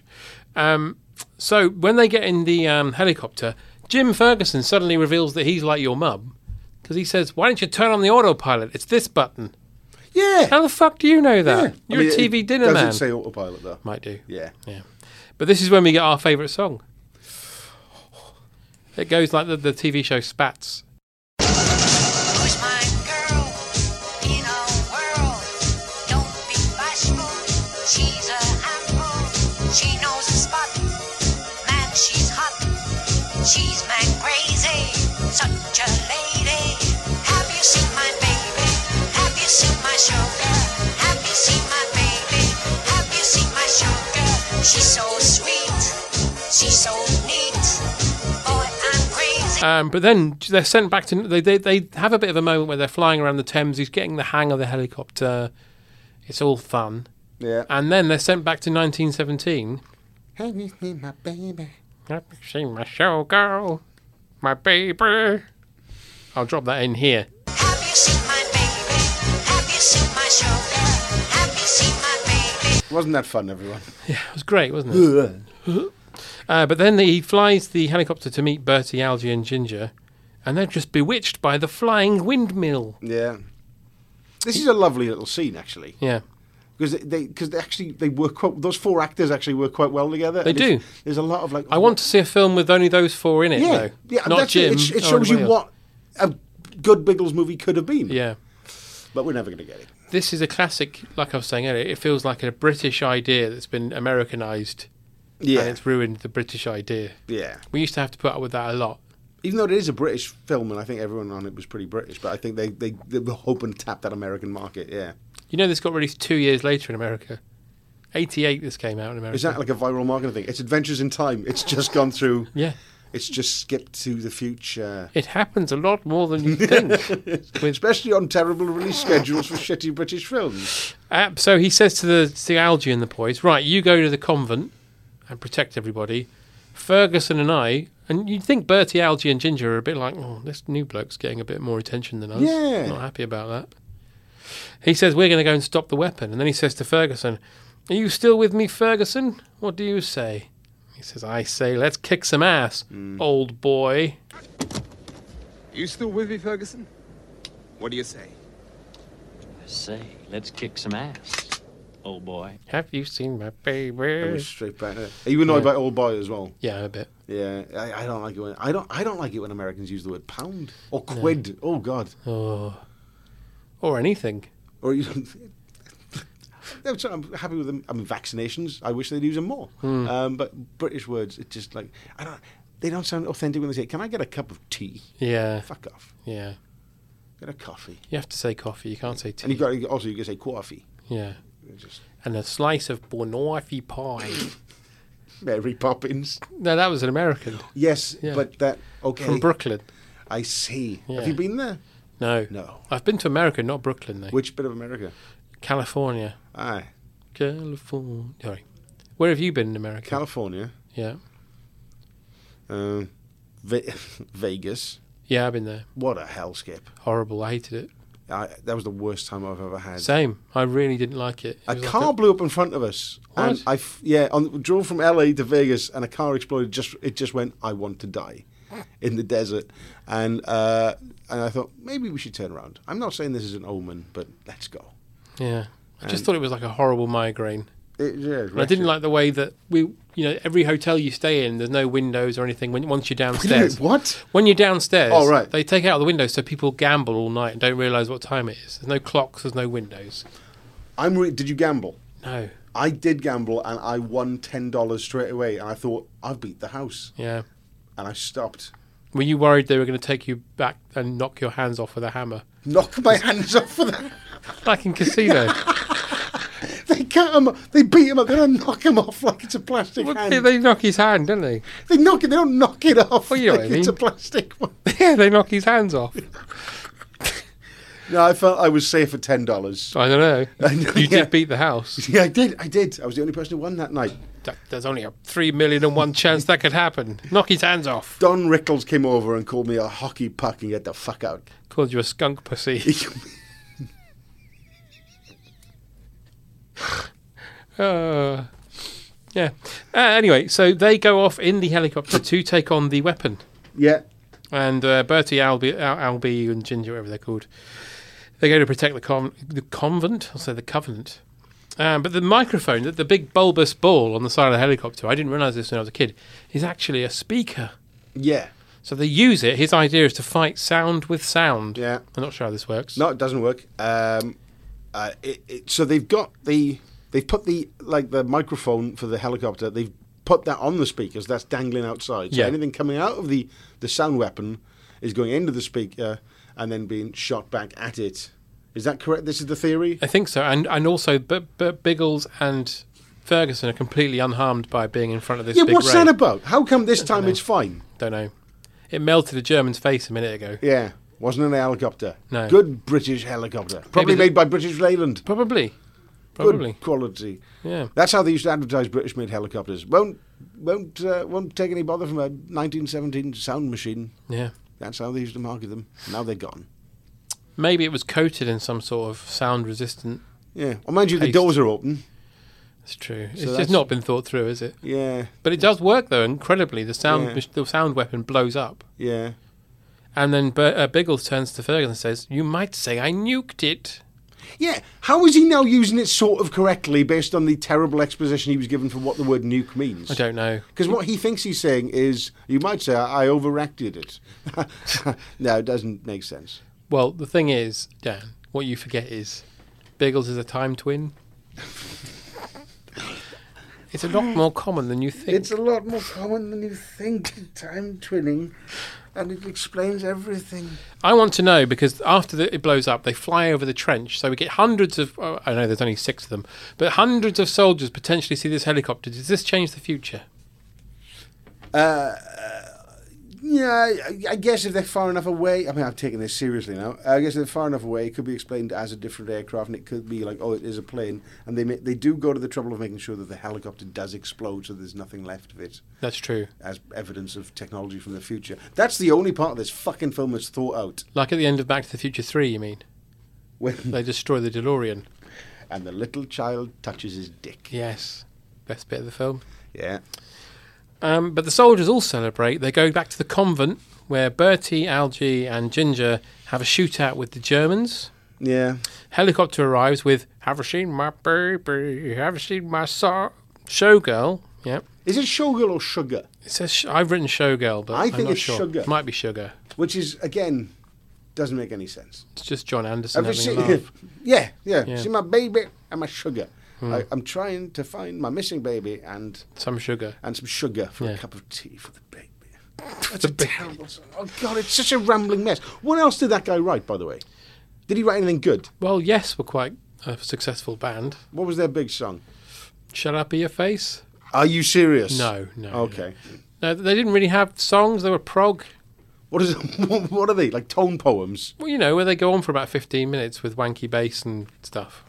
Speaker 8: Um, so when they get in the um, helicopter, Jim Ferguson suddenly reveals that he's like your mum because he says, "Why don't you turn on the autopilot? It's this button."
Speaker 9: Yeah.
Speaker 8: How the fuck do you know that?
Speaker 9: I
Speaker 8: You're
Speaker 9: mean,
Speaker 8: a
Speaker 9: it-
Speaker 8: TV
Speaker 9: it
Speaker 8: dinner
Speaker 9: doesn't
Speaker 8: man.
Speaker 9: say autopilot though.
Speaker 8: Might do.
Speaker 9: Yeah.
Speaker 8: Yeah. But this is when we get our favourite song. It goes like the, the TV show Spats.
Speaker 15: Who's my girl in a world? Don't be bashful. She's a handful. She knows a spot. Man, she's hot. She's man crazy. Such a lady. Have you seen my baby? Have you seen my sugar? Have you seen my baby? Have you seen my sugar? She's so sweet. She's so neat. Boy, I'm crazy.
Speaker 8: Um, but then they're sent back to. They, they they have a bit of a moment where they're flying around the Thames. He's getting the hang of the helicopter. It's all fun.
Speaker 9: Yeah.
Speaker 8: And then they're sent back to 1917.
Speaker 9: Have you seen my baby?
Speaker 8: I've seen my showgirl, my baby. I'll drop that in here.
Speaker 15: Have you seen my baby? Have you seen my sugar? Have you seen my baby?
Speaker 9: Wasn't that fun, everyone?
Speaker 8: Yeah, it was great, wasn't it? uh, but then he flies the helicopter to meet Bertie, Algy, and Ginger, and they're just bewitched by the flying windmill.
Speaker 9: Yeah. This is a lovely little scene, actually.
Speaker 8: Yeah.
Speaker 9: Because they, they, cause they actually they work quite, those four actors actually work quite well together.
Speaker 8: They
Speaker 9: and it's-
Speaker 8: do.
Speaker 9: There's a lot of like
Speaker 8: I want to see a film with only those four in it,
Speaker 9: yeah,
Speaker 8: though.
Speaker 9: yeah.
Speaker 8: Not
Speaker 9: that's it.
Speaker 8: Jim. Oh,
Speaker 9: It, sh- it
Speaker 8: or
Speaker 9: shows you
Speaker 8: anybody else.
Speaker 9: what a good Biggles movie could have been.
Speaker 8: Yeah.
Speaker 9: but we're never going to get it.
Speaker 8: This is a classic, like I was saying earlier, it feels like a British idea that's been Americanized.
Speaker 9: Yeah.
Speaker 8: And it's ruined the British idea.
Speaker 9: Yeah.
Speaker 8: We used to have to put up with that a lot.
Speaker 9: Even though it is a British film, and I think everyone on it was pretty British, but I think they, they, they were hoping to tap that American market, yeah.
Speaker 8: You know, this got released two years later in America. 88, this came out in America.
Speaker 9: Is that like a viral marketing thing? It's Adventures in Time. It's just gone through.
Speaker 8: Yeah.
Speaker 9: It's just skipped to the future.
Speaker 8: It happens a lot more than you think.
Speaker 9: Especially on terrible release schedules for shitty British films.
Speaker 8: Uh, so he says to the, to the Algie and the boys, right, you go to the convent and protect everybody. Ferguson and I, and you'd think Bertie, Algie, and Ginger are a bit like, oh, this new bloke's getting a bit more attention than us.
Speaker 9: Yeah.
Speaker 8: Not happy about that. He says, we're going to go and stop the weapon. And then he says to Ferguson, are you still with me, Ferguson? What do you say? He says, I say, let's kick some ass,
Speaker 9: Mm.
Speaker 8: old boy.
Speaker 20: You still with me, Ferguson?
Speaker 5: What do you say? I say, let's kick some ass, old boy.
Speaker 8: Have you seen my
Speaker 9: That
Speaker 8: baby?
Speaker 9: was straight back. there. Are you annoyed
Speaker 8: Yeah.
Speaker 9: by Old Boy as well?
Speaker 8: Yeah, a bit.
Speaker 9: Yeah, I, I don't like it when I don't I don't like it when Americans use the word pound or quid. Oh God.
Speaker 8: Oh. Or anything.
Speaker 9: Or you. No, it's not- I'm happy with them. I mean, vaccinations. I wish they'd use them more.
Speaker 8: Hmm.
Speaker 9: Um, but British words, it's just like I don't. They don't sound authentic when they say, "Can I get a cup of tea?"
Speaker 8: Yeah.
Speaker 9: Fuck off.
Speaker 8: Yeah.
Speaker 9: Get a coffee.
Speaker 8: You have to say coffee. You can't say tea.
Speaker 9: And you got also you can say coffee.
Speaker 8: yeah.
Speaker 9: Just
Speaker 8: And a slice of Bonorfi pie.
Speaker 9: Mary Poppins.
Speaker 8: No, that was an American.
Speaker 9: Yes,
Speaker 8: Yeah.
Speaker 9: but that okay
Speaker 8: From Brooklyn.
Speaker 9: I see.
Speaker 8: Yeah.
Speaker 9: Have you been there?
Speaker 8: No.
Speaker 9: No.
Speaker 8: I've been to America, not Brooklyn, though.
Speaker 9: Which bit of America?
Speaker 8: California.
Speaker 9: Aye.
Speaker 8: California. Sorry. Where have you been in America?
Speaker 9: California.
Speaker 8: Yeah.
Speaker 9: Um, Ve- Vegas.
Speaker 8: Yeah, I've been there.
Speaker 9: What a hellscape!
Speaker 8: Horrible. I hated it.
Speaker 9: I, that was the worst time I've ever had.
Speaker 8: Same. I really didn't like it. It
Speaker 9: A
Speaker 8: was like
Speaker 9: car blew up in front of us, and
Speaker 8: What?
Speaker 9: I f- yeah, on, drove from LA to Vegas, and a car exploded. Just it just went. I want to die in the desert, and uh, and I thought maybe we should turn around. I'm not saying this is an omen, but let's go.
Speaker 8: Yeah. I just
Speaker 9: And-
Speaker 8: thought it was like a horrible migraine.
Speaker 9: It- yeah, it
Speaker 8: And I didn't
Speaker 9: wrecked
Speaker 8: like the way that we, you know, every hotel you stay in, there's no windows or anything when once you're downstairs.
Speaker 9: what?
Speaker 8: When you're downstairs,
Speaker 9: Oh, right.
Speaker 8: they take out the windows so people gamble all night and don't realise what time it is. There's no clocks, there's no windows.
Speaker 9: I'm. Re- did you gamble?
Speaker 8: No.
Speaker 9: I did gamble, and I won ten dollars straight away. And I thought I've beat the house,
Speaker 8: Yeah.
Speaker 9: and I stopped.
Speaker 8: Were you worried they were going to take you back and knock your hands off with a hammer?
Speaker 9: Knock my hands off for that.
Speaker 8: Like in Casino.
Speaker 9: They cut him. They beat him up. They don't knock him off like it's a plastic hand.
Speaker 8: they, they knock his hand, don't they?
Speaker 9: They knock it. They don't knock it off.
Speaker 8: Well, you know
Speaker 9: like
Speaker 8: what I
Speaker 9: It's a
Speaker 8: mean.
Speaker 9: plastic one.
Speaker 8: yeah, they knock his hands off.
Speaker 9: No, I felt I was safe for ten dollars.
Speaker 8: I don't know. You
Speaker 9: Yeah.
Speaker 8: did beat the house.
Speaker 9: Yeah, I did. I did. I was the only person who won that night.
Speaker 8: That, there's only a three million and one chance that could happen. Knock his hands off.
Speaker 9: Don Rickles came over and called me a hockey puck and get the fuck out.
Speaker 8: Called you a skunk pussy. Uh, yeah. Uh, anyway, so they go off in the helicopter to take on the weapon.
Speaker 9: Yeah.
Speaker 8: And uh, Bertie, Albie, Al- Albie, and Ginger, whatever they're called, they go to protect the, con- the convent, I'll say the covenant. Um, but the microphone, the, the big bulbous ball on the side of the helicopter, I didn't realise this when I was a kid, is actually a speaker.
Speaker 9: Yeah.
Speaker 8: So they use it. His idea is to fight sound with sound.
Speaker 9: Yeah.
Speaker 8: I'm not sure how this works.
Speaker 9: No, it doesn't work. Um, uh, it, it, so they've got the they've put the like the microphone for the helicopter. They've put that on the speakers. That's dangling outside. So
Speaker 8: Yeah.
Speaker 9: anything coming out of the the sound weapon is going into the speaker and then being shot back at it. Is that correct? This is the theory.
Speaker 8: I think so. And and also, but, but Biggles and Ferguson are completely unharmed by being in front of this
Speaker 9: yeah.
Speaker 8: big
Speaker 9: What's
Speaker 8: ray.
Speaker 9: that about? How come this time
Speaker 8: know.
Speaker 9: it's fine?
Speaker 8: Don't know. It melted a German's face a minute ago.
Speaker 9: Yeah. Wasn't an helicopter.
Speaker 8: No.
Speaker 9: Good British helicopter. Probably
Speaker 8: the-
Speaker 9: made by British Leyland.
Speaker 8: Probably. Probably.
Speaker 9: Good quality.
Speaker 8: Yeah.
Speaker 9: That's how they used to advertise British-made helicopters. Won't won't uh, won't take any bother from a 1917 sound machine.
Speaker 8: Yeah.
Speaker 9: That's how they used to market them. Now they're gone.
Speaker 8: Maybe it was coated in some sort of sound resistant.
Speaker 9: Yeah. Well, mind you, the
Speaker 8: paste.
Speaker 9: doors are open.
Speaker 8: It's true.
Speaker 9: So
Speaker 8: it's
Speaker 9: that's-
Speaker 8: just not been thought through, is it?
Speaker 9: Yeah.
Speaker 8: But it does work though. Incredibly, the sound
Speaker 9: Yeah.
Speaker 8: mach- the sound weapon blows up,
Speaker 9: Yeah.
Speaker 8: and then Bur- uh, Biggles turns to Ferguson and says, "You might say I nuked it."
Speaker 9: Yeah. How is he now using it sort of correctly based on the terrible exposition he was given for what the word nuke means?
Speaker 8: I don't know.
Speaker 9: Because what he thinks he's saying is, you might say, I overacted it. no, it doesn't make sense.
Speaker 8: Well, the thing is, Dan, What you forget is Biggles is a time twin. it's a lot more common than you think.
Speaker 9: It's a lot more common than you think, time twinning, and it explains everything.
Speaker 8: I want to know because after the, it blows up, they fly over the trench. So we get hundreds of. Oh, I know there's only six of them, but hundreds of soldiers potentially see this helicopter. Does this change the future?
Speaker 9: Uh, yeah, I, I guess if they're far enough away, I mean, I'm taking this seriously now. I guess if they're far enough away, it could be explained as a different aircraft, and it could be like, oh, it is a plane, and they ma- they do go to the trouble of making sure that the helicopter does explode, so there's nothing left of it.
Speaker 8: That's true.
Speaker 9: As evidence of technology from the future. That's the only part of this fucking film that's thought out.
Speaker 8: Like at the end of Back to the Future Three, you mean?
Speaker 9: When
Speaker 8: they destroy the DeLorean.
Speaker 9: And the little child touches his dick.
Speaker 8: Yes, best bit of the film.
Speaker 9: Yeah.
Speaker 8: Um, but the soldiers all celebrate. They go back to the convent where Bertie, Algie, and Ginger have a shootout with the Germans.
Speaker 9: Yeah.
Speaker 8: Helicopter arrives with "Have you seen my baby? Have you seen my so- showgirl?" Yeah.
Speaker 9: Is it showgirl or sugar?
Speaker 8: It says sh- I've written showgirl, but
Speaker 9: I
Speaker 8: I'm
Speaker 9: think
Speaker 8: not
Speaker 9: it's
Speaker 8: sure.
Speaker 9: sugar.
Speaker 8: It might be sugar.
Speaker 9: Which is, again, doesn't make any sense.
Speaker 8: It's just John Anderson
Speaker 9: Have you
Speaker 8: having a
Speaker 9: seen-
Speaker 8: laugh.
Speaker 9: yeah, yeah,
Speaker 8: Yeah.
Speaker 9: See my baby and my sugar.
Speaker 8: Hmm.
Speaker 9: I, I'm trying to find my missing baby and
Speaker 8: some sugar
Speaker 9: and some sugar for a
Speaker 8: Yeah.
Speaker 9: cup of tea for the baby. That's a terrible song. Oh God, it's such a rambling mess. What else did that guy write, by the way? Did he write anything good?
Speaker 8: Well, yes, we're quite a successful band.
Speaker 9: What was their big song?
Speaker 8: Shut up, your face.
Speaker 9: Are you serious?
Speaker 8: No, no.
Speaker 9: Okay.
Speaker 8: No, they didn't really have songs. They were prog.
Speaker 9: What is? What are they like? Tone poems?
Speaker 8: Well, you know where they go on for about fifteen minutes with wanky bass and stuff.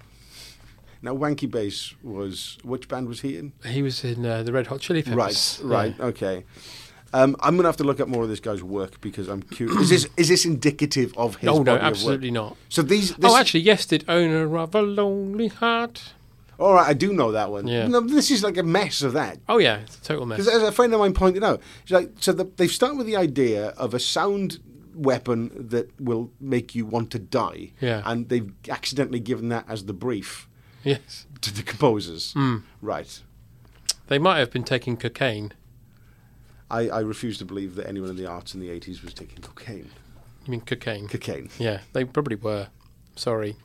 Speaker 9: Now, Wanky Bass was which band was he in?
Speaker 8: He was in uh, the Red Hot Chili Peppers.
Speaker 9: Right, right, Uh, okay. Um, I'm gonna have to look up more of this guy's work because I'm curious. is this is this indicative of his?
Speaker 8: No, no,
Speaker 9: body of work?
Speaker 8: absolutely not.
Speaker 9: So these. This,
Speaker 8: Oh, actually, yes, did owner of a lonely heart.
Speaker 9: all right, I do know that one.
Speaker 8: Yeah.
Speaker 9: No, this is like a mess of that.
Speaker 8: Oh yeah, it's a total mess.
Speaker 9: Because as a friend of mine pointed out, she's like, so the, they've started with the idea of a sound weapon that will make you want to die.
Speaker 8: Yeah.
Speaker 9: And they've accidentally given that as the brief
Speaker 8: Yes,
Speaker 9: to the composers.
Speaker 8: Hmm.
Speaker 9: Right.
Speaker 8: they might have been taking cocaine.
Speaker 9: I, I refuse to believe that anyone in the arts in the 80s was taking cocaine.
Speaker 8: You mean cocaine?
Speaker 9: Cocaine.
Speaker 8: Yeah, they probably were. Sorry.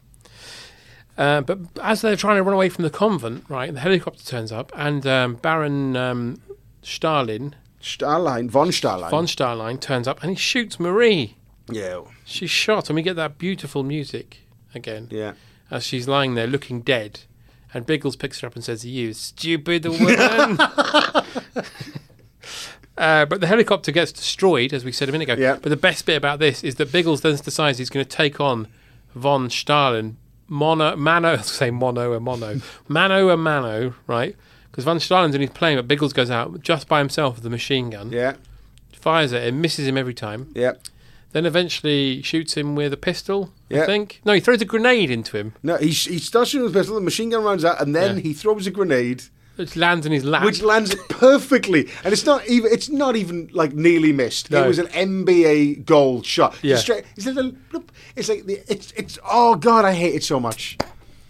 Speaker 8: Uh, but as they're trying to run away from the convent, right, the helicopter turns up, and um, Baron um, Stalin
Speaker 9: Starline, von Starline.
Speaker 8: von Starline turns up, and he shoots Marie.
Speaker 9: Yeah.
Speaker 8: She's shot, and we get that beautiful music again.
Speaker 9: Yeah.
Speaker 8: As she's lying there looking dead, and Biggles picks her up and says, "You stupid woman." Uh, but the helicopter gets destroyed, as we said a minute ago. But the best bit about this is that Biggles then decides he's going to take on von Stalin, mono, mano, say mono a mono, mano a mano, right? Because von Stalin's in his plane, but Biggles goes out just by himself with the machine gun.
Speaker 9: Yeah.
Speaker 8: Fires at him, misses him every time.
Speaker 9: Yeah.
Speaker 8: Then eventually shoots him with a pistol,
Speaker 9: Yeah.
Speaker 8: I think. No, he throws a grenade into him.
Speaker 9: No, he, sh- he starts shooting with a pistol, the machine gun runs out, and then
Speaker 8: Yeah.
Speaker 9: he throws a grenade.
Speaker 8: Which lands in his lap.
Speaker 9: Which lands perfectly, and it's not even it's not even like nearly missed.
Speaker 8: No.
Speaker 9: It was an NBA goal shot. Just
Speaker 8: Yeah.
Speaker 9: Straight, it's, like the- bloop. it's like the, it's it's oh god, I hate it so much.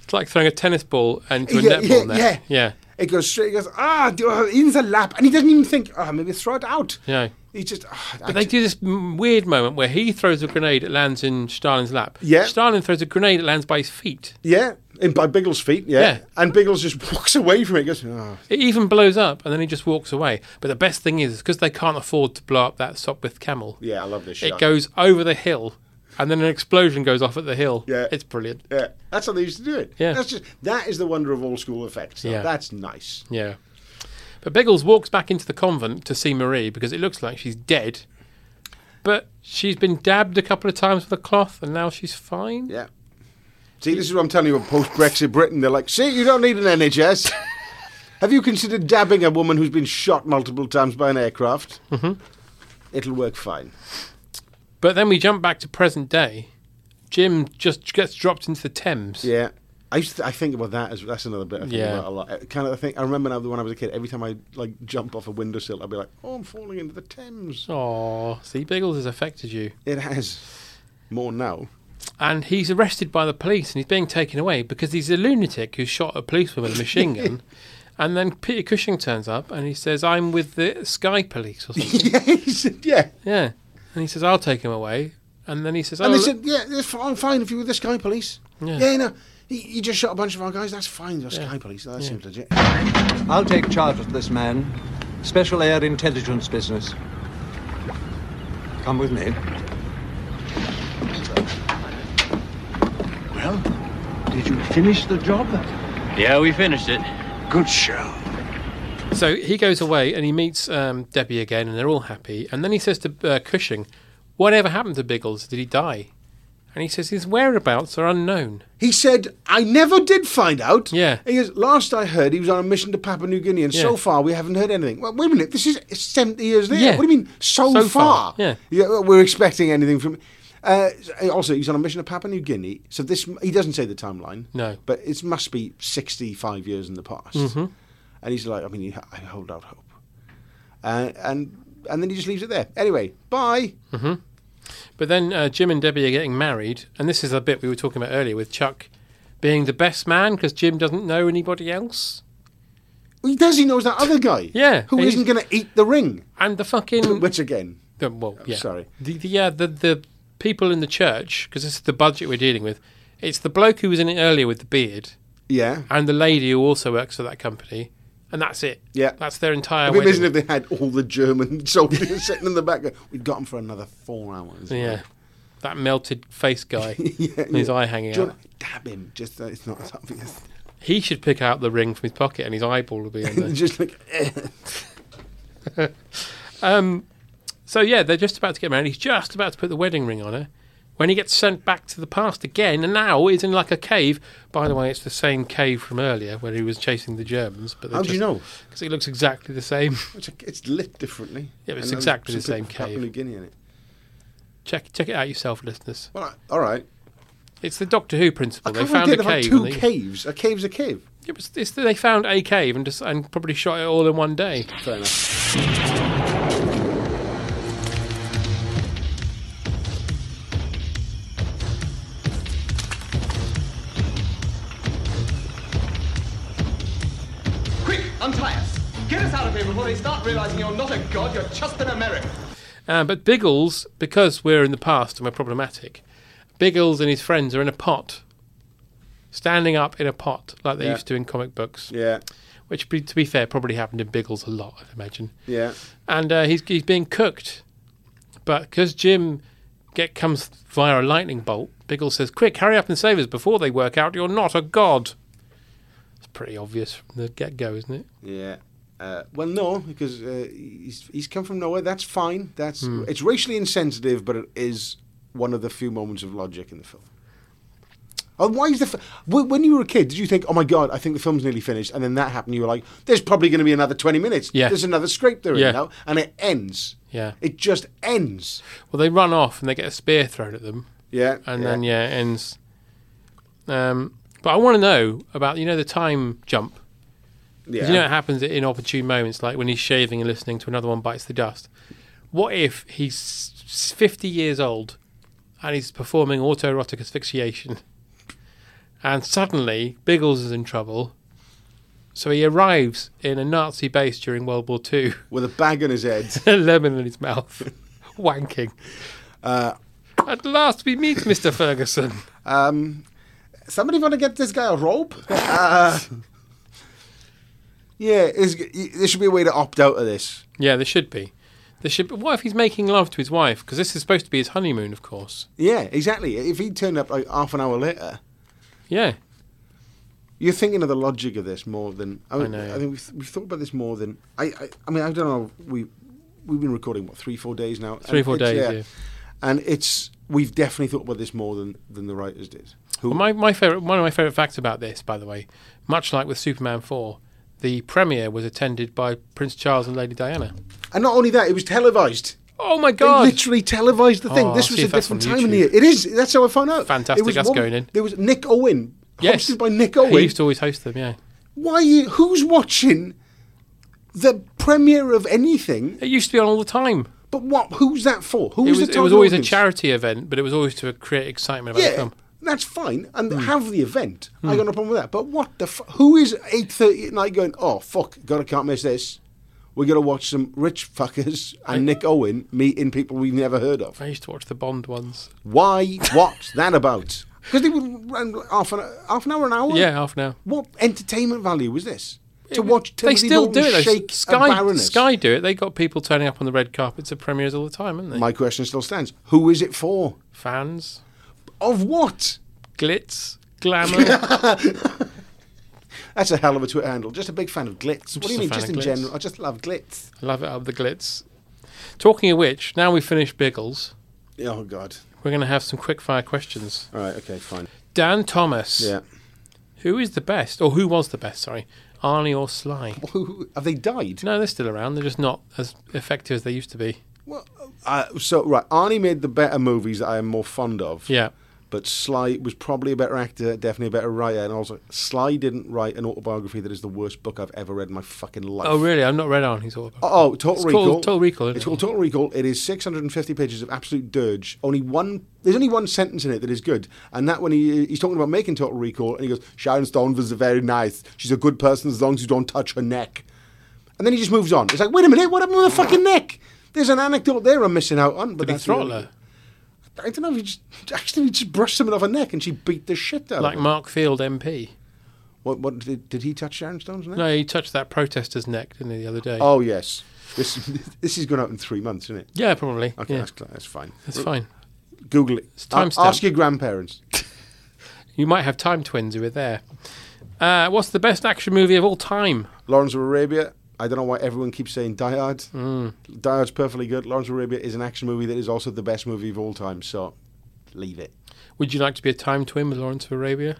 Speaker 8: It's like throwing a tennis ball into a
Speaker 9: Yeah,
Speaker 8: netball
Speaker 9: yeah,
Speaker 8: net.
Speaker 9: yeah.
Speaker 8: yeah.
Speaker 9: It goes straight. It goes ah do- uh, in the lap, and he doesn't even think. Oh, maybe throw it out.
Speaker 8: Yeah.
Speaker 9: He just ah, I
Speaker 8: But they do this m- weird moment where he throws a grenade, it lands in Stalin's lap.
Speaker 9: Yeah.
Speaker 8: Stalin throws a grenade, it lands by his feet.
Speaker 9: Yeah, in, by Biggles' feet. Yeah.
Speaker 8: Yeah.
Speaker 9: and Biggles just walks away from it. Goes, oh.
Speaker 8: It even blows up and then he just walks away. But the best thing is, because they can't afford to blow up that Sopwith camel,
Speaker 9: yeah, I love this.
Speaker 8: it
Speaker 9: shot.
Speaker 8: goes over the hill and then an explosion goes off at the hill.
Speaker 9: Yeah.
Speaker 8: It's brilliant.
Speaker 9: Yeah, that's how they used to do it.
Speaker 8: Yeah.
Speaker 9: that's just that is the wonder of old school effects.
Speaker 8: Yeah.
Speaker 9: Yeah, that's nice.
Speaker 8: Yeah. But Biggles walks back into the convent to see Marie because it looks like she's dead. But she's been dabbed a couple of times with a cloth and now she's fine.
Speaker 9: Yeah. See, this is what I'm telling you about post Brexit Britain. They're like, see, you don't need an NHS. Have you considered dabbing a woman who's been shot multiple times by an aircraft?
Speaker 8: Mhm.
Speaker 9: It'll work fine.
Speaker 8: But then we jump back to present day. Jim just gets dropped into the Thames.
Speaker 9: Yeah. I used to, I think about that as that's another bit I think
Speaker 8: Yeah.
Speaker 9: about a lot. Uh, I Kind of thing. I remember now that when I was a kid, every time I like jump off a windowsill, I'd be like, "Oh, I'm falling into the Thames."
Speaker 8: Oh, see, Biggles has affected you.
Speaker 9: It has more now.
Speaker 8: And he's arrested by the police and he's being taken away because he's a lunatic who shot a policeman with a machine gun. And then Peter Cushing turns up and he says, I'm with the Sky Police or something.
Speaker 9: yeah, he said, yeah.
Speaker 8: Yeah. And he says, I'll take him away. And then he says,
Speaker 9: and
Speaker 8: "Oh,
Speaker 9: they
Speaker 8: look-
Speaker 9: said, yeah, it's fi- I'm fine if you were the Sky Police.
Speaker 8: Yeah.
Speaker 9: Yeah, no, you, you just shot a bunch of our guys. That's fine. The Sky Police. That
Speaker 23: Yeah.
Speaker 9: seems legit.
Speaker 23: I'll take charge of this man. Special Air Intelligence business. Come with me.
Speaker 25: Well, did you finish the job?
Speaker 26: Yeah, we finished it.
Speaker 25: Good show.
Speaker 8: So he goes away and he meets um, Debbie again, and they're all happy. And then he says to uh, Cushing, "Whatever happened to Biggles? Did he die?" And he says his whereabouts are unknown.
Speaker 9: He said, "I never did find out."
Speaker 8: Yeah.
Speaker 9: He goes, last I heard, he was on a mission to Papua New Guinea, and so
Speaker 8: Yeah.
Speaker 9: far we haven't heard anything. Well, wait a minute, this is 70 years later.
Speaker 8: Yeah.
Speaker 9: What do you mean, so,
Speaker 8: So
Speaker 9: far?
Speaker 8: far, yeah.
Speaker 9: well, We're expecting anything from. Uh, also, he's on a mission to Papua New Guinea, so this he doesn't say the timeline.
Speaker 8: No.
Speaker 9: But it must be 65 years in the past.
Speaker 8: Mhm.
Speaker 9: And he's like, I mean, I hold out hope. Uh, and and then he just leaves it there. Anyway, bye.
Speaker 8: hmm But then uh, Jim and Debbie are getting married, and this is a bit we were talking about earlier with Chuck being the best man because Jim doesn't know anybody else.
Speaker 9: He does. He knows that other guy.
Speaker 8: Yeah,
Speaker 9: Who isn't going to eat the ring?
Speaker 8: And the fucking Oh,
Speaker 9: which again?
Speaker 8: well, yeah.
Speaker 9: sorry.
Speaker 8: The, the yeah the the people in the church because this is the budget we're dealing with. It's the bloke who was in it earlier with the beard.
Speaker 9: Yeah.
Speaker 8: And the lady who also works for that company, and that's it.
Speaker 9: Yeah.
Speaker 8: That's their entire.
Speaker 9: It'd be amazing
Speaker 8: wedding.
Speaker 9: if they had all the German soldiers sitting in the back. going, We've got them for another four hours.
Speaker 8: Yeah. That melted face guy,
Speaker 9: yeah.
Speaker 8: with his eye hanging
Speaker 9: Do you
Speaker 8: out.
Speaker 9: wanna Dab him. Just uh, it's not as obvious.
Speaker 8: He should pick out the ring from his pocket, and his eyeball would be in there.
Speaker 9: Just like. eh,
Speaker 8: um, so yeah, they're just about to get married. He's just about to put the wedding ring on her when he gets sent back to the past again, and now is in like a cave. By the way, it's the same cave from earlier where he was chasing the Germans. But
Speaker 9: How do you know?
Speaker 8: Because it looks exactly the same.
Speaker 9: It's, it's lit differently.
Speaker 8: Yeah, but it's
Speaker 9: And then
Speaker 8: exactly the
Speaker 9: some
Speaker 8: same
Speaker 9: people from Papua
Speaker 8: cave.
Speaker 9: New Guinea in it.
Speaker 8: Check check it out yourself, listeners.
Speaker 9: Well, all right.
Speaker 8: It's the Doctor Who principle.
Speaker 9: I
Speaker 8: They
Speaker 9: can't
Speaker 8: found
Speaker 9: forget
Speaker 8: a
Speaker 9: they've had
Speaker 8: cave.
Speaker 9: two
Speaker 8: and they-
Speaker 9: caves. A cave's a cave.
Speaker 8: Yeah, but it's, they found a cave and just and probably shot it all in one day.
Speaker 9: Fair enough.
Speaker 16: Quick, untie us. Get us out of here before they start realizing you're not a god, you're just an American.
Speaker 8: Uh, but Biggles, because we're in the past and we're problematic, Biggles and his friends are in a pot, standing up in a pot like they
Speaker 9: Yeah.
Speaker 8: used to in comic books.
Speaker 9: Yeah.
Speaker 8: Which, be- to be fair, probably happened in Biggles a lot, I'd imagine.
Speaker 9: Yeah.
Speaker 8: And uh, he's, he's being cooked. But because Jim get, comes via a lightning bolt, Biggles says, Quick, hurry up and save us before they work out you're not a god. It's pretty obvious from the get go, isn't it?
Speaker 9: Yeah. Uh, well, no, because uh, he's he's come from nowhere. That's fine. That's
Speaker 8: Hmm.
Speaker 9: it's racially insensitive, but it is one of the few moments of logic in the film. Oh, why is the fi- wh- when you were a kid? Did you think, oh my god, I think the film's nearly finished? And then that happened. You were like, there's probably going to be another twenty minutes.
Speaker 8: Yeah.
Speaker 9: There's another scrape they're
Speaker 8: Yeah.
Speaker 9: in now, and it ends.
Speaker 8: Yeah.
Speaker 9: It just ends.
Speaker 8: Well, they run off and they get a spear thrown at them.
Speaker 9: Yeah,
Speaker 8: And
Speaker 9: yeah.
Speaker 8: then, yeah, it ends. Um, but I want to know about, you know, the time jump. 'Cause
Speaker 9: Yeah.
Speaker 8: You know, it happens at inopportune moments, like when he's shaving and listening to another one bites the dust. What if he's s- 50 years old and he's performing autoerotic asphyxiation and suddenly Biggles is in trouble? So he arrives in a Nazi base during World War II
Speaker 9: with a bag on his head,
Speaker 8: a lemon in his mouth, wanking.
Speaker 9: Uh,
Speaker 8: At last we meet Mr. Ferguson.
Speaker 9: Um, somebody want to get this guy a rope? uh, yeah, it's, there should be a way to opt out of this.
Speaker 8: Yeah, there should be. There should. Be. What if he's making love to his wife? Because this is supposed to be his honeymoon, of course.
Speaker 9: Yeah, exactly. If he turned up like half an hour later,
Speaker 8: yeah,
Speaker 9: you're thinking of the logic of this more than I,
Speaker 8: I
Speaker 9: mean,
Speaker 8: know.
Speaker 9: I think we've, we've thought about this more than I. I, I mean, I don't know. We we've been recording what three, four days now.
Speaker 8: Three,
Speaker 9: And
Speaker 8: four
Speaker 9: it's-
Speaker 8: days, yeah.
Speaker 9: and it's we've definitely thought about this more than than the writers did. Who-
Speaker 8: Well, my my favorite one of my favorite facts about this, by the way, much like with Superman four, the premiere was attended by Prince Charles and Lady Diana.
Speaker 9: And not only that, it was televised.
Speaker 8: Oh my
Speaker 9: god! They literally televised the thing.
Speaker 8: Oh,
Speaker 9: this
Speaker 8: I'll
Speaker 9: was
Speaker 8: see
Speaker 9: a
Speaker 8: if that's
Speaker 9: different
Speaker 8: on
Speaker 9: time in the year.
Speaker 8: YouTube.
Speaker 9: It is. That's how I found out.
Speaker 8: Fantastic,
Speaker 9: It was
Speaker 8: that's going in.
Speaker 9: There was Nick Owen,
Speaker 8: Yes.
Speaker 9: hosted by Nick Owen.
Speaker 8: He used to always host them. Yeah,
Speaker 9: Why? you- Who's watching the premiere of anything?
Speaker 8: It used to be on all the time.
Speaker 9: But what? Who's that for? Who
Speaker 8: it
Speaker 9: was,
Speaker 8: was,
Speaker 9: the
Speaker 8: it was
Speaker 9: target
Speaker 8: always a
Speaker 9: audience?
Speaker 8: charity event, but it was always to create excitement about the
Speaker 9: Yeah,
Speaker 8: film.
Speaker 9: that's fine. And
Speaker 8: Hmm.
Speaker 9: have the event. I got no problem with that. But what the? F- who is eight thirty at night going? Oh fuck! God, I can't miss this. we're going to watch some rich fuckers and Nick Owen meeting people we've never heard of.
Speaker 8: I used to watch the Bond ones.
Speaker 9: Why? What's that about? Because they would run half an, half an hour, an hour.
Speaker 8: Yeah, half an hour.
Speaker 9: What entertainment value was this? To watch
Speaker 8: they
Speaker 9: Timothy
Speaker 8: still
Speaker 9: Dalton
Speaker 8: do it. though.
Speaker 9: shake a
Speaker 8: Sky,
Speaker 9: baroness.
Speaker 8: Sky do it. They got people turning up on the red carpets at premieres all the time, haven't they?
Speaker 9: My question still stands. Who is it for?
Speaker 8: Fans.
Speaker 9: Of what?
Speaker 8: Glitz. Glamour.
Speaker 9: That's a hell of a Twitter handle. Just a big fan of glitz. What
Speaker 8: Just
Speaker 9: do
Speaker 8: a
Speaker 9: you mean,
Speaker 8: fan
Speaker 9: just
Speaker 8: of
Speaker 9: in
Speaker 8: glitz.
Speaker 9: general? I just love glitz.
Speaker 8: Love it up the glitz. Talking of which, now we finish Biggles,
Speaker 9: Oh God.
Speaker 8: we're going to have some quick fire questions.
Speaker 9: All right. Okay. Fine.
Speaker 8: Dan Thomas.
Speaker 9: Yeah.
Speaker 8: Who is the best, or who was the best? Sorry, Arnie or Sly?
Speaker 9: Have they died?
Speaker 8: No, they're still around. They're just not as effective as they used to be.
Speaker 9: Uh, so right, Arnie made the better movies that I am more fond of.
Speaker 8: Yeah.
Speaker 9: But Sly was probably a better actor, definitely a better writer, and also Sly didn't write an autobiography that is the worst book I've ever read in my fucking life.
Speaker 8: Oh, really? I've not read Arnie's autobiography.
Speaker 9: Oh, oh, Total
Speaker 8: It's
Speaker 9: Recall.
Speaker 8: called Total Recall, isn't
Speaker 9: It's
Speaker 8: it?
Speaker 9: called Total Recall. It is 650 pages of absolute dirge. Only one. There's only one sentence in it that is good, and that when he he's talking about making Total Recall, and he goes, "Sharon Stone was very nice. She's a good person as long as you don't touch her neck." And then he just moves on. It's like, wait a minute, what happened to the fucking neck? There's an anecdote there I'm missing out on. But
Speaker 8: Did he
Speaker 9: that's the
Speaker 8: throttle
Speaker 9: only-
Speaker 8: her?
Speaker 9: I don't know. He just actually he just brushed someone off her neck, and she beat the shit out
Speaker 8: Like
Speaker 9: of him.
Speaker 8: Mark Field MP.
Speaker 9: What? What did, did he touch Sharon Stone's neck?
Speaker 8: No, he touched that protester's neck, didn't he, the other day?
Speaker 9: Oh yes. This this is going out in three months, isn't it?
Speaker 8: Yeah, probably.
Speaker 9: Okay,
Speaker 8: Yeah.
Speaker 9: that's cl- that's fine.
Speaker 8: That's
Speaker 9: Well,
Speaker 8: fine.
Speaker 9: Google it.
Speaker 8: It's
Speaker 9: A-
Speaker 8: timestamped.
Speaker 9: Ask your grandparents.
Speaker 8: You might have time twins who were there. Uh, what's the best action movie of all time?
Speaker 9: Lawrence of Arabia. I don't know why everyone keeps saying Die Hard.
Speaker 8: Mm.
Speaker 9: Die Hard's perfectly good. Lawrence of Arabia is an action movie that is also the best movie of all time. So leave it.
Speaker 8: Would you like to be a time twin with Lawrence of Arabia?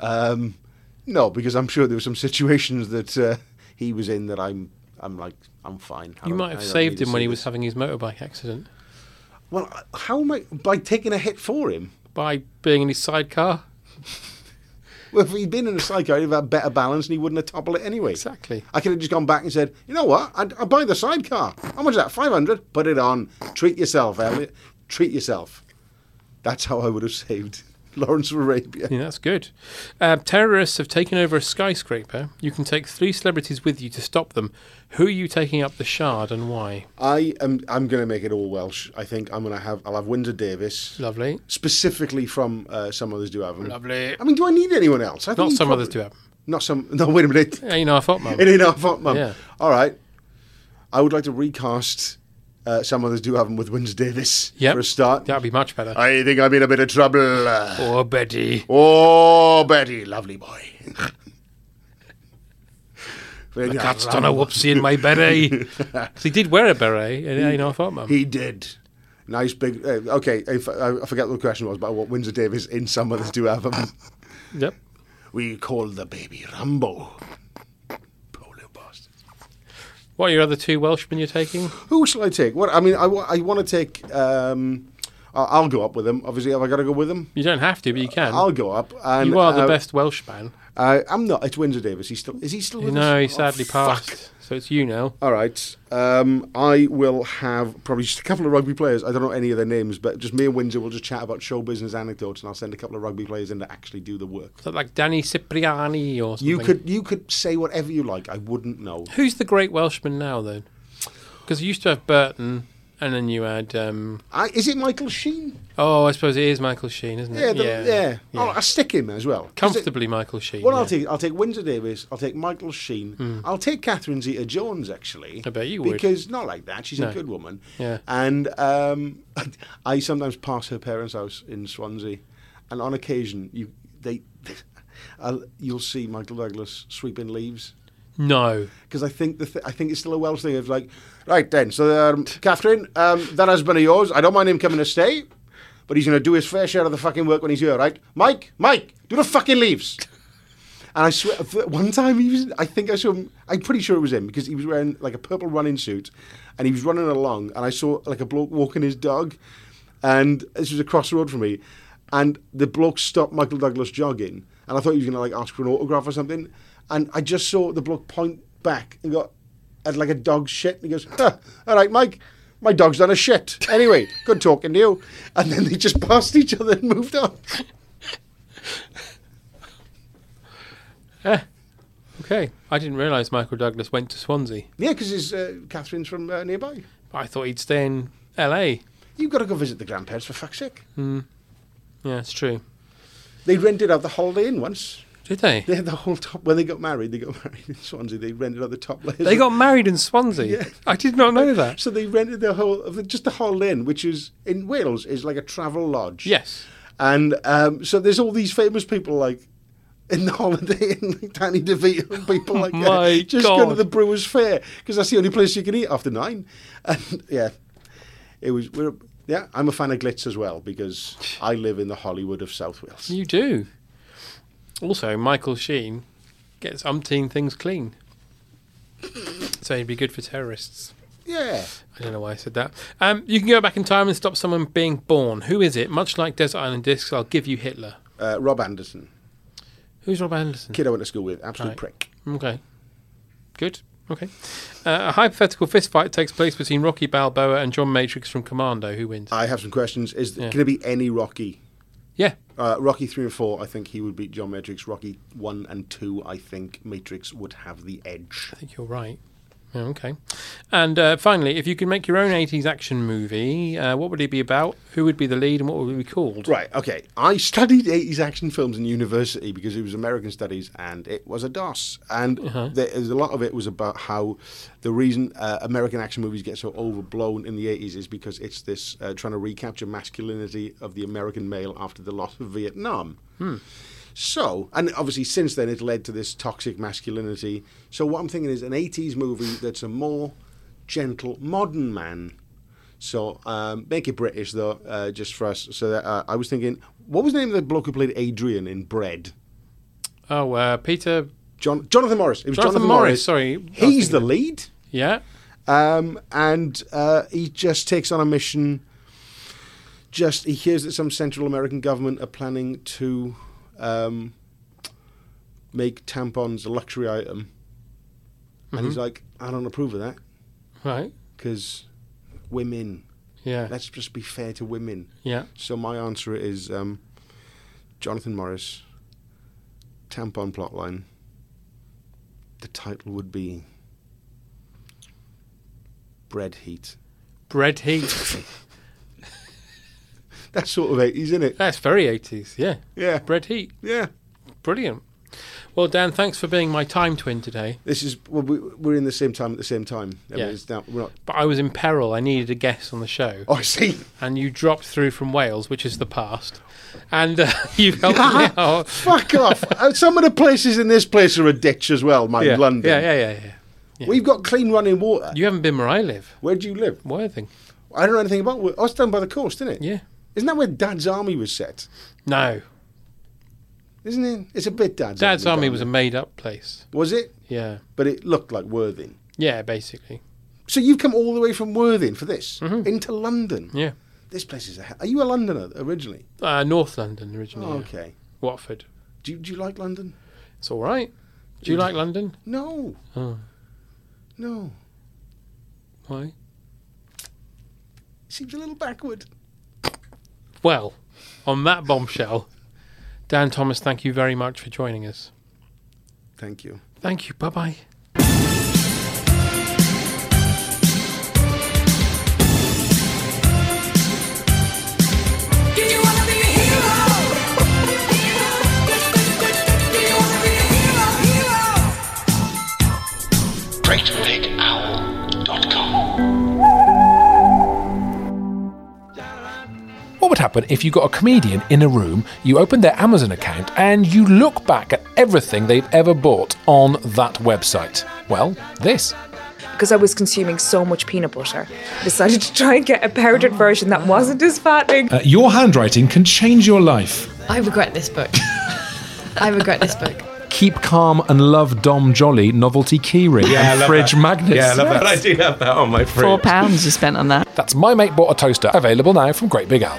Speaker 9: Um, no, because I'm sure there were some situations that uh, he was in that I'm. I'm like I'm fine. I
Speaker 8: you
Speaker 9: don't-
Speaker 8: might
Speaker 9: I
Speaker 8: have
Speaker 9: don't need
Speaker 8: saved
Speaker 9: to
Speaker 8: him when
Speaker 9: see
Speaker 8: he
Speaker 9: this.
Speaker 8: was having his motorbike accident
Speaker 9: Well, how am I by taking a hit for him?
Speaker 8: by being in his sidecar.
Speaker 9: Well, if he'd been in a sidecar, he'd have had better balance and he wouldn't have toppled it anyway.
Speaker 8: Exactly.
Speaker 9: I could have just gone back and said, you know what? I'd, I'd buy the sidecar. How much is that? 500? Put it on. Treat yourself, Elliot. Treat yourself. That's how I would have saved Lawrence of Arabia.
Speaker 8: Yeah, that's good. Uh, terrorists have taken over a skyscraper. You can take three celebrities with you to stop them. Who are you taking up the shard and why?
Speaker 9: I am. I'm going to make it all Welsh. I think I'm going to have. I'll have Windsor Davis.
Speaker 8: Lovely.
Speaker 9: Specifically from uh, some others do have 'Em.
Speaker 8: Lovely.
Speaker 9: I mean, do I need anyone else? I
Speaker 8: Not
Speaker 9: you
Speaker 8: some others do have 'em.
Speaker 9: Not some. No, wait a minute.
Speaker 8: Yeah, you know, I thought, Mum.
Speaker 9: It ain't our fault, mum.
Speaker 8: Yeah.
Speaker 9: All right. I would like to recast uh, some others do have them with Windsor Davis
Speaker 8: Yep.
Speaker 9: for a start.
Speaker 8: That'd be much better.
Speaker 9: I think I'm in a bit of trouble.
Speaker 8: Oh, Betty.
Speaker 9: Oh, Betty, lovely boy.
Speaker 8: The cat's done a whoopsie in my beret. 'Cause he did wear a beret. and, Yeah, you know, I thought, Mum.
Speaker 9: He did. Nice big. Uh, okay, if, I, I forget what the question was, but what Windsor Davis in some others do have them.
Speaker 8: Yep.
Speaker 9: We call the baby Rambo.
Speaker 8: What are your other two Welshmen you're taking?
Speaker 9: Who shall I take? What I mean, I, wa- I want to take. Um, I- I'll go up with them. Obviously, have I got to go with them?
Speaker 8: You don't have to, but you can.
Speaker 9: I'll go up. And,
Speaker 8: you are the
Speaker 9: uh,
Speaker 8: best Welshman.
Speaker 9: Uh, I'm not. It's Windsor Davis. He's still. Is he still? With
Speaker 8: No,
Speaker 9: us?
Speaker 8: he
Speaker 9: Oh,
Speaker 8: sadly
Speaker 9: fuck.
Speaker 8: passed. So it's you now.
Speaker 9: All right. Um, I will have probably just a couple of rugby players. I don't know any of their names, but just me and Windsor will just chat about show business anecdotes, and I'll send a couple of rugby players in to actually do the work.
Speaker 8: Is that like Danny Cipriani or something?
Speaker 9: You could you could say whatever you like. I wouldn't know.
Speaker 8: Who's the great Welshman now, then? Because you used to have Burton, and then you had. Um,
Speaker 9: I, is it Michael Sheen?
Speaker 8: oh, I suppose it is Michael Sheen, isn't it?
Speaker 9: Yeah, the- yeah. Oh, I stick him as well. 'Cause it-
Speaker 8: Comfortably Michael Sheen.
Speaker 9: Well,
Speaker 8: yeah. Hmm.
Speaker 9: I'll take I'll take Windsor Davis. I'll take Michael Sheen. I'll take Catherine Zeta-Jones actually. I bet
Speaker 8: you would.
Speaker 9: because not like that. She's
Speaker 8: No.
Speaker 9: a good woman.
Speaker 8: Yeah.
Speaker 9: And um, I sometimes pass her parents' house in Swansea, and on occasion you they I'll, you'll see Michael Douglas sweeping leaves.
Speaker 8: No.
Speaker 9: Because I think the th- I think it's still a Welsh thing of like, right then. So um, Catherine, um, that husband of yours, I don't mind him coming to stay, but he's going to do his fair share of the fucking work when he's here, right? Mike, Mike, do the fucking leaves. And I swear, th- one time he was, I think I saw him, I'm pretty sure it was him because he was wearing like a purple running suit and he was running along and I saw like a bloke walking his dog and this was across the road from me and the bloke stopped Michael Douglas jogging and I thought he was going to like ask for an autograph or something and I just saw the bloke point back and got at like a dog's shit and he goes, "Huh, all right, Mike. My dog's done a shit. Anyway, good talking to you. And then they just passed each other and moved on.
Speaker 8: Eh. Okay. I didn't realise Michael Douglas went to Swansea.
Speaker 9: Yeah, because uh, Catherine's from uh, nearby.
Speaker 8: I thought he'd stay in LA.
Speaker 9: You've got to go visit the grandparents for fuck's sake.
Speaker 8: Hmm. Yeah, it's true.
Speaker 9: They rented out the Holiday Inn once.
Speaker 8: Did they?
Speaker 9: They had the whole top. When they got married, they got married in Swansea. They rented out the top layers.
Speaker 8: They got married in Swansea.
Speaker 9: Yeah.
Speaker 8: I did not know that.
Speaker 9: So they rented the whole, of the- just the whole inn, which is in Wales, is like a travel lodge.
Speaker 8: Yes.
Speaker 9: And um, so there's all these famous people like in the holiday Inn, like Danny DeVito, and people like that.
Speaker 8: My
Speaker 9: just go to
Speaker 8: God.
Speaker 9: the Brewers Fair because that's the only place you can eat after nine. And yeah, it was. We're, yeah, I'm a fan of glitz as well because I live in the Hollywood of South Wales.
Speaker 8: You do. Also, Michael Sheen gets umpteen things clean. So he'd be good for terrorists.
Speaker 9: Yeah.
Speaker 8: I don't know why I said that. Um, you can go back in time and stop someone being born. Who is it? Much like Desert Island Discs, I'll give you Hitler.
Speaker 9: Uh, Rob Anderson.
Speaker 8: Who's Rob Anderson?
Speaker 9: Kid I went to school with, absolute
Speaker 8: Mm. Right.
Speaker 9: prick.
Speaker 8: Okay. Good. Okay. Uh, a hypothetical fistfight takes place between Rocky Balboa and John Matrix from Commando. Who wins?
Speaker 9: I have some questions. Is
Speaker 8: Yeah.
Speaker 9: can it be any Rocky?
Speaker 8: Yeah.
Speaker 9: Uh, Rocky three and four. I think he would beat John Matrix. Rocky one and two. I think Matrix would have the edge. I
Speaker 8: think you're right. Yeah, okay. And uh, finally, if you could make your own 80s action movie, uh, what would it be about? Who would be the lead and what would it be called?
Speaker 9: Right. Okay. I studied 80s action films in university because it was American studies and it was a DOS. And
Speaker 8: Uh-huh.
Speaker 9: there is a lot of it was about how the reason uh, American action movies get so overblown in the 80s is because it's this uh, trying to recapture masculinity of the American male after the loss of Vietnam.
Speaker 27: Hmm.
Speaker 9: So, and obviously since then it's led to this toxic masculinity. So what I'm thinking is an 80s movie that's a more gentle modern man. So um, make it British though, uh, just for us. So that, uh, I was thinking, what was the name of the bloke who played Adrian in Bread?
Speaker 8: Oh, uh, Peter.
Speaker 9: John Jonathan Morris. It was
Speaker 8: Jonathan
Speaker 9: Jonathan,
Speaker 8: Morris,
Speaker 9: Morris.
Speaker 8: sorry. I was
Speaker 9: he's the lead.
Speaker 8: Yeah.
Speaker 9: Um, and uh, he just takes on a mission. Just he hears that some Central American government are planning to um, make tampons a luxury item, and he's
Speaker 8: Mhm.
Speaker 9: like, "I don't approve of that."
Speaker 8: Right.
Speaker 9: Because women.
Speaker 8: Yeah.
Speaker 9: Let's just be fair to women.
Speaker 8: Yeah.
Speaker 9: So my answer is um, Jonathan Morris, tampon plotline. The title would be Bread Heat.
Speaker 8: Bread Heat.
Speaker 9: That's sort of 80s, isn't it?
Speaker 8: That's very 80s, yeah.
Speaker 9: Yeah.
Speaker 8: Bread Heat.
Speaker 9: Yeah.
Speaker 8: Brilliant. Well, Dan, thanks for being my time twin today.
Speaker 9: This is well, we, we're in the same time at the same time. I mean,
Speaker 8: Yeah.
Speaker 9: it's now- we're not-
Speaker 8: But I was in peril. I needed a guest on the show.
Speaker 9: Oh, I see.
Speaker 8: And you dropped through from Wales, which is the past. And uh, you've helped me out.
Speaker 9: Fuck off! Uh, Some of the places in this place are a ditch as well, man.
Speaker 8: yeah.
Speaker 9: London.
Speaker 8: Yeah, yeah, yeah, yeah.
Speaker 9: We've got clean running water.
Speaker 8: You haven't been where I live.
Speaker 9: Where do you live?
Speaker 8: Worthing.
Speaker 9: I don't know anything about Worthing. Oh, it's down by the coast, isn't it?
Speaker 8: Yeah.
Speaker 9: Isn't that where Dad's Army was set?
Speaker 8: No.
Speaker 9: Isn't it? It's a bit Dad's,
Speaker 8: Dad's
Speaker 9: Army.
Speaker 8: Army
Speaker 9: down
Speaker 8: was a
Speaker 9: there.
Speaker 8: made up place.
Speaker 9: Was it?
Speaker 8: Yeah.
Speaker 9: But it looked like Worthing.
Speaker 8: Yeah, basically.
Speaker 9: So you've come all the way from Worthing for this into London.
Speaker 8: Mm-hmm. Yeah.
Speaker 9: This place is a. he- Are you a Londoner originally?
Speaker 8: Uh, North London originally.
Speaker 9: Oh,
Speaker 8: yeah.
Speaker 9: okay.
Speaker 8: Watford.
Speaker 9: Do you, do you like London?
Speaker 8: It's all right. Do you like London?
Speaker 9: No,
Speaker 8: Oh,
Speaker 9: no.
Speaker 8: why?
Speaker 9: Seems a little backward.
Speaker 8: Well, on that bombshell, Dan Thomas, thank you very much for joining us.
Speaker 9: Thank you.
Speaker 8: Thank you. Bye bye.
Speaker 17: What would happen if you got a comedian in a room, you opened their Amazon account, and you look back at everything they've ever bought on that website? Well, this.
Speaker 18: Because I was consuming so much peanut butter, decided to try and get a powdered version that wasn't as fattening.
Speaker 28: Uh, your handwriting can change your life.
Speaker 29: I regret this book. I regret this book.
Speaker 28: Keep calm and love Dom Jolly novelty keyring
Speaker 5: Yeah, I
Speaker 28: and
Speaker 5: love
Speaker 28: fridge
Speaker 5: that.
Speaker 28: magnets.
Speaker 5: Yeah, I love that. I do have that on my fridge.
Speaker 17: you spent on that. That's My Mate Bought a Toaster, available now from Great Big Al.